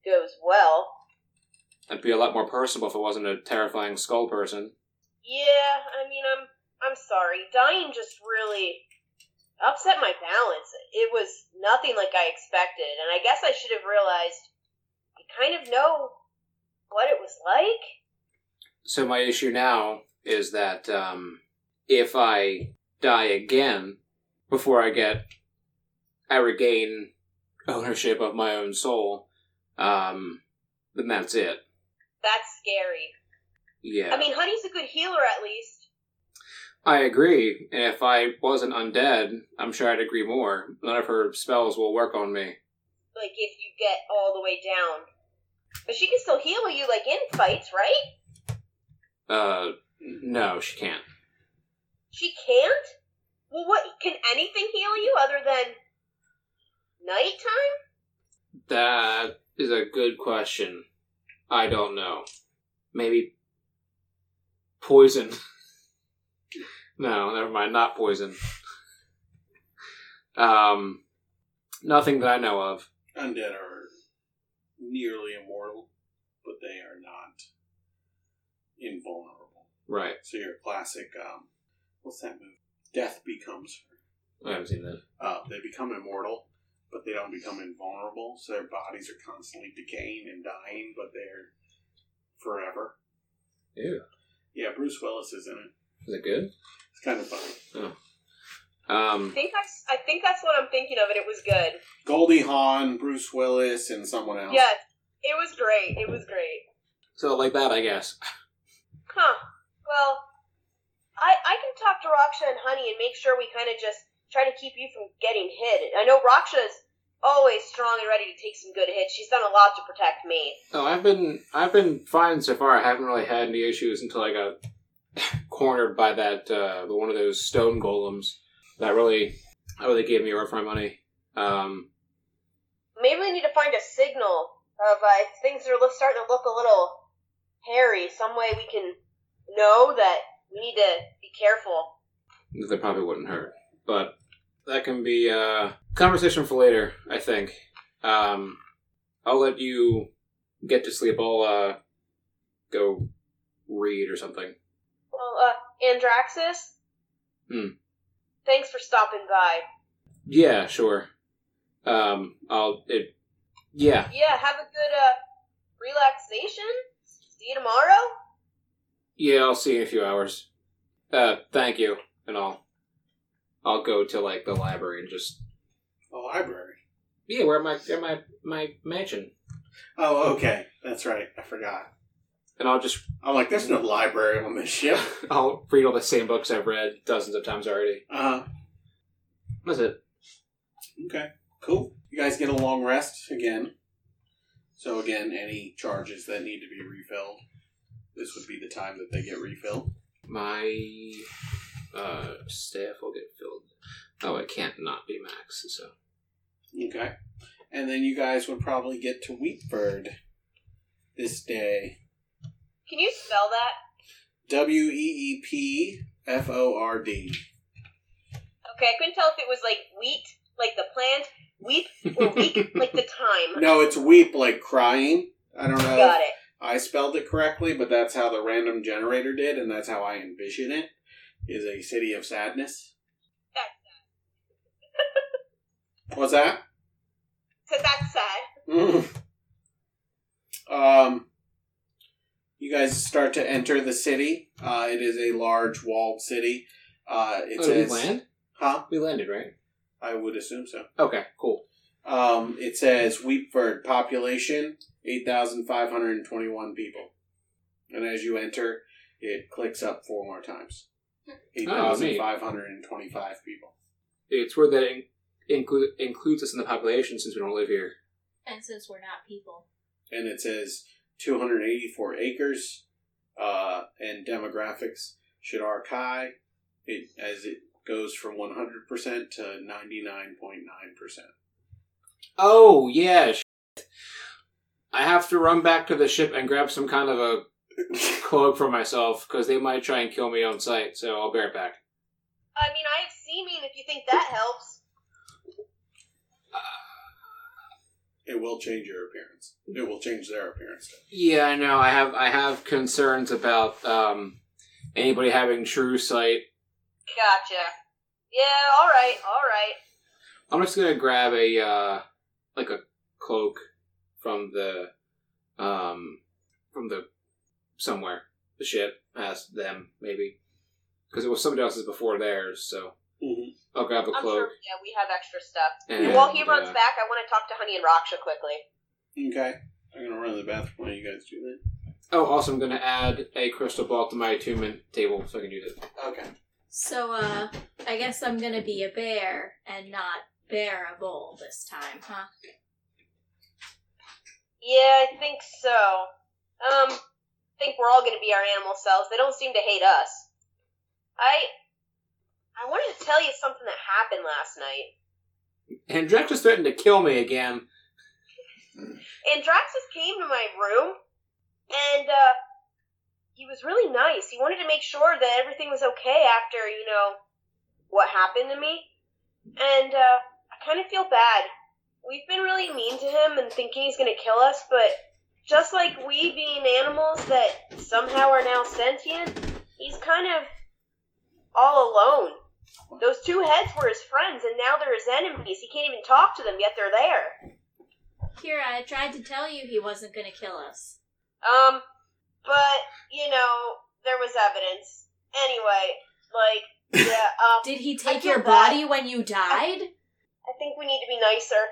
[SPEAKER 5] goes well.
[SPEAKER 2] I'd be a lot more personable if it wasn't a terrifying skull person.
[SPEAKER 5] Yeah, I mean, I'm I'm sorry. Dying just really upset my balance. It was nothing like I expected, and I guess I should have realized I kind of know what it was like.
[SPEAKER 2] So my issue now is that um, if I die again before I get, I regain ownership of my own soul, um, then that's it.
[SPEAKER 5] That's scary.
[SPEAKER 2] Yeah,
[SPEAKER 5] I mean, Honey's a good healer at least.
[SPEAKER 2] I agree. And if I wasn't undead, I'm sure I'd agree more. None of her spells will work on me.
[SPEAKER 5] Like if you get all the way down, but she can still heal you like in fights, right?
[SPEAKER 2] Uh, no, she can't.
[SPEAKER 5] She can't. Well, what can anything heal you other than nighttime?
[SPEAKER 2] That is a good question. I don't know. Maybe poison. no, never mind. Not poison. Um, nothing that I know of.
[SPEAKER 3] Undead are nearly immortal, but they are not invulnerable.
[SPEAKER 2] Right.
[SPEAKER 3] So your classic, um, what's that movie? Death becomes her.
[SPEAKER 2] I haven't seen that.
[SPEAKER 3] Uh, they become immortal, but they don't become invulnerable. So their bodies are constantly decaying and dying, but they're forever.
[SPEAKER 2] Yeah.
[SPEAKER 3] Yeah, Bruce Willis is in it.
[SPEAKER 2] Is it good?
[SPEAKER 3] It's kind of funny.
[SPEAKER 5] I
[SPEAKER 2] Um,
[SPEAKER 5] think I, s- I think that's what I'm thinking of, and it was good.
[SPEAKER 3] Goldie Hawn, Bruce Willis, and someone else.
[SPEAKER 5] Yeah, it was great. It was great.
[SPEAKER 2] so like that, I guess.
[SPEAKER 5] Huh. Well, I I can talk to Raksha and Honey and make sure we kind of just try to keep you from getting hit. I know Raksha's always strong and ready to take some good hits. She's done a lot to protect me.
[SPEAKER 2] No, Oh, I've been I've been fine so far. I haven't really had any issues until I got cornered by that uh, one of those stone golems. That really that really gave me a run for my money. Um,
[SPEAKER 5] Maybe we need to find a signal of uh, if things are lo- starting to look a little hairy. Some way we can know that we need to be careful.
[SPEAKER 2] that probably wouldn't hurt, but that can be a conversation for later. I think. Um, I'll let you get to sleep. I'll uh, go raid or something.
[SPEAKER 5] Well, uh, Andraxis?
[SPEAKER 2] Hmm.
[SPEAKER 5] Thanks for stopping by.
[SPEAKER 2] Yeah, sure. Um, I'll. It, yeah,
[SPEAKER 5] Yeah, have a good, uh, relaxation. See you tomorrow.
[SPEAKER 2] yeah. I'll see you in a few hours. Uh, thank you, and I'll. I'll go to like the library and just
[SPEAKER 3] The Oh, library.
[SPEAKER 2] yeah. Where my where my my mansion,
[SPEAKER 3] Oh, okay. That's right. I forgot.
[SPEAKER 2] and I'll just
[SPEAKER 3] I'm like, there's no library on this ship.
[SPEAKER 2] I'll read all the same books I've read dozens of times already.
[SPEAKER 3] Uh,
[SPEAKER 2] That's it.
[SPEAKER 3] okay. Cool. You guys get a long rest again. So, again, any charges that need to be refilled, this would be the time that they get refilled.
[SPEAKER 2] My uh, staff will get filled. Oh, it can't not be max. So
[SPEAKER 3] Okay. And then you guys would probably get to Wheatbird this day.
[SPEAKER 5] Can you spell that?
[SPEAKER 3] W E E P F O R D.
[SPEAKER 5] Okay, I couldn't tell if it was like wheat, like the plant, wheat, or week, like the time.
[SPEAKER 3] No, it's weep like crying. I don't know.
[SPEAKER 5] Got it.
[SPEAKER 3] I spelled it correctly, but that's how the random generator did, and that's how I envision it. Is a city of sadness.
[SPEAKER 5] That's
[SPEAKER 3] What's that?
[SPEAKER 5] So that's sad.
[SPEAKER 3] Mm. Um, you guys start to enter the city. Uh, it is a large walled city. Uh, it
[SPEAKER 2] oh, did
[SPEAKER 3] says,
[SPEAKER 2] we land.
[SPEAKER 3] "Huh?
[SPEAKER 2] We landed, right?
[SPEAKER 3] I would assume so."
[SPEAKER 2] Okay, cool.
[SPEAKER 3] Um, it says Wheatford population eight thousand five hundred and twenty one people, and as you enter, it clicks up four more times. Eight thousand five hundred and twenty five people.
[SPEAKER 2] It's where that in- inclu- includes us in the population since we don't live here.
[SPEAKER 4] And since we're not people,
[SPEAKER 3] and it says 284 acres uh, and demographics Shadar Kai it, as it goes from 100% to 99.9%.
[SPEAKER 2] Oh yeah. Shit. I have to run back to the ship and grab some kind of a cloak for myself because they might try and kill me on sight. So I'll be right back.
[SPEAKER 5] I mean, I have seeming if you think that helps.
[SPEAKER 3] It will change your appearance. It will change their appearance.
[SPEAKER 2] Yeah, I know. I have I have concerns about um, anybody having true sight
[SPEAKER 5] Gotcha. Yeah, alright, alright.
[SPEAKER 2] I'm just gonna grab a uh, like a cloak from the um from the somewhere the ship has them maybe because it was somebody else's before theirs. So
[SPEAKER 3] Mhm.
[SPEAKER 2] I'll grab a
[SPEAKER 5] I'm
[SPEAKER 2] cloak.
[SPEAKER 5] sure, yeah, we have extra stuff.
[SPEAKER 2] And,
[SPEAKER 5] While he runs
[SPEAKER 2] uh,
[SPEAKER 5] back, I want to talk to Honey and Raksha quickly.
[SPEAKER 3] Okay. I'm going to run to the bathroom while you guys do
[SPEAKER 2] Oh, also I'm gonna add a crystal ball to my attunement table so I can do that.
[SPEAKER 3] that. Okay.
[SPEAKER 4] so uh, I guess I'm gonna be a bear and not bearable this time, huh?
[SPEAKER 5] Yeah, I think so. Um, I think we're all going to be our animal selves. They don't seem to hate us. I, I wanted to tell you something that happened last night.
[SPEAKER 2] And Jack just threatened to kill me again.
[SPEAKER 5] And Draxus came to my room, and uh, he was really nice. He wanted to make sure that everything was okay after, you know, what happened to me. And uh, I kind of feel bad. We've been really mean to him and thinking he's going to kill us, but just like we being animals that somehow are now sentient, he's kind of all alone. Those two heads were his friends, and now they're his enemies. He can't even talk to them, yet they're there.
[SPEAKER 4] Kira, I tried to tell you he wasn't gonna kill us.
[SPEAKER 5] Um, but you know, there was evidence. Anyway, like, yeah. Um,
[SPEAKER 4] Did he take
[SPEAKER 5] feel
[SPEAKER 4] your
[SPEAKER 5] bad.
[SPEAKER 4] body when you died?
[SPEAKER 5] I think we need to be nicer.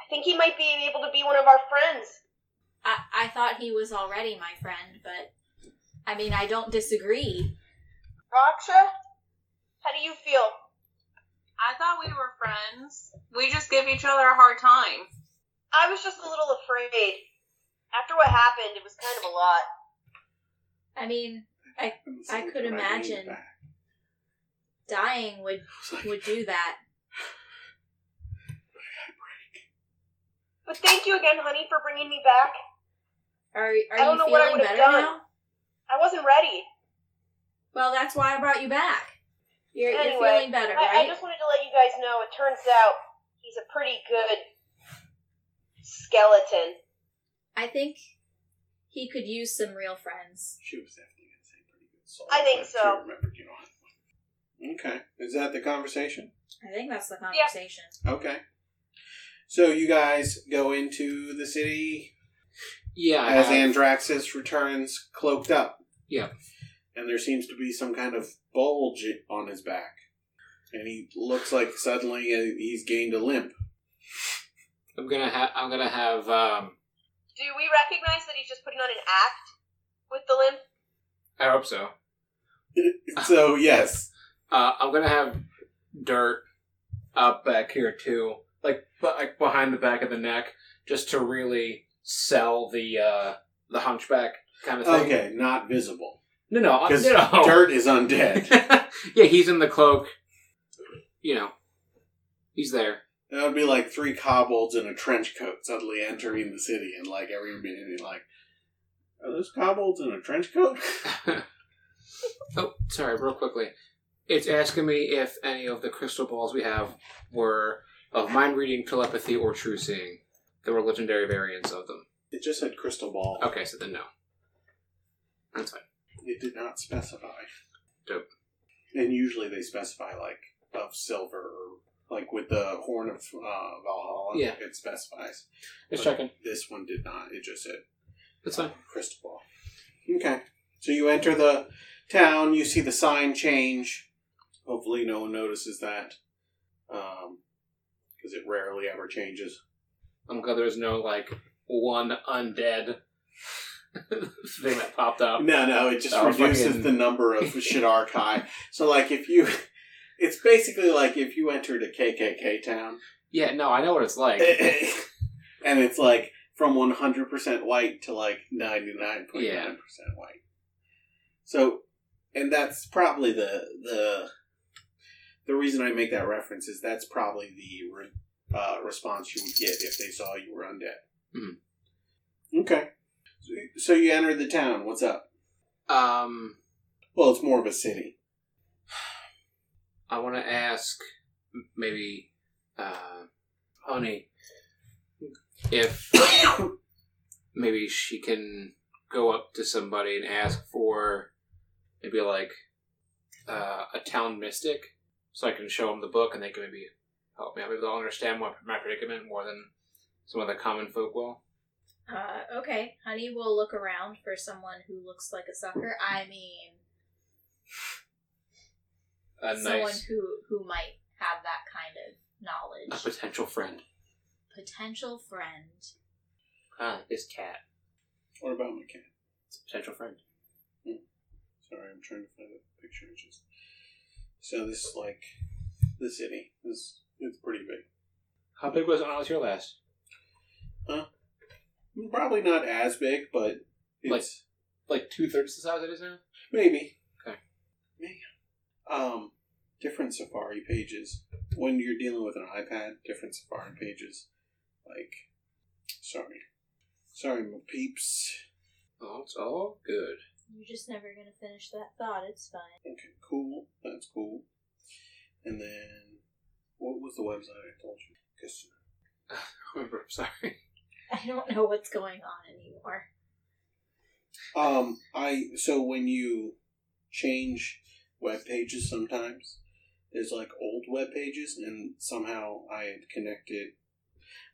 [SPEAKER 5] I think he might be able to be one of our friends.
[SPEAKER 4] I, I thought he was already my friend, but I mean, I don't disagree.
[SPEAKER 5] Raksha, how do you feel?
[SPEAKER 6] I thought we were friends. We just give each other a hard time.
[SPEAKER 5] I was just a little afraid. After what happened, it was kind of a lot.
[SPEAKER 4] I mean, I could imagine. dying would would do that.
[SPEAKER 5] But thank you again, honey, for bringing me back.
[SPEAKER 4] Are are
[SPEAKER 5] I don't
[SPEAKER 4] you
[SPEAKER 5] know what I
[SPEAKER 4] feeling
[SPEAKER 5] would've
[SPEAKER 4] better
[SPEAKER 5] done.
[SPEAKER 4] now?
[SPEAKER 5] I wasn't ready.
[SPEAKER 4] Well, that's why I brought you back. You're, you're
[SPEAKER 5] Anyway,
[SPEAKER 4] feeling better,
[SPEAKER 5] I, I
[SPEAKER 4] right?
[SPEAKER 5] just wanted to let you guys know. It turns out he's a pretty good skeleton.
[SPEAKER 4] I think He could use some real friends.
[SPEAKER 3] She was definitely going to say pretty good salt.
[SPEAKER 5] I think
[SPEAKER 3] but
[SPEAKER 5] so.
[SPEAKER 3] I remembered you don't. Okay. Is that the conversation?
[SPEAKER 4] I think that's the
[SPEAKER 5] Yeah.
[SPEAKER 4] conversation.
[SPEAKER 3] Okay. So you guys go into the city
[SPEAKER 2] Yeah, I
[SPEAKER 3] as
[SPEAKER 2] have-
[SPEAKER 3] Andraxis returns cloaked up.
[SPEAKER 2] Uh-huh. Yeah.
[SPEAKER 3] And there seems to be some kind of bulge on his back. And he looks like suddenly uh, he's gained a limp.
[SPEAKER 2] I'm gonna have. I'm gonna have. Um,
[SPEAKER 5] Do we recognize that he's just putting on an act with the limp?
[SPEAKER 2] I hope so.
[SPEAKER 3] So, yes.
[SPEAKER 2] Uh, I'm gonna have dirt up back here too, like but like behind the back of the neck, just to really sell the uh, the hunchback kind of thing.
[SPEAKER 3] Okay, not visible.
[SPEAKER 2] No, no, I-
[SPEAKER 3] Because
[SPEAKER 2] no.
[SPEAKER 3] dirt is undead.
[SPEAKER 2] yeah, he's in the cloak. You know, he's there.
[SPEAKER 3] That would be like three kobolds in a trench coat suddenly entering the city, and like everybody would be like, "Are those kobolds in a trench coat?"
[SPEAKER 2] oh, sorry, real quickly. It's asking me if any of the crystal balls we have were of mind reading, telepathy, or true seeing. There were legendary variants of them.
[SPEAKER 3] It just said crystal ball.
[SPEAKER 2] Okay, so then no. That's fine.
[SPEAKER 3] It did not specify.
[SPEAKER 2] Dope.
[SPEAKER 3] And usually they specify like of silver, or like with the horn of uh, Valhalla.
[SPEAKER 2] Yeah.
[SPEAKER 3] it specifies.
[SPEAKER 2] Just
[SPEAKER 3] But
[SPEAKER 2] checking.
[SPEAKER 3] This one did not. It just said
[SPEAKER 2] That's fine.
[SPEAKER 3] crystal ball. Okay. So you enter the town, you see the sign change. Hopefully, no one notices that. Because it rarely ever changes.
[SPEAKER 2] I'm glad there's no, like, one undead thing that popped up.
[SPEAKER 3] No, no, it just
[SPEAKER 2] Oh,
[SPEAKER 3] reduces
[SPEAKER 2] fucking-
[SPEAKER 3] the number of Shadar Kai. So, like, if you. It's basically like if you entered a KKK town,
[SPEAKER 2] Yeah, no, I know what it's like.
[SPEAKER 3] Eh, and it's like from 100% white to like 99.9%
[SPEAKER 2] Yeah.
[SPEAKER 3] white. So, and that's probably the the the reason I make that reference is that's probably the re, uh, response you would get if they saw you were undead.
[SPEAKER 2] Mhm.
[SPEAKER 3] Okay. So, so you entered the town. What's up?
[SPEAKER 2] Um,
[SPEAKER 3] Well, it's more of a city.
[SPEAKER 2] I want to ask m- maybe uh, Honey if maybe she can go up to somebody and ask for maybe like uh, a town mystic so I can show them the book and they can maybe help me out. Maybe they'll understand what my predicament more than some of the common folk will.
[SPEAKER 4] Uh, okay, honey will look around for someone who looks like a sucker. I mean,
[SPEAKER 2] A
[SPEAKER 4] someone
[SPEAKER 2] nice
[SPEAKER 4] who who might have that kind of
[SPEAKER 2] a
[SPEAKER 4] knowledge,
[SPEAKER 2] potential friend.
[SPEAKER 4] potential friend.
[SPEAKER 2] Ah, this cat.
[SPEAKER 3] What about my cat?
[SPEAKER 2] It's a potential friend.
[SPEAKER 3] Sorry, I'm trying to find a picture. It's Just so this is like the city. This it's pretty big.
[SPEAKER 2] How big was it when I was here last?
[SPEAKER 3] Probably not as big, but it's
[SPEAKER 2] Like- Like two thirds the size it is now?
[SPEAKER 3] maybe.
[SPEAKER 2] Okay.
[SPEAKER 3] Maybe. Um, different Safari pages. When you're dealing with an iPad, different Safari pages. Like, sorry, sorry, my peeps.
[SPEAKER 2] Oh, it's all good.
[SPEAKER 4] You're just never gonna finish that thought. It's fine.
[SPEAKER 3] Okay, cool. That's cool. And then, what was the website I told you? Guess-
[SPEAKER 2] Remember, I'm sorry.
[SPEAKER 4] I don't know what's going on anymore.
[SPEAKER 3] Um, I so when you change web pages, sometimes there's like old web pages, and somehow I had connected.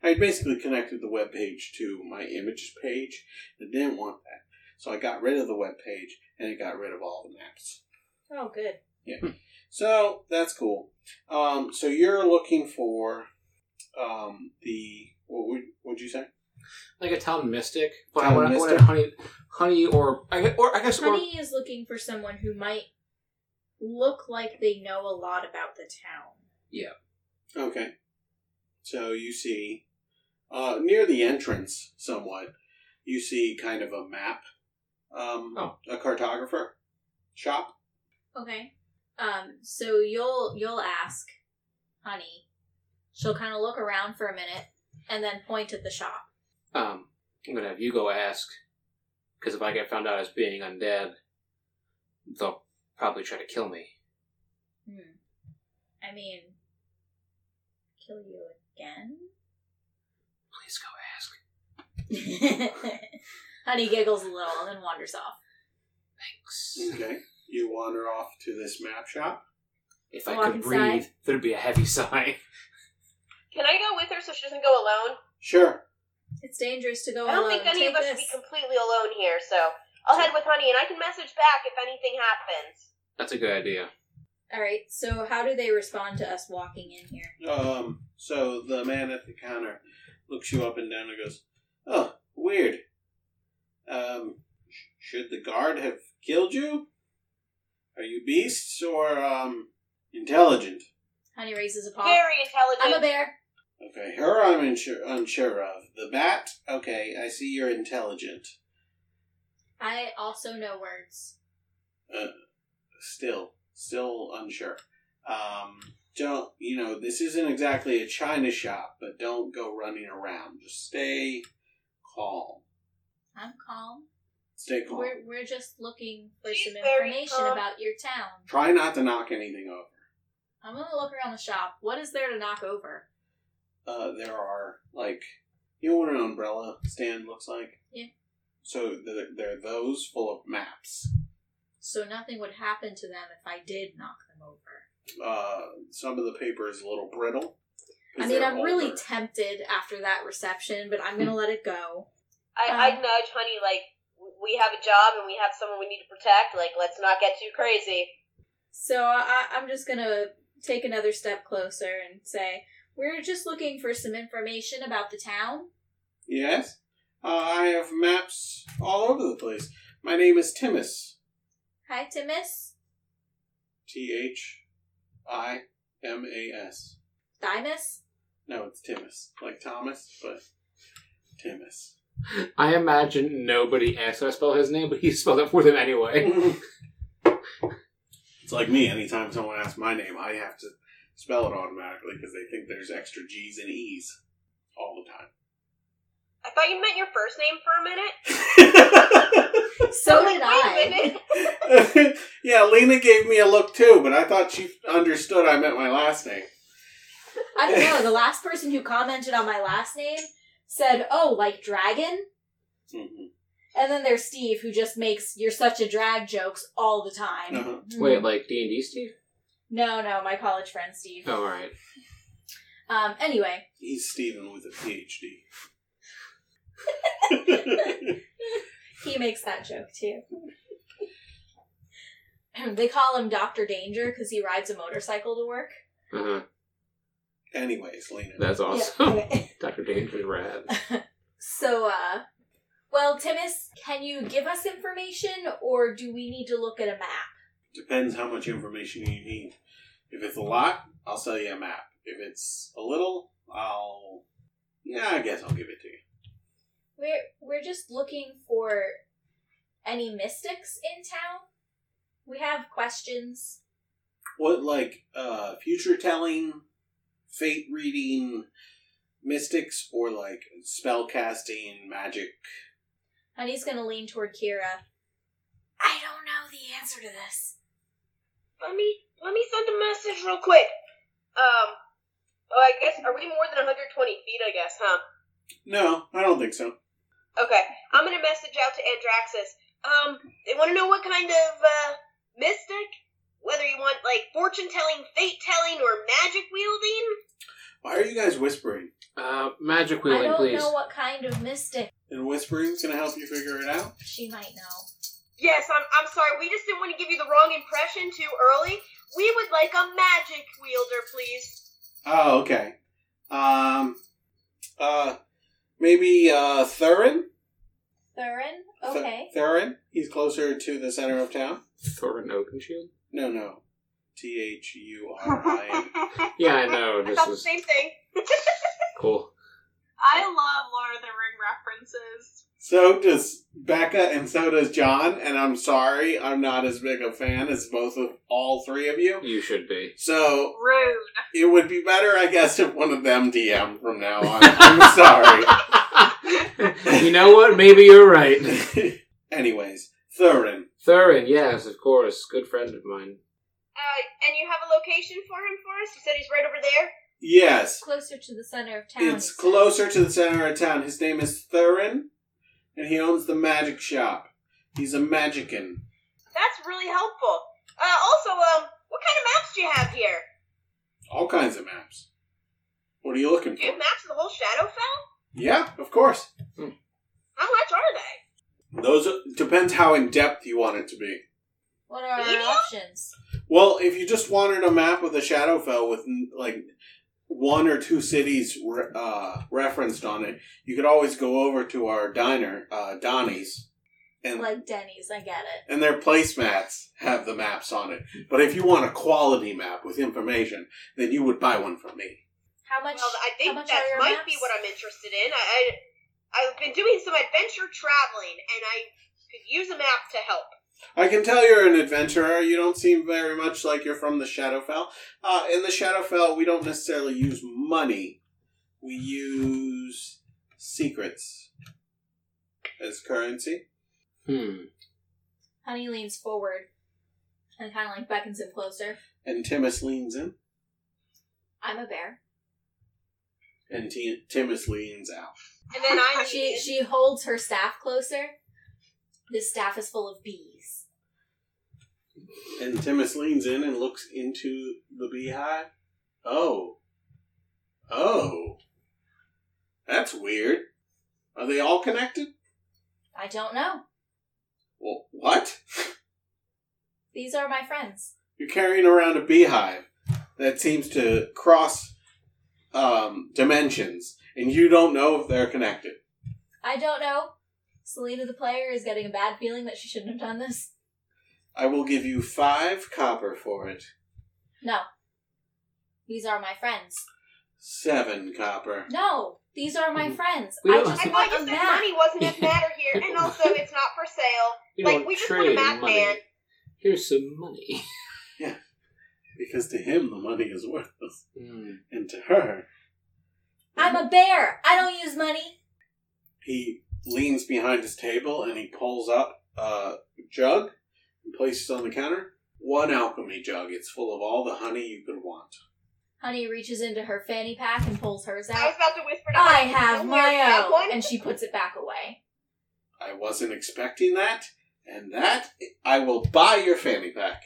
[SPEAKER 3] I had basically connected the web page to my images page. I didn't want that, so I got rid of the web page and it got rid of all the maps.
[SPEAKER 4] Oh, good.
[SPEAKER 3] So that's cool. Um, so you're looking for um the what would would you say?
[SPEAKER 2] Like a town mystic, but I
[SPEAKER 3] Town
[SPEAKER 2] want, I
[SPEAKER 3] mystic?
[SPEAKER 2] wanted honey, honey, or I gue- or I guess or
[SPEAKER 4] Honey is looking for someone who might look like they know a lot about the town.
[SPEAKER 3] Okay. So you see, uh, near the entrance, somewhat, you see kind of a map, um,
[SPEAKER 2] Oh.
[SPEAKER 3] a cartographer shop.
[SPEAKER 4] Okay. Um, so you'll you'll ask Honey. She'll kind of look around for a minute and then point at the shop.
[SPEAKER 2] um, I'm gonna have you go ask because if I get found out as being undead, they'll probably try to kill me.
[SPEAKER 4] Hmm. I mean, kill you again?
[SPEAKER 2] Please go ask.
[SPEAKER 4] Honey giggles a little and then wanders off.
[SPEAKER 3] Okay. You wander off to this map shop.
[SPEAKER 2] If I
[SPEAKER 4] Walk
[SPEAKER 2] could
[SPEAKER 4] inside.
[SPEAKER 2] breathe, there'd be a heavy sigh.
[SPEAKER 5] Can I go with her so she doesn't go alone?
[SPEAKER 3] Sure.
[SPEAKER 4] It's dangerous to go
[SPEAKER 5] I don't
[SPEAKER 4] alone.
[SPEAKER 5] think any
[SPEAKER 4] Take
[SPEAKER 5] of us
[SPEAKER 4] this.
[SPEAKER 5] should be completely alone here, so I'll head with Honey, and I can message back if anything happens.
[SPEAKER 2] That's a good idea.
[SPEAKER 4] All right. So how do they respond to us walking in here?
[SPEAKER 3] Um, so the man at the counter looks you up and down and goes, Oh, weird. Um, sh- should the guard have killed you? Are you beasts or, um, intelligent?
[SPEAKER 4] Honey raises a paw.
[SPEAKER 5] Very
[SPEAKER 4] I'm a
[SPEAKER 5] intelligent.
[SPEAKER 4] bear.
[SPEAKER 3] Okay, her I'm insure- unsure of. The bat? Okay, I see you're intelligent.
[SPEAKER 4] I also know words.
[SPEAKER 3] uh, still still unsure um don't you know this isn't exactly a china shop but don't go running around just stay calm
[SPEAKER 4] I'm calm.
[SPEAKER 3] stay calm
[SPEAKER 4] We're, we're just looking for
[SPEAKER 5] She's
[SPEAKER 4] some
[SPEAKER 5] very
[SPEAKER 4] information
[SPEAKER 5] calm.
[SPEAKER 4] about your town.
[SPEAKER 3] try not to knock anything over
[SPEAKER 4] I'm gonna look around the shop. What is there to knock over?
[SPEAKER 3] uh there are like you know what an umbrella stand looks like
[SPEAKER 4] Yeah.
[SPEAKER 3] so there there are those full of maps
[SPEAKER 4] So nothing would happen to them if I did knock them over.
[SPEAKER 3] uh some of the paper is a little brittle 'cause
[SPEAKER 4] I mean,
[SPEAKER 3] they're
[SPEAKER 4] I'm really
[SPEAKER 3] older.
[SPEAKER 4] tempted after that reception, but I'm gonna let it go.
[SPEAKER 5] I,
[SPEAKER 4] Uh.
[SPEAKER 5] I'd nudge Honey, like, w- we have a job and we have someone we need to protect. Like, let's not get too crazy.
[SPEAKER 4] So I, I'm just gonna take another step closer and say, we're just looking for some information about the town.
[SPEAKER 3] Yes. Uh, I have maps all over the place. My name is Timus.
[SPEAKER 4] Hi, Timus.
[SPEAKER 3] T H I M A S.
[SPEAKER 4] Dimus.
[SPEAKER 3] No, it's Timus. Like Thomas, but Timus.
[SPEAKER 2] I imagine nobody asked her to spell his name, but he spelled it for them anyway.
[SPEAKER 3] it's like me. Anytime someone asks my name, I have to spell it automatically because they think there's extra G's and E's all the
[SPEAKER 5] I thought you meant your first name for a minute.
[SPEAKER 3] time.
[SPEAKER 4] So
[SPEAKER 5] like,
[SPEAKER 4] did
[SPEAKER 5] Wait a
[SPEAKER 4] I.
[SPEAKER 5] minute.
[SPEAKER 3] yeah, Lena gave me a look too, but I thought she understood I meant my last name.
[SPEAKER 4] I don't know. The last person who commented on my last name said, "Oh, like dragon."
[SPEAKER 3] Mhm.
[SPEAKER 4] And then there's Steve, who just makes "You're such a drag" jokes all the time. Mm-hmm.
[SPEAKER 3] Uh-huh.
[SPEAKER 2] Wait, like D and D Steve?
[SPEAKER 4] No, no, my college friend Steve.
[SPEAKER 2] Oh, all right.
[SPEAKER 4] Um. Anyway,
[SPEAKER 3] He's Steven with a PhD.
[SPEAKER 4] he makes that joke too. they call him Doctor Danger because he rides a motorcycle to work.
[SPEAKER 2] Uh-huh.
[SPEAKER 3] Anyways, Lena.
[SPEAKER 2] That's
[SPEAKER 4] Yeah,
[SPEAKER 2] awesome.
[SPEAKER 4] okay.
[SPEAKER 2] Doctor Danger's rad.
[SPEAKER 4] so, uh, well, Timus, can you give us information, or do we need to look at a map?
[SPEAKER 3] Depends how much information you need. If it's a lot, I'll sell you a map. If it's a little, I'll. Yeah, I guess I'll give it to you.
[SPEAKER 4] We're we're just looking for any mystics in town. We have questions.
[SPEAKER 3] What, like, uh, future telling, fate reading, mystics, or like spell casting, magic?
[SPEAKER 4] Honey's gonna lean toward Kira. I don't know the answer to this.
[SPEAKER 5] Let me let me send a message real quick. Um, oh, I guess are we more than 120 feet? I guess, huh?
[SPEAKER 3] No, I don't think so.
[SPEAKER 5] Okay, I'm gonna message out to Andraxis. Um, they want to know what kind of uh, mystic, whether you want like fortune telling, fate telling, or magic wielding.
[SPEAKER 3] Why are you guys whispering?
[SPEAKER 2] Uh, magic
[SPEAKER 4] I
[SPEAKER 2] wheeling,
[SPEAKER 4] don't
[SPEAKER 2] please.
[SPEAKER 4] know what kind of mystic
[SPEAKER 3] And whispering's gonna help you figure it out?
[SPEAKER 4] she might know.
[SPEAKER 5] Yes, I'm. I'm sorry. We just didn't want to give you the wrong impression too early. We would like a magic wielder, please.
[SPEAKER 3] Oh, okay. Um, uh, maybe uh, Thurin.
[SPEAKER 4] Thurin?
[SPEAKER 3] Th-
[SPEAKER 4] Okay.
[SPEAKER 3] Thurin. He's closer to the center of town.
[SPEAKER 2] Thorin Oakenshield?
[SPEAKER 3] No, no. T H U R I.
[SPEAKER 2] Yeah, I know.
[SPEAKER 5] I
[SPEAKER 2] This
[SPEAKER 5] thought the
[SPEAKER 2] is
[SPEAKER 5] same thing.
[SPEAKER 2] cool.
[SPEAKER 6] I love Lord of the Ring references.
[SPEAKER 3] So does Becca, and so does John. And I'm sorry, I'm not as big a fan as both of all three of you.
[SPEAKER 2] You should be.
[SPEAKER 3] So
[SPEAKER 6] Rude.
[SPEAKER 3] it would be better, I guess, if one of them DM from now on. I'm sorry.
[SPEAKER 2] you know what? Maybe you're right.
[SPEAKER 3] Anyways, Thurin.
[SPEAKER 2] Thurin, yes, of course. Good friend of mine.
[SPEAKER 5] Uh, and you have a location for him for us? You said he's right over there.
[SPEAKER 3] Yes,
[SPEAKER 4] Closer to the center of town.
[SPEAKER 3] It's
[SPEAKER 4] he said.
[SPEAKER 3] closer to the center of town. His name is Thurin, and he owns the magic shop. He's a magician.
[SPEAKER 6] That's really helpful. Uh, also, um, what kind of maps do you have here?
[SPEAKER 3] All kinds of maps. What are you looking
[SPEAKER 6] Do you
[SPEAKER 3] for?
[SPEAKER 6] have maps of the whole Shadowfell?
[SPEAKER 3] Yeah, of course.
[SPEAKER 6] How much are they?
[SPEAKER 3] Those are, depends how in depth you want it to be.
[SPEAKER 4] What are our
[SPEAKER 6] Medium?
[SPEAKER 4] options?
[SPEAKER 3] Well, if you just wanted a map of the Shadowfell with n- like one or two cities re- uh, referenced on it, you could always go over to our diner, uh, Donnie's, and
[SPEAKER 4] Like Denny's, I get it.
[SPEAKER 3] and their placemats have the maps on it. But if you want a quality map with information, then you would buy one from me.
[SPEAKER 4] How much?
[SPEAKER 6] Well, I
[SPEAKER 4] how
[SPEAKER 6] think
[SPEAKER 4] much
[SPEAKER 6] that
[SPEAKER 4] are your
[SPEAKER 6] might
[SPEAKER 4] maps?
[SPEAKER 6] be what I'm interested in. I, I I've been doing some adventure traveling, and I could use a map to help.
[SPEAKER 3] I can tell you're an adventurer. You don't seem very much like you're from the Shadowfell. Uh, in the Shadowfell, we don't necessarily use money. We use secrets as currency.
[SPEAKER 2] Hmm.
[SPEAKER 4] Honey leans forward and kind of like beckons him closer.
[SPEAKER 3] And Timus leans in,
[SPEAKER 4] I'm a bear.
[SPEAKER 3] and T- Timus leans out.
[SPEAKER 6] And then I
[SPEAKER 4] She she holds her staff closer. This staff is full of bees.
[SPEAKER 3] And Timus leans in and looks into the beehive. Oh. Oh. That's weird. Are they all connected?
[SPEAKER 4] I don't know.
[SPEAKER 3] Well, what?
[SPEAKER 4] These are my friends.
[SPEAKER 3] You're carrying around a beehive that seems to cross um, dimensions, and you don't know if they're connected.
[SPEAKER 4] I don't know. Selena the player is getting a bad feeling that she shouldn't have done this.
[SPEAKER 3] I will give you five copper for it.
[SPEAKER 4] No. These are my friends.
[SPEAKER 3] Seven copper.
[SPEAKER 4] No, these are my
[SPEAKER 2] Mhm.
[SPEAKER 4] friends.
[SPEAKER 2] We
[SPEAKER 4] I
[SPEAKER 2] don't-
[SPEAKER 4] just
[SPEAKER 6] I
[SPEAKER 4] want
[SPEAKER 6] thought you
[SPEAKER 4] a
[SPEAKER 6] said
[SPEAKER 4] map.
[SPEAKER 6] money wasn't a matter here, and also it's not for sale.
[SPEAKER 2] You
[SPEAKER 6] Like,
[SPEAKER 2] don't
[SPEAKER 6] we just want a
[SPEAKER 2] trade
[SPEAKER 6] map,
[SPEAKER 2] money.
[SPEAKER 6] man.
[SPEAKER 2] Here's some money.
[SPEAKER 3] Because to him, the money is worthless.
[SPEAKER 2] Hmm.
[SPEAKER 3] And to her,
[SPEAKER 4] I'm a bear. I don't use money.
[SPEAKER 3] he leans behind his table and he pulls up a jug and places on the counter one alchemy jug. It's full of all the honey you could want.
[SPEAKER 4] Honey reaches into her fanny pack and pulls hers
[SPEAKER 6] I was
[SPEAKER 4] out.
[SPEAKER 6] about to whisper to
[SPEAKER 4] I Oh,
[SPEAKER 6] her,
[SPEAKER 4] have
[SPEAKER 6] "Don't worry, I
[SPEAKER 4] my
[SPEAKER 6] have
[SPEAKER 4] own.
[SPEAKER 6] one."
[SPEAKER 4] And she puts it back away.
[SPEAKER 3] I wasn't expecting that, and that I will buy your fanny pack.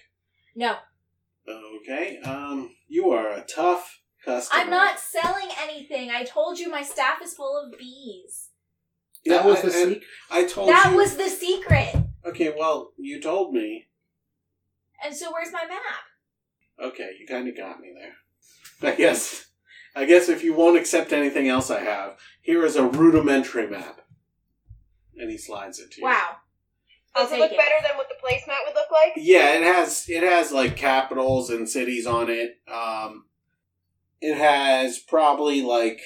[SPEAKER 4] No,
[SPEAKER 3] Okay, um, you are a tough customer.
[SPEAKER 4] I'm not selling anything. I told you my staff is full of bees.
[SPEAKER 3] Yeah,
[SPEAKER 2] that was
[SPEAKER 3] I-
[SPEAKER 2] the
[SPEAKER 3] and
[SPEAKER 2] secret.
[SPEAKER 3] I
[SPEAKER 6] Oh,
[SPEAKER 3] told
[SPEAKER 4] That
[SPEAKER 3] you.
[SPEAKER 4] was the secret.
[SPEAKER 3] okay. Well, you told me.
[SPEAKER 4] And so where's my map?
[SPEAKER 3] Okay, you kind of got me there. I guess. I guess if you won't accept anything else I have, here is a rudimentary map. And he slides it to you.
[SPEAKER 4] Wow. I'll
[SPEAKER 6] Does it
[SPEAKER 4] take
[SPEAKER 6] look
[SPEAKER 4] it.
[SPEAKER 6] better than what the placemat would look like?
[SPEAKER 3] Yeah, it has it has like capitals and cities on it. Um, it has probably like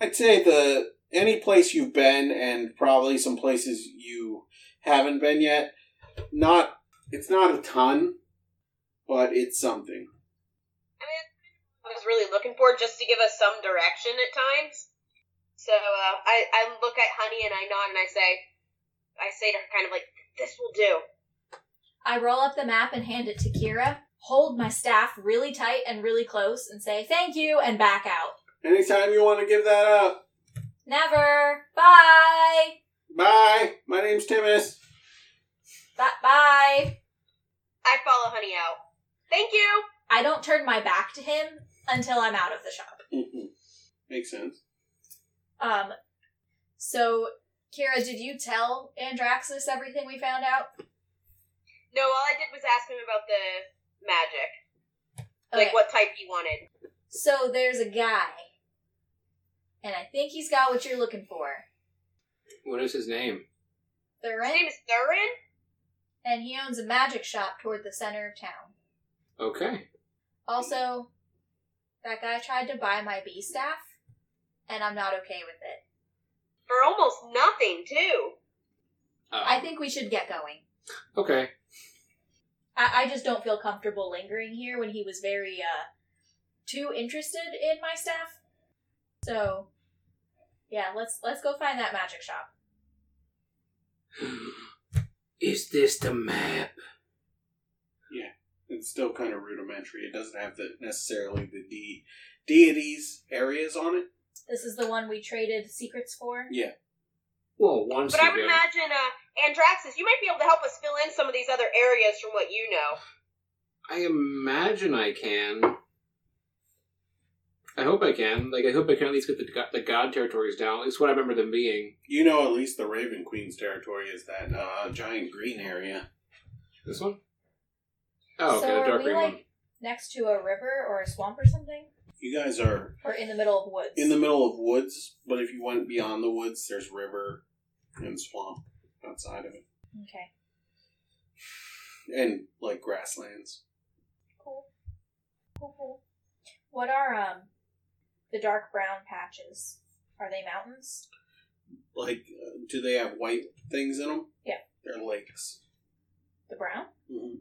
[SPEAKER 3] I'd say the any place you've been and probably some places you haven't been yet. Not it's not a ton, but it's something.
[SPEAKER 6] I mean, I was really looking for just to give us some direction at times. So uh, I, I look at Honey and I nod and I say, I say to her kind of like, this will do.
[SPEAKER 4] I roll up the map and hand it to Kira, hold my staff really tight and really close, and say thank you and back out.
[SPEAKER 3] Anytime you want to give that up.
[SPEAKER 4] Never. Bye.
[SPEAKER 3] Bye. My name's Timus.
[SPEAKER 4] Bye. Bye.
[SPEAKER 6] I follow Honey out. Thank you.
[SPEAKER 4] I don't turn my back to him until I'm out of the shop.
[SPEAKER 3] Mhm. Makes sense.
[SPEAKER 4] Um, so Kira, did you tell Andraxis everything we found out?
[SPEAKER 6] No, all I did was ask him about the magic, like what type he wanted.
[SPEAKER 4] So there's a guy, and I think he's got what you're looking for.
[SPEAKER 2] What is his name?
[SPEAKER 6] His
[SPEAKER 4] Thurin,
[SPEAKER 6] name is Thurin.
[SPEAKER 4] and he owns a magic shop toward the center of town.
[SPEAKER 2] Okay.
[SPEAKER 4] Also, that guy tried to buy my bee staff, and I'm not okay with it.
[SPEAKER 6] For almost nothing, too.
[SPEAKER 2] Uh,
[SPEAKER 4] I think we should get going.
[SPEAKER 2] Okay.
[SPEAKER 4] I, I just don't feel comfortable lingering here when he was very uh too interested in my staff. So yeah, let's let's go find that magic shop.
[SPEAKER 2] Is this the map?
[SPEAKER 3] It's still kind of rudimentary. It doesn't have the necessarily the de- deities areas on it.
[SPEAKER 4] This is the one we traded secrets for.
[SPEAKER 3] Yeah.
[SPEAKER 2] Well, once
[SPEAKER 6] But
[SPEAKER 2] you
[SPEAKER 6] I would
[SPEAKER 2] go-
[SPEAKER 6] imagine, uh, Andraxis, you might be able to help us fill in some of these other areas from what you know.
[SPEAKER 2] I imagine I can. I hope I can. Like, I hope I can at least get the go- the god territories down. It's what I remember them being.
[SPEAKER 3] You know, at least the Raven Queen's territory is that uh, giant green area.
[SPEAKER 2] This one. Oh, okay,
[SPEAKER 4] so
[SPEAKER 2] the
[SPEAKER 4] are
[SPEAKER 2] dark
[SPEAKER 4] we
[SPEAKER 2] green
[SPEAKER 4] like
[SPEAKER 2] one.
[SPEAKER 4] next to a river or a swamp or something,
[SPEAKER 3] You guys are
[SPEAKER 4] or in the middle of woods?
[SPEAKER 3] in the middle of woods, but if you went beyond the woods, there's river and swamp outside of it,
[SPEAKER 4] okay,
[SPEAKER 3] and like grasslands.
[SPEAKER 4] cool, cool, cool. What are um the dark brown patches? Are they mountains?
[SPEAKER 3] Like, uh, do they have white things in them?
[SPEAKER 4] Yeah.
[SPEAKER 3] they're lakes,
[SPEAKER 4] The brown
[SPEAKER 3] hmm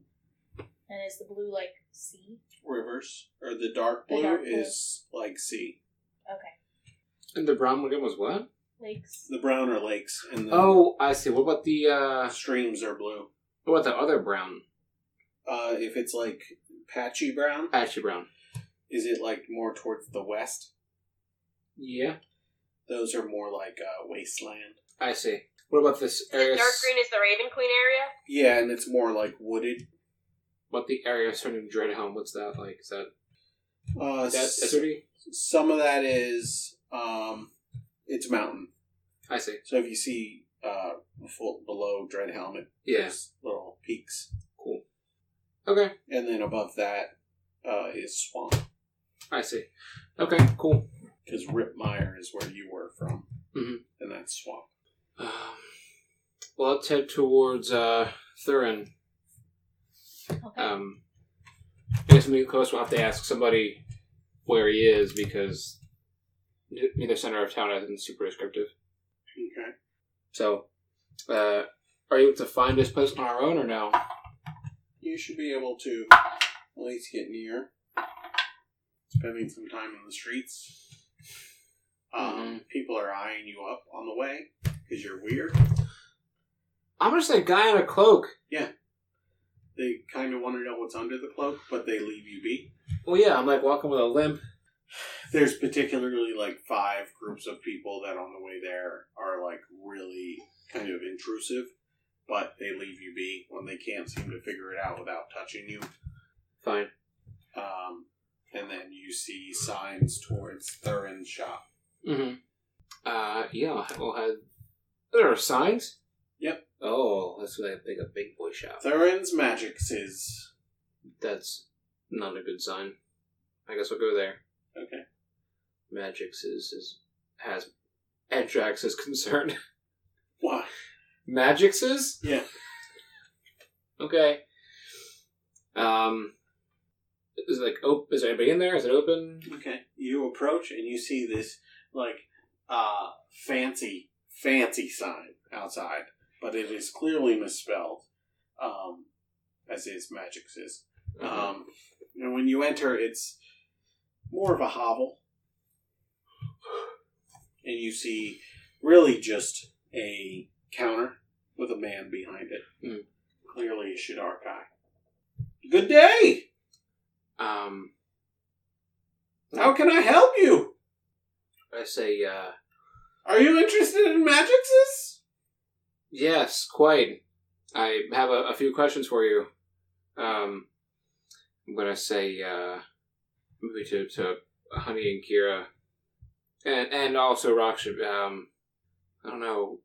[SPEAKER 4] and is the blue like sea?
[SPEAKER 3] rivers, or the dark
[SPEAKER 4] The
[SPEAKER 3] blue
[SPEAKER 4] dark blue.
[SPEAKER 3] is like sea.
[SPEAKER 4] Okay,
[SPEAKER 2] And the brown one was what?
[SPEAKER 4] lakes.
[SPEAKER 3] The brown are lakes, and the
[SPEAKER 2] Oh, I see. What about the uh
[SPEAKER 3] streams are blue.
[SPEAKER 2] what about the other brown?
[SPEAKER 3] Uh, if it's like patchy brown,
[SPEAKER 2] Ashy brown.
[SPEAKER 3] is it like more towards the west?
[SPEAKER 2] Yeah,
[SPEAKER 3] Those are more like uh, wasteland.
[SPEAKER 2] I see. What about this
[SPEAKER 6] The
[SPEAKER 2] area
[SPEAKER 6] dark green is the Raven Queen area.
[SPEAKER 3] Yeah, and it's more like wooded.
[SPEAKER 2] what the area surrounding Dreadhome? What's that like? Is that
[SPEAKER 3] Uh,
[SPEAKER 2] is that
[SPEAKER 3] s-
[SPEAKER 2] acidity?
[SPEAKER 3] some of that is um, it's mountain.
[SPEAKER 2] I see.
[SPEAKER 3] So if you see uh, full, below Dread Helmet,
[SPEAKER 2] Yeah.
[SPEAKER 3] there's little peaks,
[SPEAKER 2] Cool. Okay,
[SPEAKER 3] and then above that uh, is swamp
[SPEAKER 2] I see. Okay, cool.
[SPEAKER 3] because Ripmire is where you were from,
[SPEAKER 2] Mhm.
[SPEAKER 3] and that's swamp.
[SPEAKER 2] Um, well, let's head towards uh, Thurin.
[SPEAKER 4] Okay,
[SPEAKER 2] Um, I guess when we get close, we'll have to ask somebody where he is because n- neither center of town isn't super descriptive.
[SPEAKER 3] Okay.
[SPEAKER 2] So, uh, are you able to find this place on our own or no?
[SPEAKER 3] You should be able to at least get near, spending some time in the streets. Um, People are eyeing you up on the way because you're weird.
[SPEAKER 2] I'm just a guy in a cloak.
[SPEAKER 3] They kind of want to know what's under the cloak, but they leave you be.
[SPEAKER 2] Well, yeah, I'm like walking with a limp.
[SPEAKER 3] There's particularly like five groups of people that on the way there are like really kind of intrusive, but they leave you be when they can't seem to figure it out without touching you.
[SPEAKER 2] Fine.
[SPEAKER 3] Um, and then you see signs towards Thurin's shop.
[SPEAKER 2] Mm-hmm. Uh, yeah, we'll head. There are signs?
[SPEAKER 3] Yep.
[SPEAKER 2] Oh, that's what I think a big boy shop.
[SPEAKER 3] Thurin's magics is
[SPEAKER 2] That's not a good sign. I guess we'll go there.
[SPEAKER 3] okay.
[SPEAKER 2] Magix is, is has Andrax is concerned.
[SPEAKER 3] Why?
[SPEAKER 2] Magix is
[SPEAKER 3] Yeah.
[SPEAKER 2] okay. Um, is it like oh, is there anybody in there? Is it open?
[SPEAKER 3] Okay. You approach and you see this like uh fancy fancy sign outside, but it is clearly misspelled. Um as is magic's is. Um and when you enter it's more of a hovel. And you see really just a counter with a man behind it.
[SPEAKER 2] Hmm.
[SPEAKER 3] Clearly a Shadar guy. Good day!
[SPEAKER 2] um,
[SPEAKER 3] How can I help you?
[SPEAKER 2] I say uh,
[SPEAKER 3] Are you interested in Magixes?
[SPEAKER 2] yes, quite. I have a, a few questions for you. Um, I'm gonna say uh, maybe to to Honey and Kira, and and also Raksha. Um, I don't know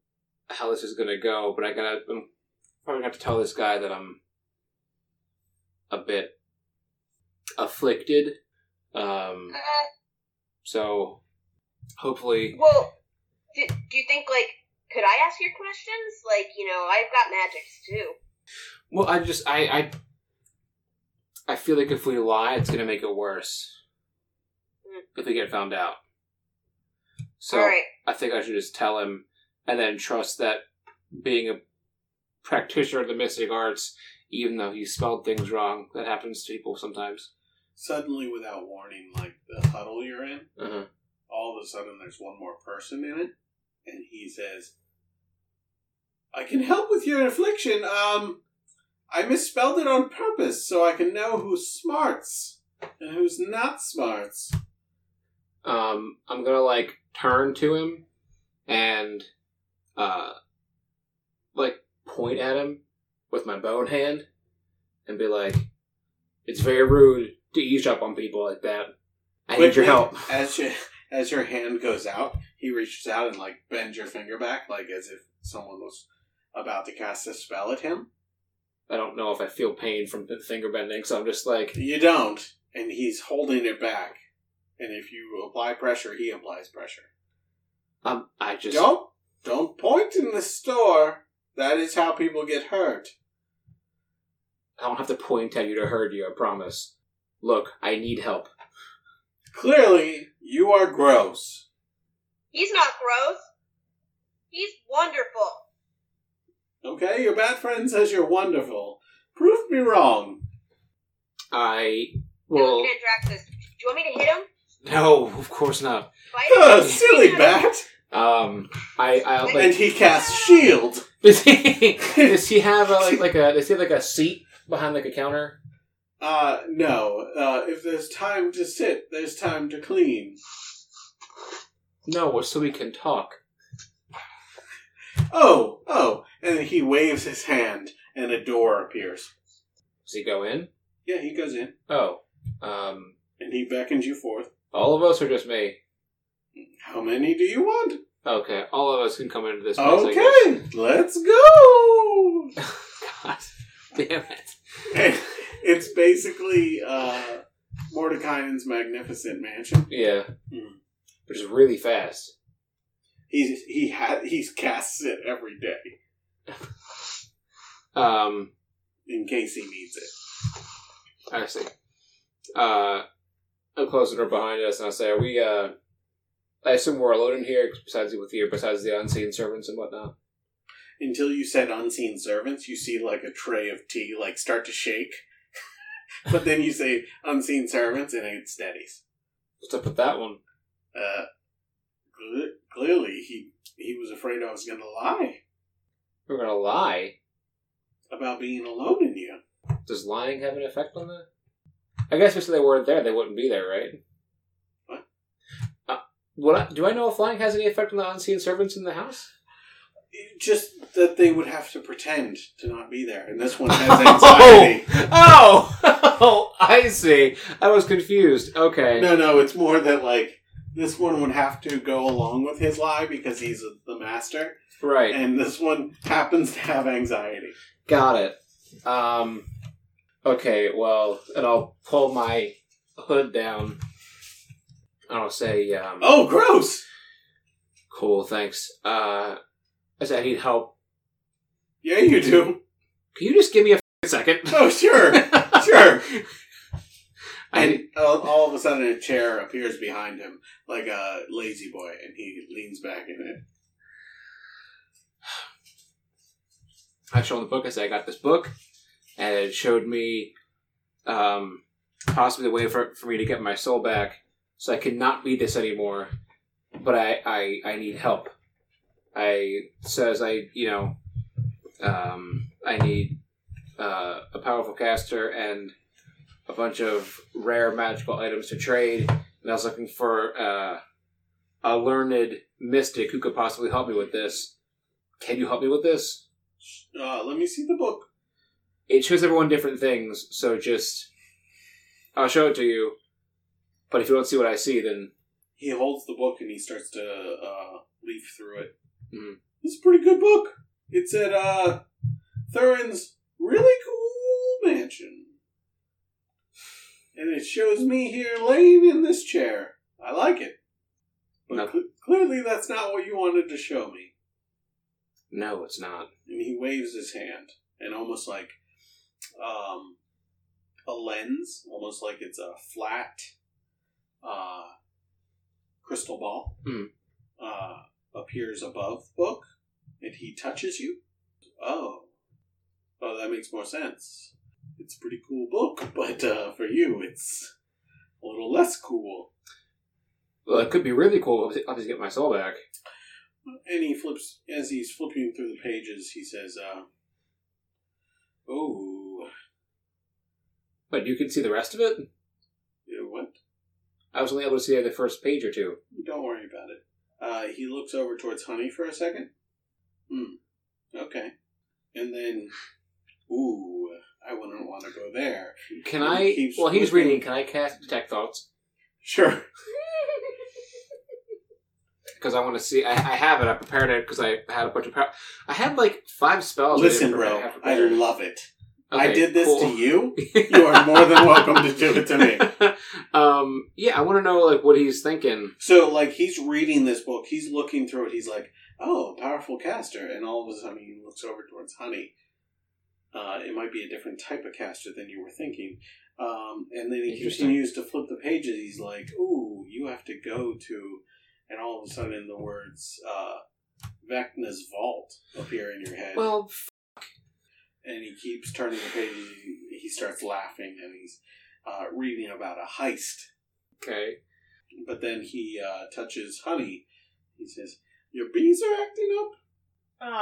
[SPEAKER 2] how this is gonna go, but I gotta. I'm probably gonna have to tell this guy that I'm a bit afflicted. Um,
[SPEAKER 6] Uh,
[SPEAKER 2] so hopefully,
[SPEAKER 6] well, do, do you think like could I ask your questions? Like, you know, I've got magics too.
[SPEAKER 2] well, I just I I I feel like if we lie, it's gonna make it worse. If we get found out, so
[SPEAKER 6] All right.
[SPEAKER 2] I think I should just tell him and then trust that being a practitioner of the mystic arts, even though he spelled things wrong, that happens to people sometimes.
[SPEAKER 3] Suddenly, without warning, like the huddle you're in,
[SPEAKER 2] Uh-huh.
[SPEAKER 3] all of a sudden there's one more person in it, and he says, I can help with your affliction. Um, I misspelled it on purpose so I can know who's smarts and who's not smarts.
[SPEAKER 2] Um, I'm gonna like turn to him and uh, like point at him with my bow in hand and be like, "It's very rude to eavesdrop on people like that. I need your
[SPEAKER 3] Quickly,
[SPEAKER 2] help."
[SPEAKER 3] As your as your hand goes out, he reaches out and like bends your finger back, like as if someone was about to cast a spell at him.
[SPEAKER 2] I don't know if I feel pain from the finger bending, so I'm just like,
[SPEAKER 3] You don't, and he's holding it back. And if you apply pressure, he applies pressure.
[SPEAKER 2] um, I just
[SPEAKER 3] Don't don't point in the store. That is how people get hurt.
[SPEAKER 2] I don't have to point at you to hurt you. I promise. Look, I need help.
[SPEAKER 3] Clearly, you are gross.
[SPEAKER 6] He's not gross. He's wonderful.
[SPEAKER 3] Okay, your bad friend says you're wonderful. Prove me wrong.
[SPEAKER 2] I
[SPEAKER 6] Well,
[SPEAKER 2] will.
[SPEAKER 6] looking at Draxus. Do you want me to hit him?
[SPEAKER 2] No, of course not.
[SPEAKER 6] Fight him?
[SPEAKER 3] Ugh, silly bat.
[SPEAKER 2] Um, I I'll
[SPEAKER 6] Wait.
[SPEAKER 2] like.
[SPEAKER 3] And he casts shield.
[SPEAKER 2] Does he, does he have a, like like a does he have like a seat behind like a counter?
[SPEAKER 3] Uh, no. Uh, if there's time to sit, there's time to clean.
[SPEAKER 2] No, so we can talk.
[SPEAKER 3] Oh, oh. And he waves his hand, and a door appears.
[SPEAKER 2] Does he go in?
[SPEAKER 3] Yeah, he goes in,
[SPEAKER 2] Oh, um,
[SPEAKER 3] and he beckons you forth.
[SPEAKER 2] all of us or just me?
[SPEAKER 3] How many do you want?
[SPEAKER 2] Okay, all of us can come into this. Place, I guess.
[SPEAKER 3] Okay, let's go!
[SPEAKER 2] God damn it!
[SPEAKER 3] it's basically uh, Mordecai's magnificent mansion.
[SPEAKER 2] Yeah,
[SPEAKER 3] Hmm.
[SPEAKER 2] which is really fast.
[SPEAKER 3] He's he ha- he casts it every day
[SPEAKER 2] Um,
[SPEAKER 3] in case he needs it.
[SPEAKER 2] I see. Uh, I'm closing her behind us, and I say, "Are we?" uh I assume we're alone in here, besides with you, besides the unseen servants and whatnot.
[SPEAKER 3] Until you said unseen servants, you see like a tray of tea like start to shake. but then you say unseen servants and it steadies.
[SPEAKER 2] What's up with that one?
[SPEAKER 3] Uh, cle- clearly he he was afraid I was going to lie
[SPEAKER 2] We're gonna lie.
[SPEAKER 3] about being alone in you.
[SPEAKER 2] Does lying have an effect on that? I guess if they weren't there, they wouldn't be there, right?
[SPEAKER 3] What?
[SPEAKER 2] Uh, what I, do I know if lying has any effect on the unseen servants in the house?
[SPEAKER 3] It- Just that they would have to pretend to not be there, and this one has anxiety.
[SPEAKER 2] Oh! Oh! I see. I was confused. Okay.
[SPEAKER 3] No, no, it's more that like this one would have to go along with his lie because he's the master,
[SPEAKER 2] Right.
[SPEAKER 3] and this one happens to have anxiety.
[SPEAKER 2] Got it. Um. Okay. Well, and I'll pull my hood down. And I'll say, um,
[SPEAKER 3] Oh, gross!
[SPEAKER 2] "Cool, thanks." Uh, I said, "I need help.
[SPEAKER 3] Yeah, you do.
[SPEAKER 2] Can you just give me a f***ing second?
[SPEAKER 3] Oh, sure, sure.
[SPEAKER 2] I
[SPEAKER 3] And all, all of a sudden, a chair appears behind him, like a lazy boy, and he leans back in it.
[SPEAKER 2] I showed him the book. I said, I got this book, and it showed me um, possibly the way for, for me to get my soul back. So I cannot be this anymore, but I, I, I need help. I says I you know um, I need uh, a powerful caster and a bunch of rare magical items to trade, and I was looking for uh, a learned mystic who could possibly help me with this. Can you help me with this?
[SPEAKER 3] Uh, let me see the book.
[SPEAKER 2] it shows everyone different things, so just I'll show it to you. But if you don't see what I see, then
[SPEAKER 3] He holds the book and he starts to uh, leaf through it.
[SPEAKER 2] Mhm.
[SPEAKER 3] It's a pretty good book. It's at uh, Thurin's really cool mansion. And it shows me here laying in this chair. I like it. But
[SPEAKER 2] No.
[SPEAKER 3] cl- clearly, that's not what you wanted to show me.
[SPEAKER 2] no, it's not.
[SPEAKER 3] And he waves his hand, and almost like um, a lens, almost like it's a flat uh, crystal ball,
[SPEAKER 2] Hmm.
[SPEAKER 3] uh, appears above the book, and he touches you. Oh, oh, that makes more sense. It's a pretty cool book, but uh, for you, it's a little less cool.
[SPEAKER 2] Well, it could be really cool. if I'll just get my soul back.
[SPEAKER 3] And he flips as he's flipping through the pages. He says, uh, "Oh,
[SPEAKER 2] But you can see the rest of it.
[SPEAKER 3] yeah, what?"
[SPEAKER 2] I was only able to see the first page or two.
[SPEAKER 3] Don't worry about it. Uh, he looks over towards Honey for a second, Okay. And then, ooh, I wouldn't want to go there.
[SPEAKER 2] Can
[SPEAKER 3] He
[SPEAKER 2] I?
[SPEAKER 3] keeps
[SPEAKER 2] Well, he's
[SPEAKER 3] looking.
[SPEAKER 2] reading. Can I cast detect thoughts?
[SPEAKER 3] Sure.
[SPEAKER 2] Because I want to see. I, I have it. I prepared it because I had a bunch of power. I had like five spells. I
[SPEAKER 3] Listen,
[SPEAKER 2] didn't prepare-
[SPEAKER 3] bro,
[SPEAKER 2] have
[SPEAKER 3] I
[SPEAKER 2] prepared.
[SPEAKER 3] love it. I
[SPEAKER 2] Okay,
[SPEAKER 3] did this
[SPEAKER 2] cool.
[SPEAKER 3] to you. You are more than welcome to do it to me.
[SPEAKER 2] um, yeah, I want to know like what he's thinking.
[SPEAKER 3] So, like, he's reading this book. He's looking through it. He's like, "Oh, powerful caster!" And all of a sudden, he looks over towards Honey. Uh, it might be a different type of caster than you were thinking. Um, and then he
[SPEAKER 2] Interesting.
[SPEAKER 3] continues to flip the pages. He's like, "Ooh, you have to go to," and all of a sudden, the words uh, "Vecna's Vault" appear in your head.
[SPEAKER 2] Well, f-
[SPEAKER 3] and he keeps turning the pages. He, he starts laughing, and he's uh, reading about a heist.
[SPEAKER 2] okay.
[SPEAKER 3] But then he uh, touches Honey. He says, "Your bees are acting up.
[SPEAKER 4] Uh,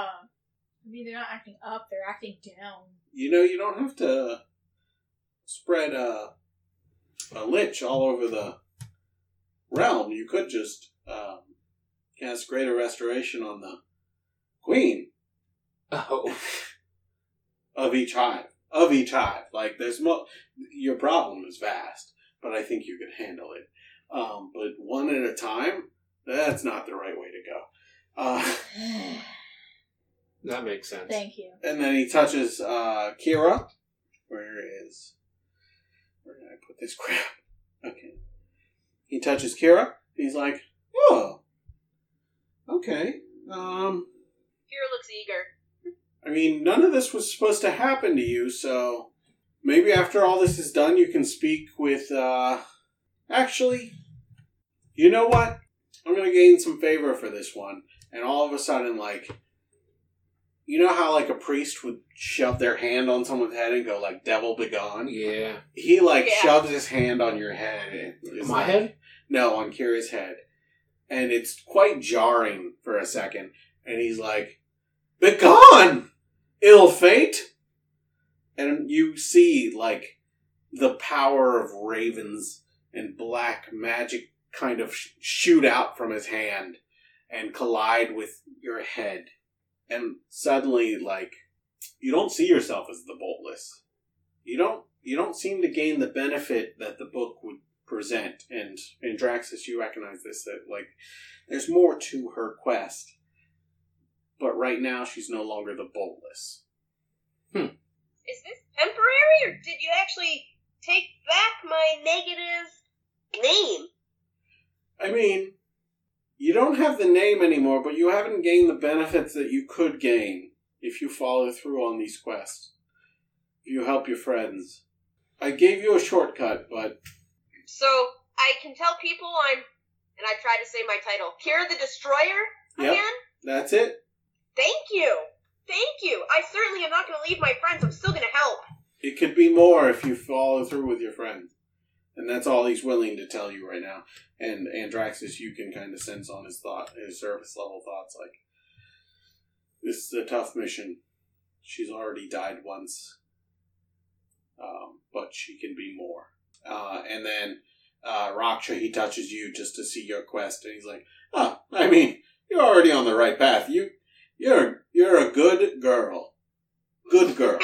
[SPEAKER 4] I mean, they're not acting up, they're acting down.
[SPEAKER 3] You know, you don't have to spread a a lich all over the realm. You could just um, cast greater restoration on the queen
[SPEAKER 2] Oh,
[SPEAKER 3] of each hive. Of each hive, like there's mo- your problem is vast, but I think you could handle it. Um, but one at a time, that's not the right way to go." Uh,
[SPEAKER 2] that makes sense.
[SPEAKER 4] Thank you.
[SPEAKER 3] And then he touches uh, Kira. Where is. Where did I put this crap? Okay. He touches Kira. He's like, oh. Okay. Um.
[SPEAKER 6] Kira looks eager.
[SPEAKER 3] I mean, none of this was supposed to happen to you, so. Maybe after all this is done, you can speak with. Uh, actually, you know what? I'm going to gain some favor for this one. And all of a sudden, like, you know how, like, a priest would shove their hand on someone's head and go, like, devil begone?
[SPEAKER 2] Yeah,
[SPEAKER 3] He, like,
[SPEAKER 6] Yeah.
[SPEAKER 3] shoves his hand on your head. and is
[SPEAKER 2] my
[SPEAKER 3] like-
[SPEAKER 2] head.
[SPEAKER 3] No, on Kira's head. And it's quite jarring for a second. And he's like, Begone, ill fate! And you see, like, the power of ravens and black magic kind of sh- shoot out from his hand and collide with your head. And suddenly, like, you don't see yourself as the boltless. You don't. You don't seem to gain the benefit that the book would present. And and Draxus, you recognize this that like there's more to her quest. But right now, she's no longer the boltless.
[SPEAKER 6] Is this temporary, or did you actually take back my negative name?
[SPEAKER 3] I mean, you don't have the name anymore, but you haven't gained the benefits that you could gain if you follow through on these quests. If you help your friends. I gave you a shortcut, but
[SPEAKER 6] So I can tell people I'm, and I try to say my title, Kira the Destroyer
[SPEAKER 3] Yep.
[SPEAKER 6] again.
[SPEAKER 3] that's it.
[SPEAKER 6] Thank you, thank you. I certainly am not going to leave my friends. I'm still going to help.
[SPEAKER 3] It could be more if you follow through with your friends. And that's all he's willing to tell you right now. And Andraxis, you can kind of sense on his thought, his surface level thoughts, like, this is a tough mission. She's already died once. Um, but she can be more. Uh, and then uh, Raksha, he touches you just to see your quest, and he's like, oh, I mean, you're already on the right path. You, you're, you're a good girl. Good girl.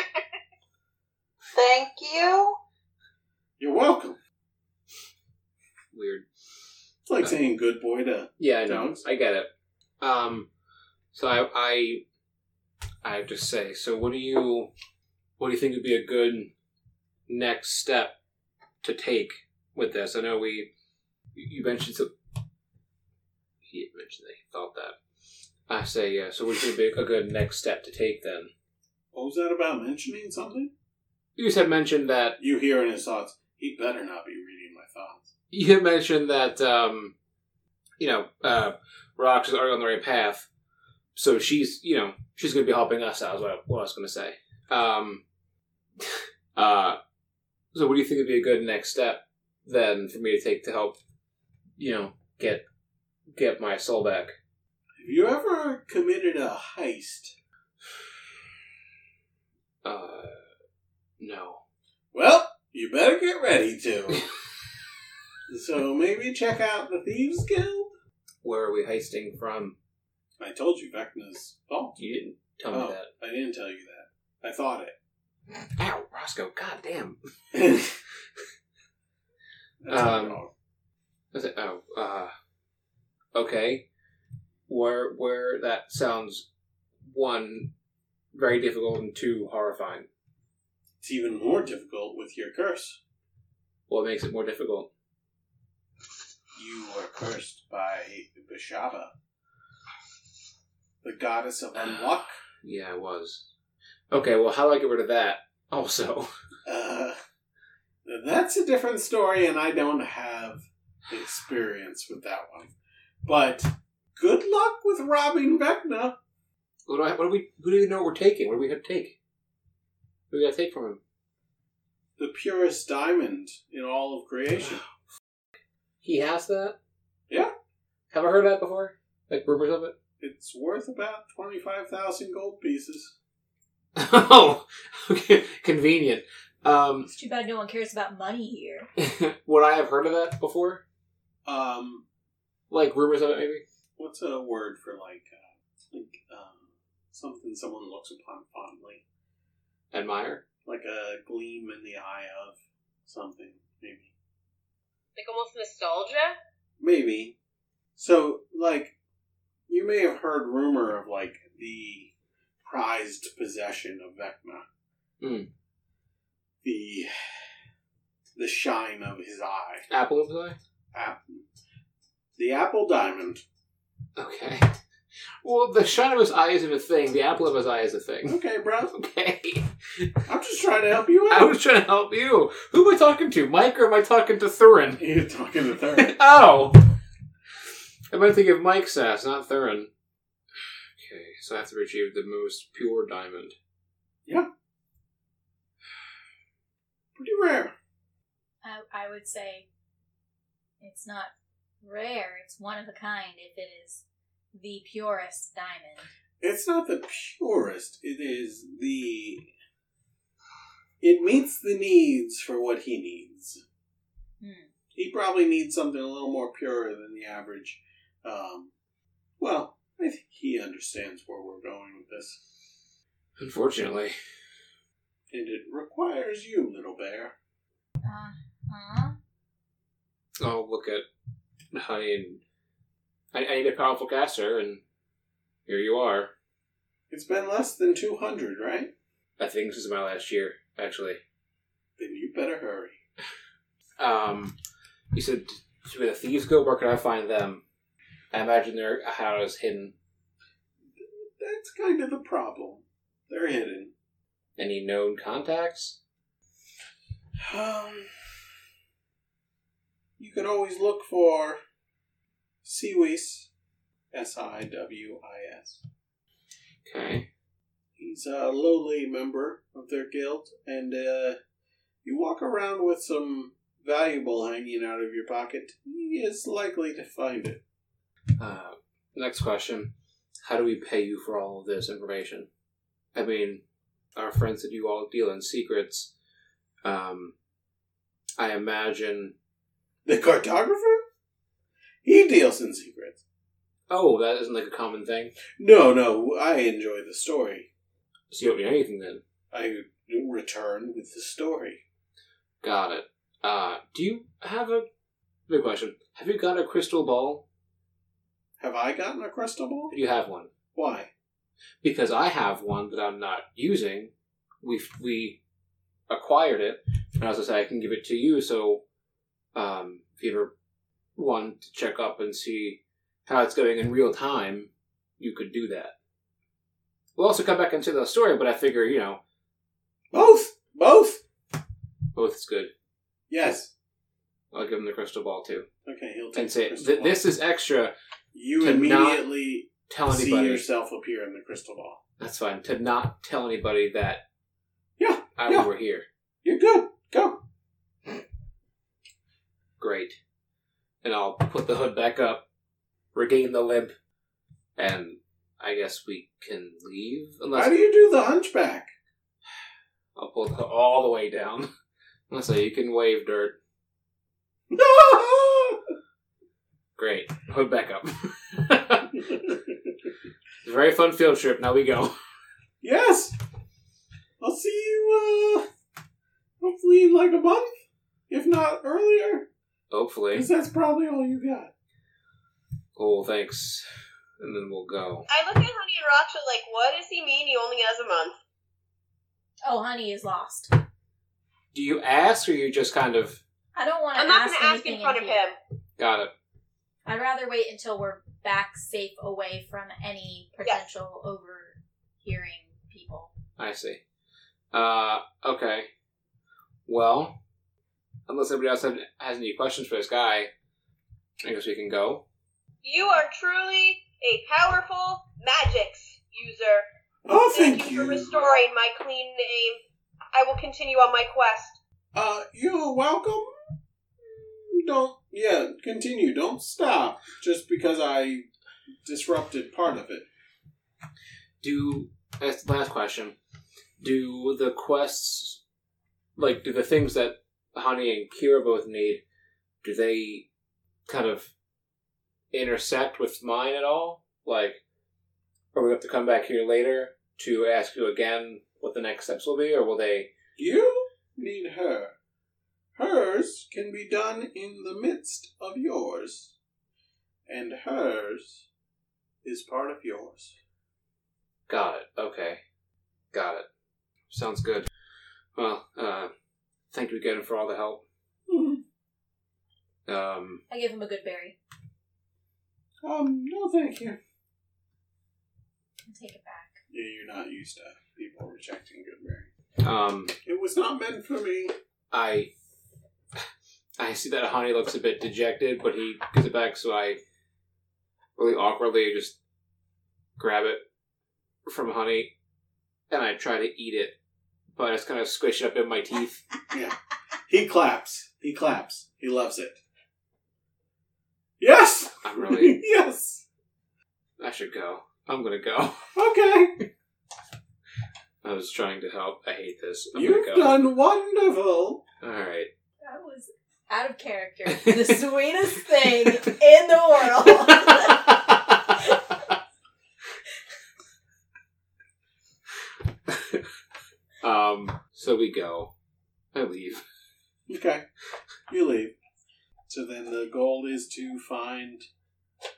[SPEAKER 5] Thank you.
[SPEAKER 3] You're welcome.
[SPEAKER 2] Weird.
[SPEAKER 3] It's like saying good boy to.
[SPEAKER 2] Yeah, I know.
[SPEAKER 3] Sounds-
[SPEAKER 2] I get it. Um, so I, I, I have to say. So, what do you, what do you think would be a good next step to take with this? I know we, you mentioned so. He had mentioned that he thought that. I say yeah. So, what's going to be a good next step to take then?
[SPEAKER 3] What was that about mentioning something?
[SPEAKER 2] You had mentioned that
[SPEAKER 3] You hear in his thoughts, he better not be reading my thoughts.
[SPEAKER 2] you had mentioned that um, you know uh, Rox is already on the right path, so she's you know she's going to be helping us out. Is what I, what I was going to say. Um, uh, so, what do you think would be a good next step then for me to take to help you know get get my soul back?
[SPEAKER 3] Have you ever committed a heist?
[SPEAKER 2] Uh, no.
[SPEAKER 3] Well, you better get ready to. so maybe check out the Thieves Guild?
[SPEAKER 2] Where are we heisting from?
[SPEAKER 3] I told you Vecna's fault.
[SPEAKER 2] You didn't tell
[SPEAKER 3] oh,
[SPEAKER 2] me that.
[SPEAKER 3] I didn't tell you that. I thought
[SPEAKER 2] Ow, Roscoe, goddamn.
[SPEAKER 3] it. That's my
[SPEAKER 2] Um,
[SPEAKER 3] dog.
[SPEAKER 2] I said, oh, uh, okay. Where, where that sounds, one, very difficult, and two, horrifying.
[SPEAKER 3] it's even more difficult with your curse.
[SPEAKER 2] What makes it more difficult?
[SPEAKER 3] You were cursed by Bishaba, the goddess of unluck.
[SPEAKER 2] Yeah, it was. Okay, well, how do I get rid of that? Also,
[SPEAKER 3] Uh, that's a different story, and I don't have experience with that one. But good luck with robbing Vecna.
[SPEAKER 2] what do I, what do we, who do we know we're taking? What do we have to take? What do we got to take from him?
[SPEAKER 3] the purest diamond in all of creation.
[SPEAKER 2] He has that?
[SPEAKER 3] Yeah.
[SPEAKER 2] Have I heard that before? Like rumors of it?
[SPEAKER 3] It's worth about 25,000 gold pieces.
[SPEAKER 2] oh, okay, convenient. Um,
[SPEAKER 4] It's too bad no one cares about money here.
[SPEAKER 2] would I have heard of that before?
[SPEAKER 3] Um,
[SPEAKER 2] Like rumors of it, maybe?
[SPEAKER 3] what's a word for like, uh, like um, something someone looks upon fondly?
[SPEAKER 2] Admire?
[SPEAKER 3] Like a gleam in the eye of something, maybe.
[SPEAKER 6] Like almost nostalgia?
[SPEAKER 3] Maybe. So, like, you may have heard rumor of like the prized possession of Vecna.
[SPEAKER 2] Hmm.
[SPEAKER 3] The the shine of his eye.
[SPEAKER 2] Apple of the eye?
[SPEAKER 3] App- the apple diamond.
[SPEAKER 2] Okay. Well, the shine of his eye isn't a thing. The apple of his eye is a thing.
[SPEAKER 3] Okay, bro.
[SPEAKER 2] Okay.
[SPEAKER 3] I'm just trying to help you
[SPEAKER 2] I
[SPEAKER 3] out.
[SPEAKER 2] was trying to help you. Who am I talking to? Mike or am I talking to Thurin?
[SPEAKER 3] You're talking to third.
[SPEAKER 2] oh! I meant to give Mike sass, not Thurin. Okay, so I have to retrieve the most pure diamond.
[SPEAKER 3] Pretty rare.
[SPEAKER 4] I, I would say it's not rare, it's one of a kind if it is the purest diamond.
[SPEAKER 3] It's not the purest. It is the. It meets the needs for what he needs.
[SPEAKER 4] Hmm.
[SPEAKER 3] He probably needs something a little more pure than the average. Um, well, I think he understands where we're going with this,
[SPEAKER 2] Unfortunately.
[SPEAKER 3] and it requires you, little bear.
[SPEAKER 4] Uh huh.
[SPEAKER 2] I'll look at honey and I, I need a powerful caster, and here you are.
[SPEAKER 3] It's been less than two hundred, right?
[SPEAKER 2] I think this is my last year, actually.
[SPEAKER 3] Then you better hurry.
[SPEAKER 2] Um, you said, "So where the thieves go? Where could I find them?" I imagine their how is hidden.
[SPEAKER 3] That's kind of the problem. They're hidden.
[SPEAKER 2] Any known contacts?
[SPEAKER 3] Um, you can always look for Siwis, S I W I S.
[SPEAKER 2] Okay.
[SPEAKER 3] He's a lowly member of their guild, and uh, you walk around with some valuable hanging out of your pocket. He is likely to find it.
[SPEAKER 2] Uh, next question: How do we pay you for all of this information? I mean, our friends that you all deal in secrets. Um, I imagine.
[SPEAKER 3] The cartographer? He deals in secrets.
[SPEAKER 2] Oh, that isn't like a common thing.
[SPEAKER 3] No, no, I enjoy the story.
[SPEAKER 2] So you don't need anything then.
[SPEAKER 3] I return with the story.
[SPEAKER 2] Got it. Uh, do you have a big question? Have you got a crystal ball?
[SPEAKER 3] Have I gotten a crystal ball?
[SPEAKER 2] You have one
[SPEAKER 3] Why?
[SPEAKER 2] because I have one that I'm not using. We we acquired it, and as I said, I can give it to you. So, um, if you ever want to check up and see how it's going in real time, you could do that. We'll also come back into the story, but I figure you know
[SPEAKER 3] Both! Both!
[SPEAKER 2] both is good.
[SPEAKER 3] Yes.
[SPEAKER 2] I'll give him the crystal ball too,
[SPEAKER 3] Okay, he'll take
[SPEAKER 2] and say
[SPEAKER 3] the crystal
[SPEAKER 2] "Th-
[SPEAKER 3] ball.
[SPEAKER 2] this is extra.
[SPEAKER 3] You
[SPEAKER 2] to not
[SPEAKER 3] immediately
[SPEAKER 2] Tell
[SPEAKER 3] see
[SPEAKER 2] anybody.
[SPEAKER 3] yourself appear in the crystal ball.
[SPEAKER 2] That's fine. To not tell anybody that
[SPEAKER 3] Yeah,
[SPEAKER 2] I
[SPEAKER 3] yeah.
[SPEAKER 2] were here.
[SPEAKER 3] You're good. Go.
[SPEAKER 2] Great. And I'll put the hood back up, regain the limp, and I guess we can leave. Unless
[SPEAKER 3] How do you do the hunchback?
[SPEAKER 2] I'll pull the hood all the way down. Unless say you can wave dirt. Great. Hood back up. It's a very fun field trip. Now we go.
[SPEAKER 3] Yes! I'll see you, uh, hopefully in like a month, if not earlier,
[SPEAKER 2] Hopefully.
[SPEAKER 3] because that's probably all you got.
[SPEAKER 2] Oh, thanks. And then we'll go.
[SPEAKER 6] I look at Honey and Raksha like, what does he mean? He only has a month.
[SPEAKER 4] Oh, honey is lost.
[SPEAKER 2] Do you ask, or you just kind of
[SPEAKER 4] I don't want to.
[SPEAKER 6] I'm not
[SPEAKER 4] ask
[SPEAKER 6] going to ask in
[SPEAKER 4] anything
[SPEAKER 6] front of
[SPEAKER 4] here.
[SPEAKER 6] him.
[SPEAKER 2] got it?
[SPEAKER 4] I'd rather wait until we're back safe away from any potential overhearing people.
[SPEAKER 2] I see. Uh, okay. Well, unless anybody else had- has any questions for this guy, I guess we can go.
[SPEAKER 6] You are truly a powerful magics user.
[SPEAKER 3] Oh,
[SPEAKER 6] Thank, you, for restoring my clean name. I will continue on my quest.
[SPEAKER 3] Uh, you're welcome. Don't, yeah, continue. Don't stop just because I disrupted part of it.
[SPEAKER 2] Do that's the last question. Do the quests, like, do the things that Honey and Kira both need, do they kind of intersect with mine at all? Like, are we going to have to come back here later to ask you again what the next steps will be, or will they?
[SPEAKER 3] You need her. Hers can be done in the midst of yours, and hers is part of yours.
[SPEAKER 2] Got it. Okay. Got it. Sounds good. Well, uh, thank you again for all the help.
[SPEAKER 3] Hmm.
[SPEAKER 2] Um,
[SPEAKER 4] I give him a good berry.
[SPEAKER 3] Um, no, thank you.
[SPEAKER 4] and take it back.
[SPEAKER 3] Yeah, you're not used to people rejecting Goodberry.
[SPEAKER 2] um,
[SPEAKER 3] It was not meant for me.
[SPEAKER 2] I I see that Honey looks a bit dejected, but he gives it back, so I really awkwardly just grab it from Honey and I try to eat it, but I just kind of squish it up in my teeth.
[SPEAKER 3] He claps. He claps. He loves it. Yes!
[SPEAKER 2] I'm really
[SPEAKER 3] yes!
[SPEAKER 2] I should go. I'm gonna go.
[SPEAKER 3] Okay.
[SPEAKER 2] I was trying to help. I hate this. I'm
[SPEAKER 3] You've
[SPEAKER 2] gonna go.
[SPEAKER 3] done wonderful.
[SPEAKER 2] All right.
[SPEAKER 4] That was out of character. the sweetest thing in the world.
[SPEAKER 2] um. So we go. I leave.
[SPEAKER 3] Okay. You leave. So then the goal is to find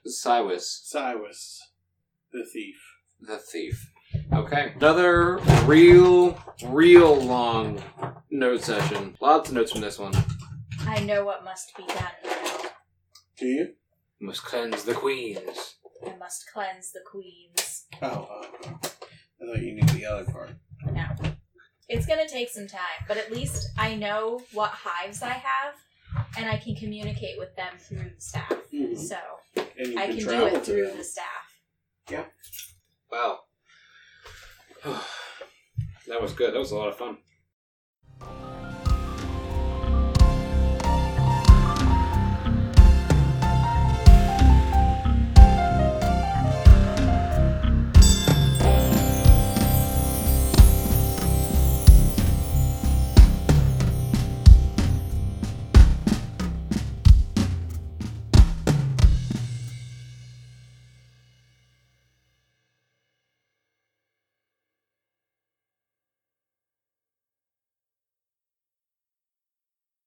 [SPEAKER 2] Cyrus,
[SPEAKER 3] Cyrus, the thief.
[SPEAKER 2] the thief. Okay. Another real, real long note session. Lots of notes from this one.
[SPEAKER 4] I know what must be done.
[SPEAKER 3] Do you?
[SPEAKER 2] Must cleanse the queens.
[SPEAKER 4] I must cleanse the queens.
[SPEAKER 3] Oh, uh, I thought you knew the other part.
[SPEAKER 4] No. It's going to take some time, but at least I know what hives I have and I can communicate with them through the staff.
[SPEAKER 3] Mhm.
[SPEAKER 4] So
[SPEAKER 3] And you
[SPEAKER 4] I
[SPEAKER 3] can,
[SPEAKER 4] can do
[SPEAKER 3] travel
[SPEAKER 4] it
[SPEAKER 3] to
[SPEAKER 4] through
[SPEAKER 3] them.
[SPEAKER 4] the staff.
[SPEAKER 2] Wow. that was good. That was a lot of fun.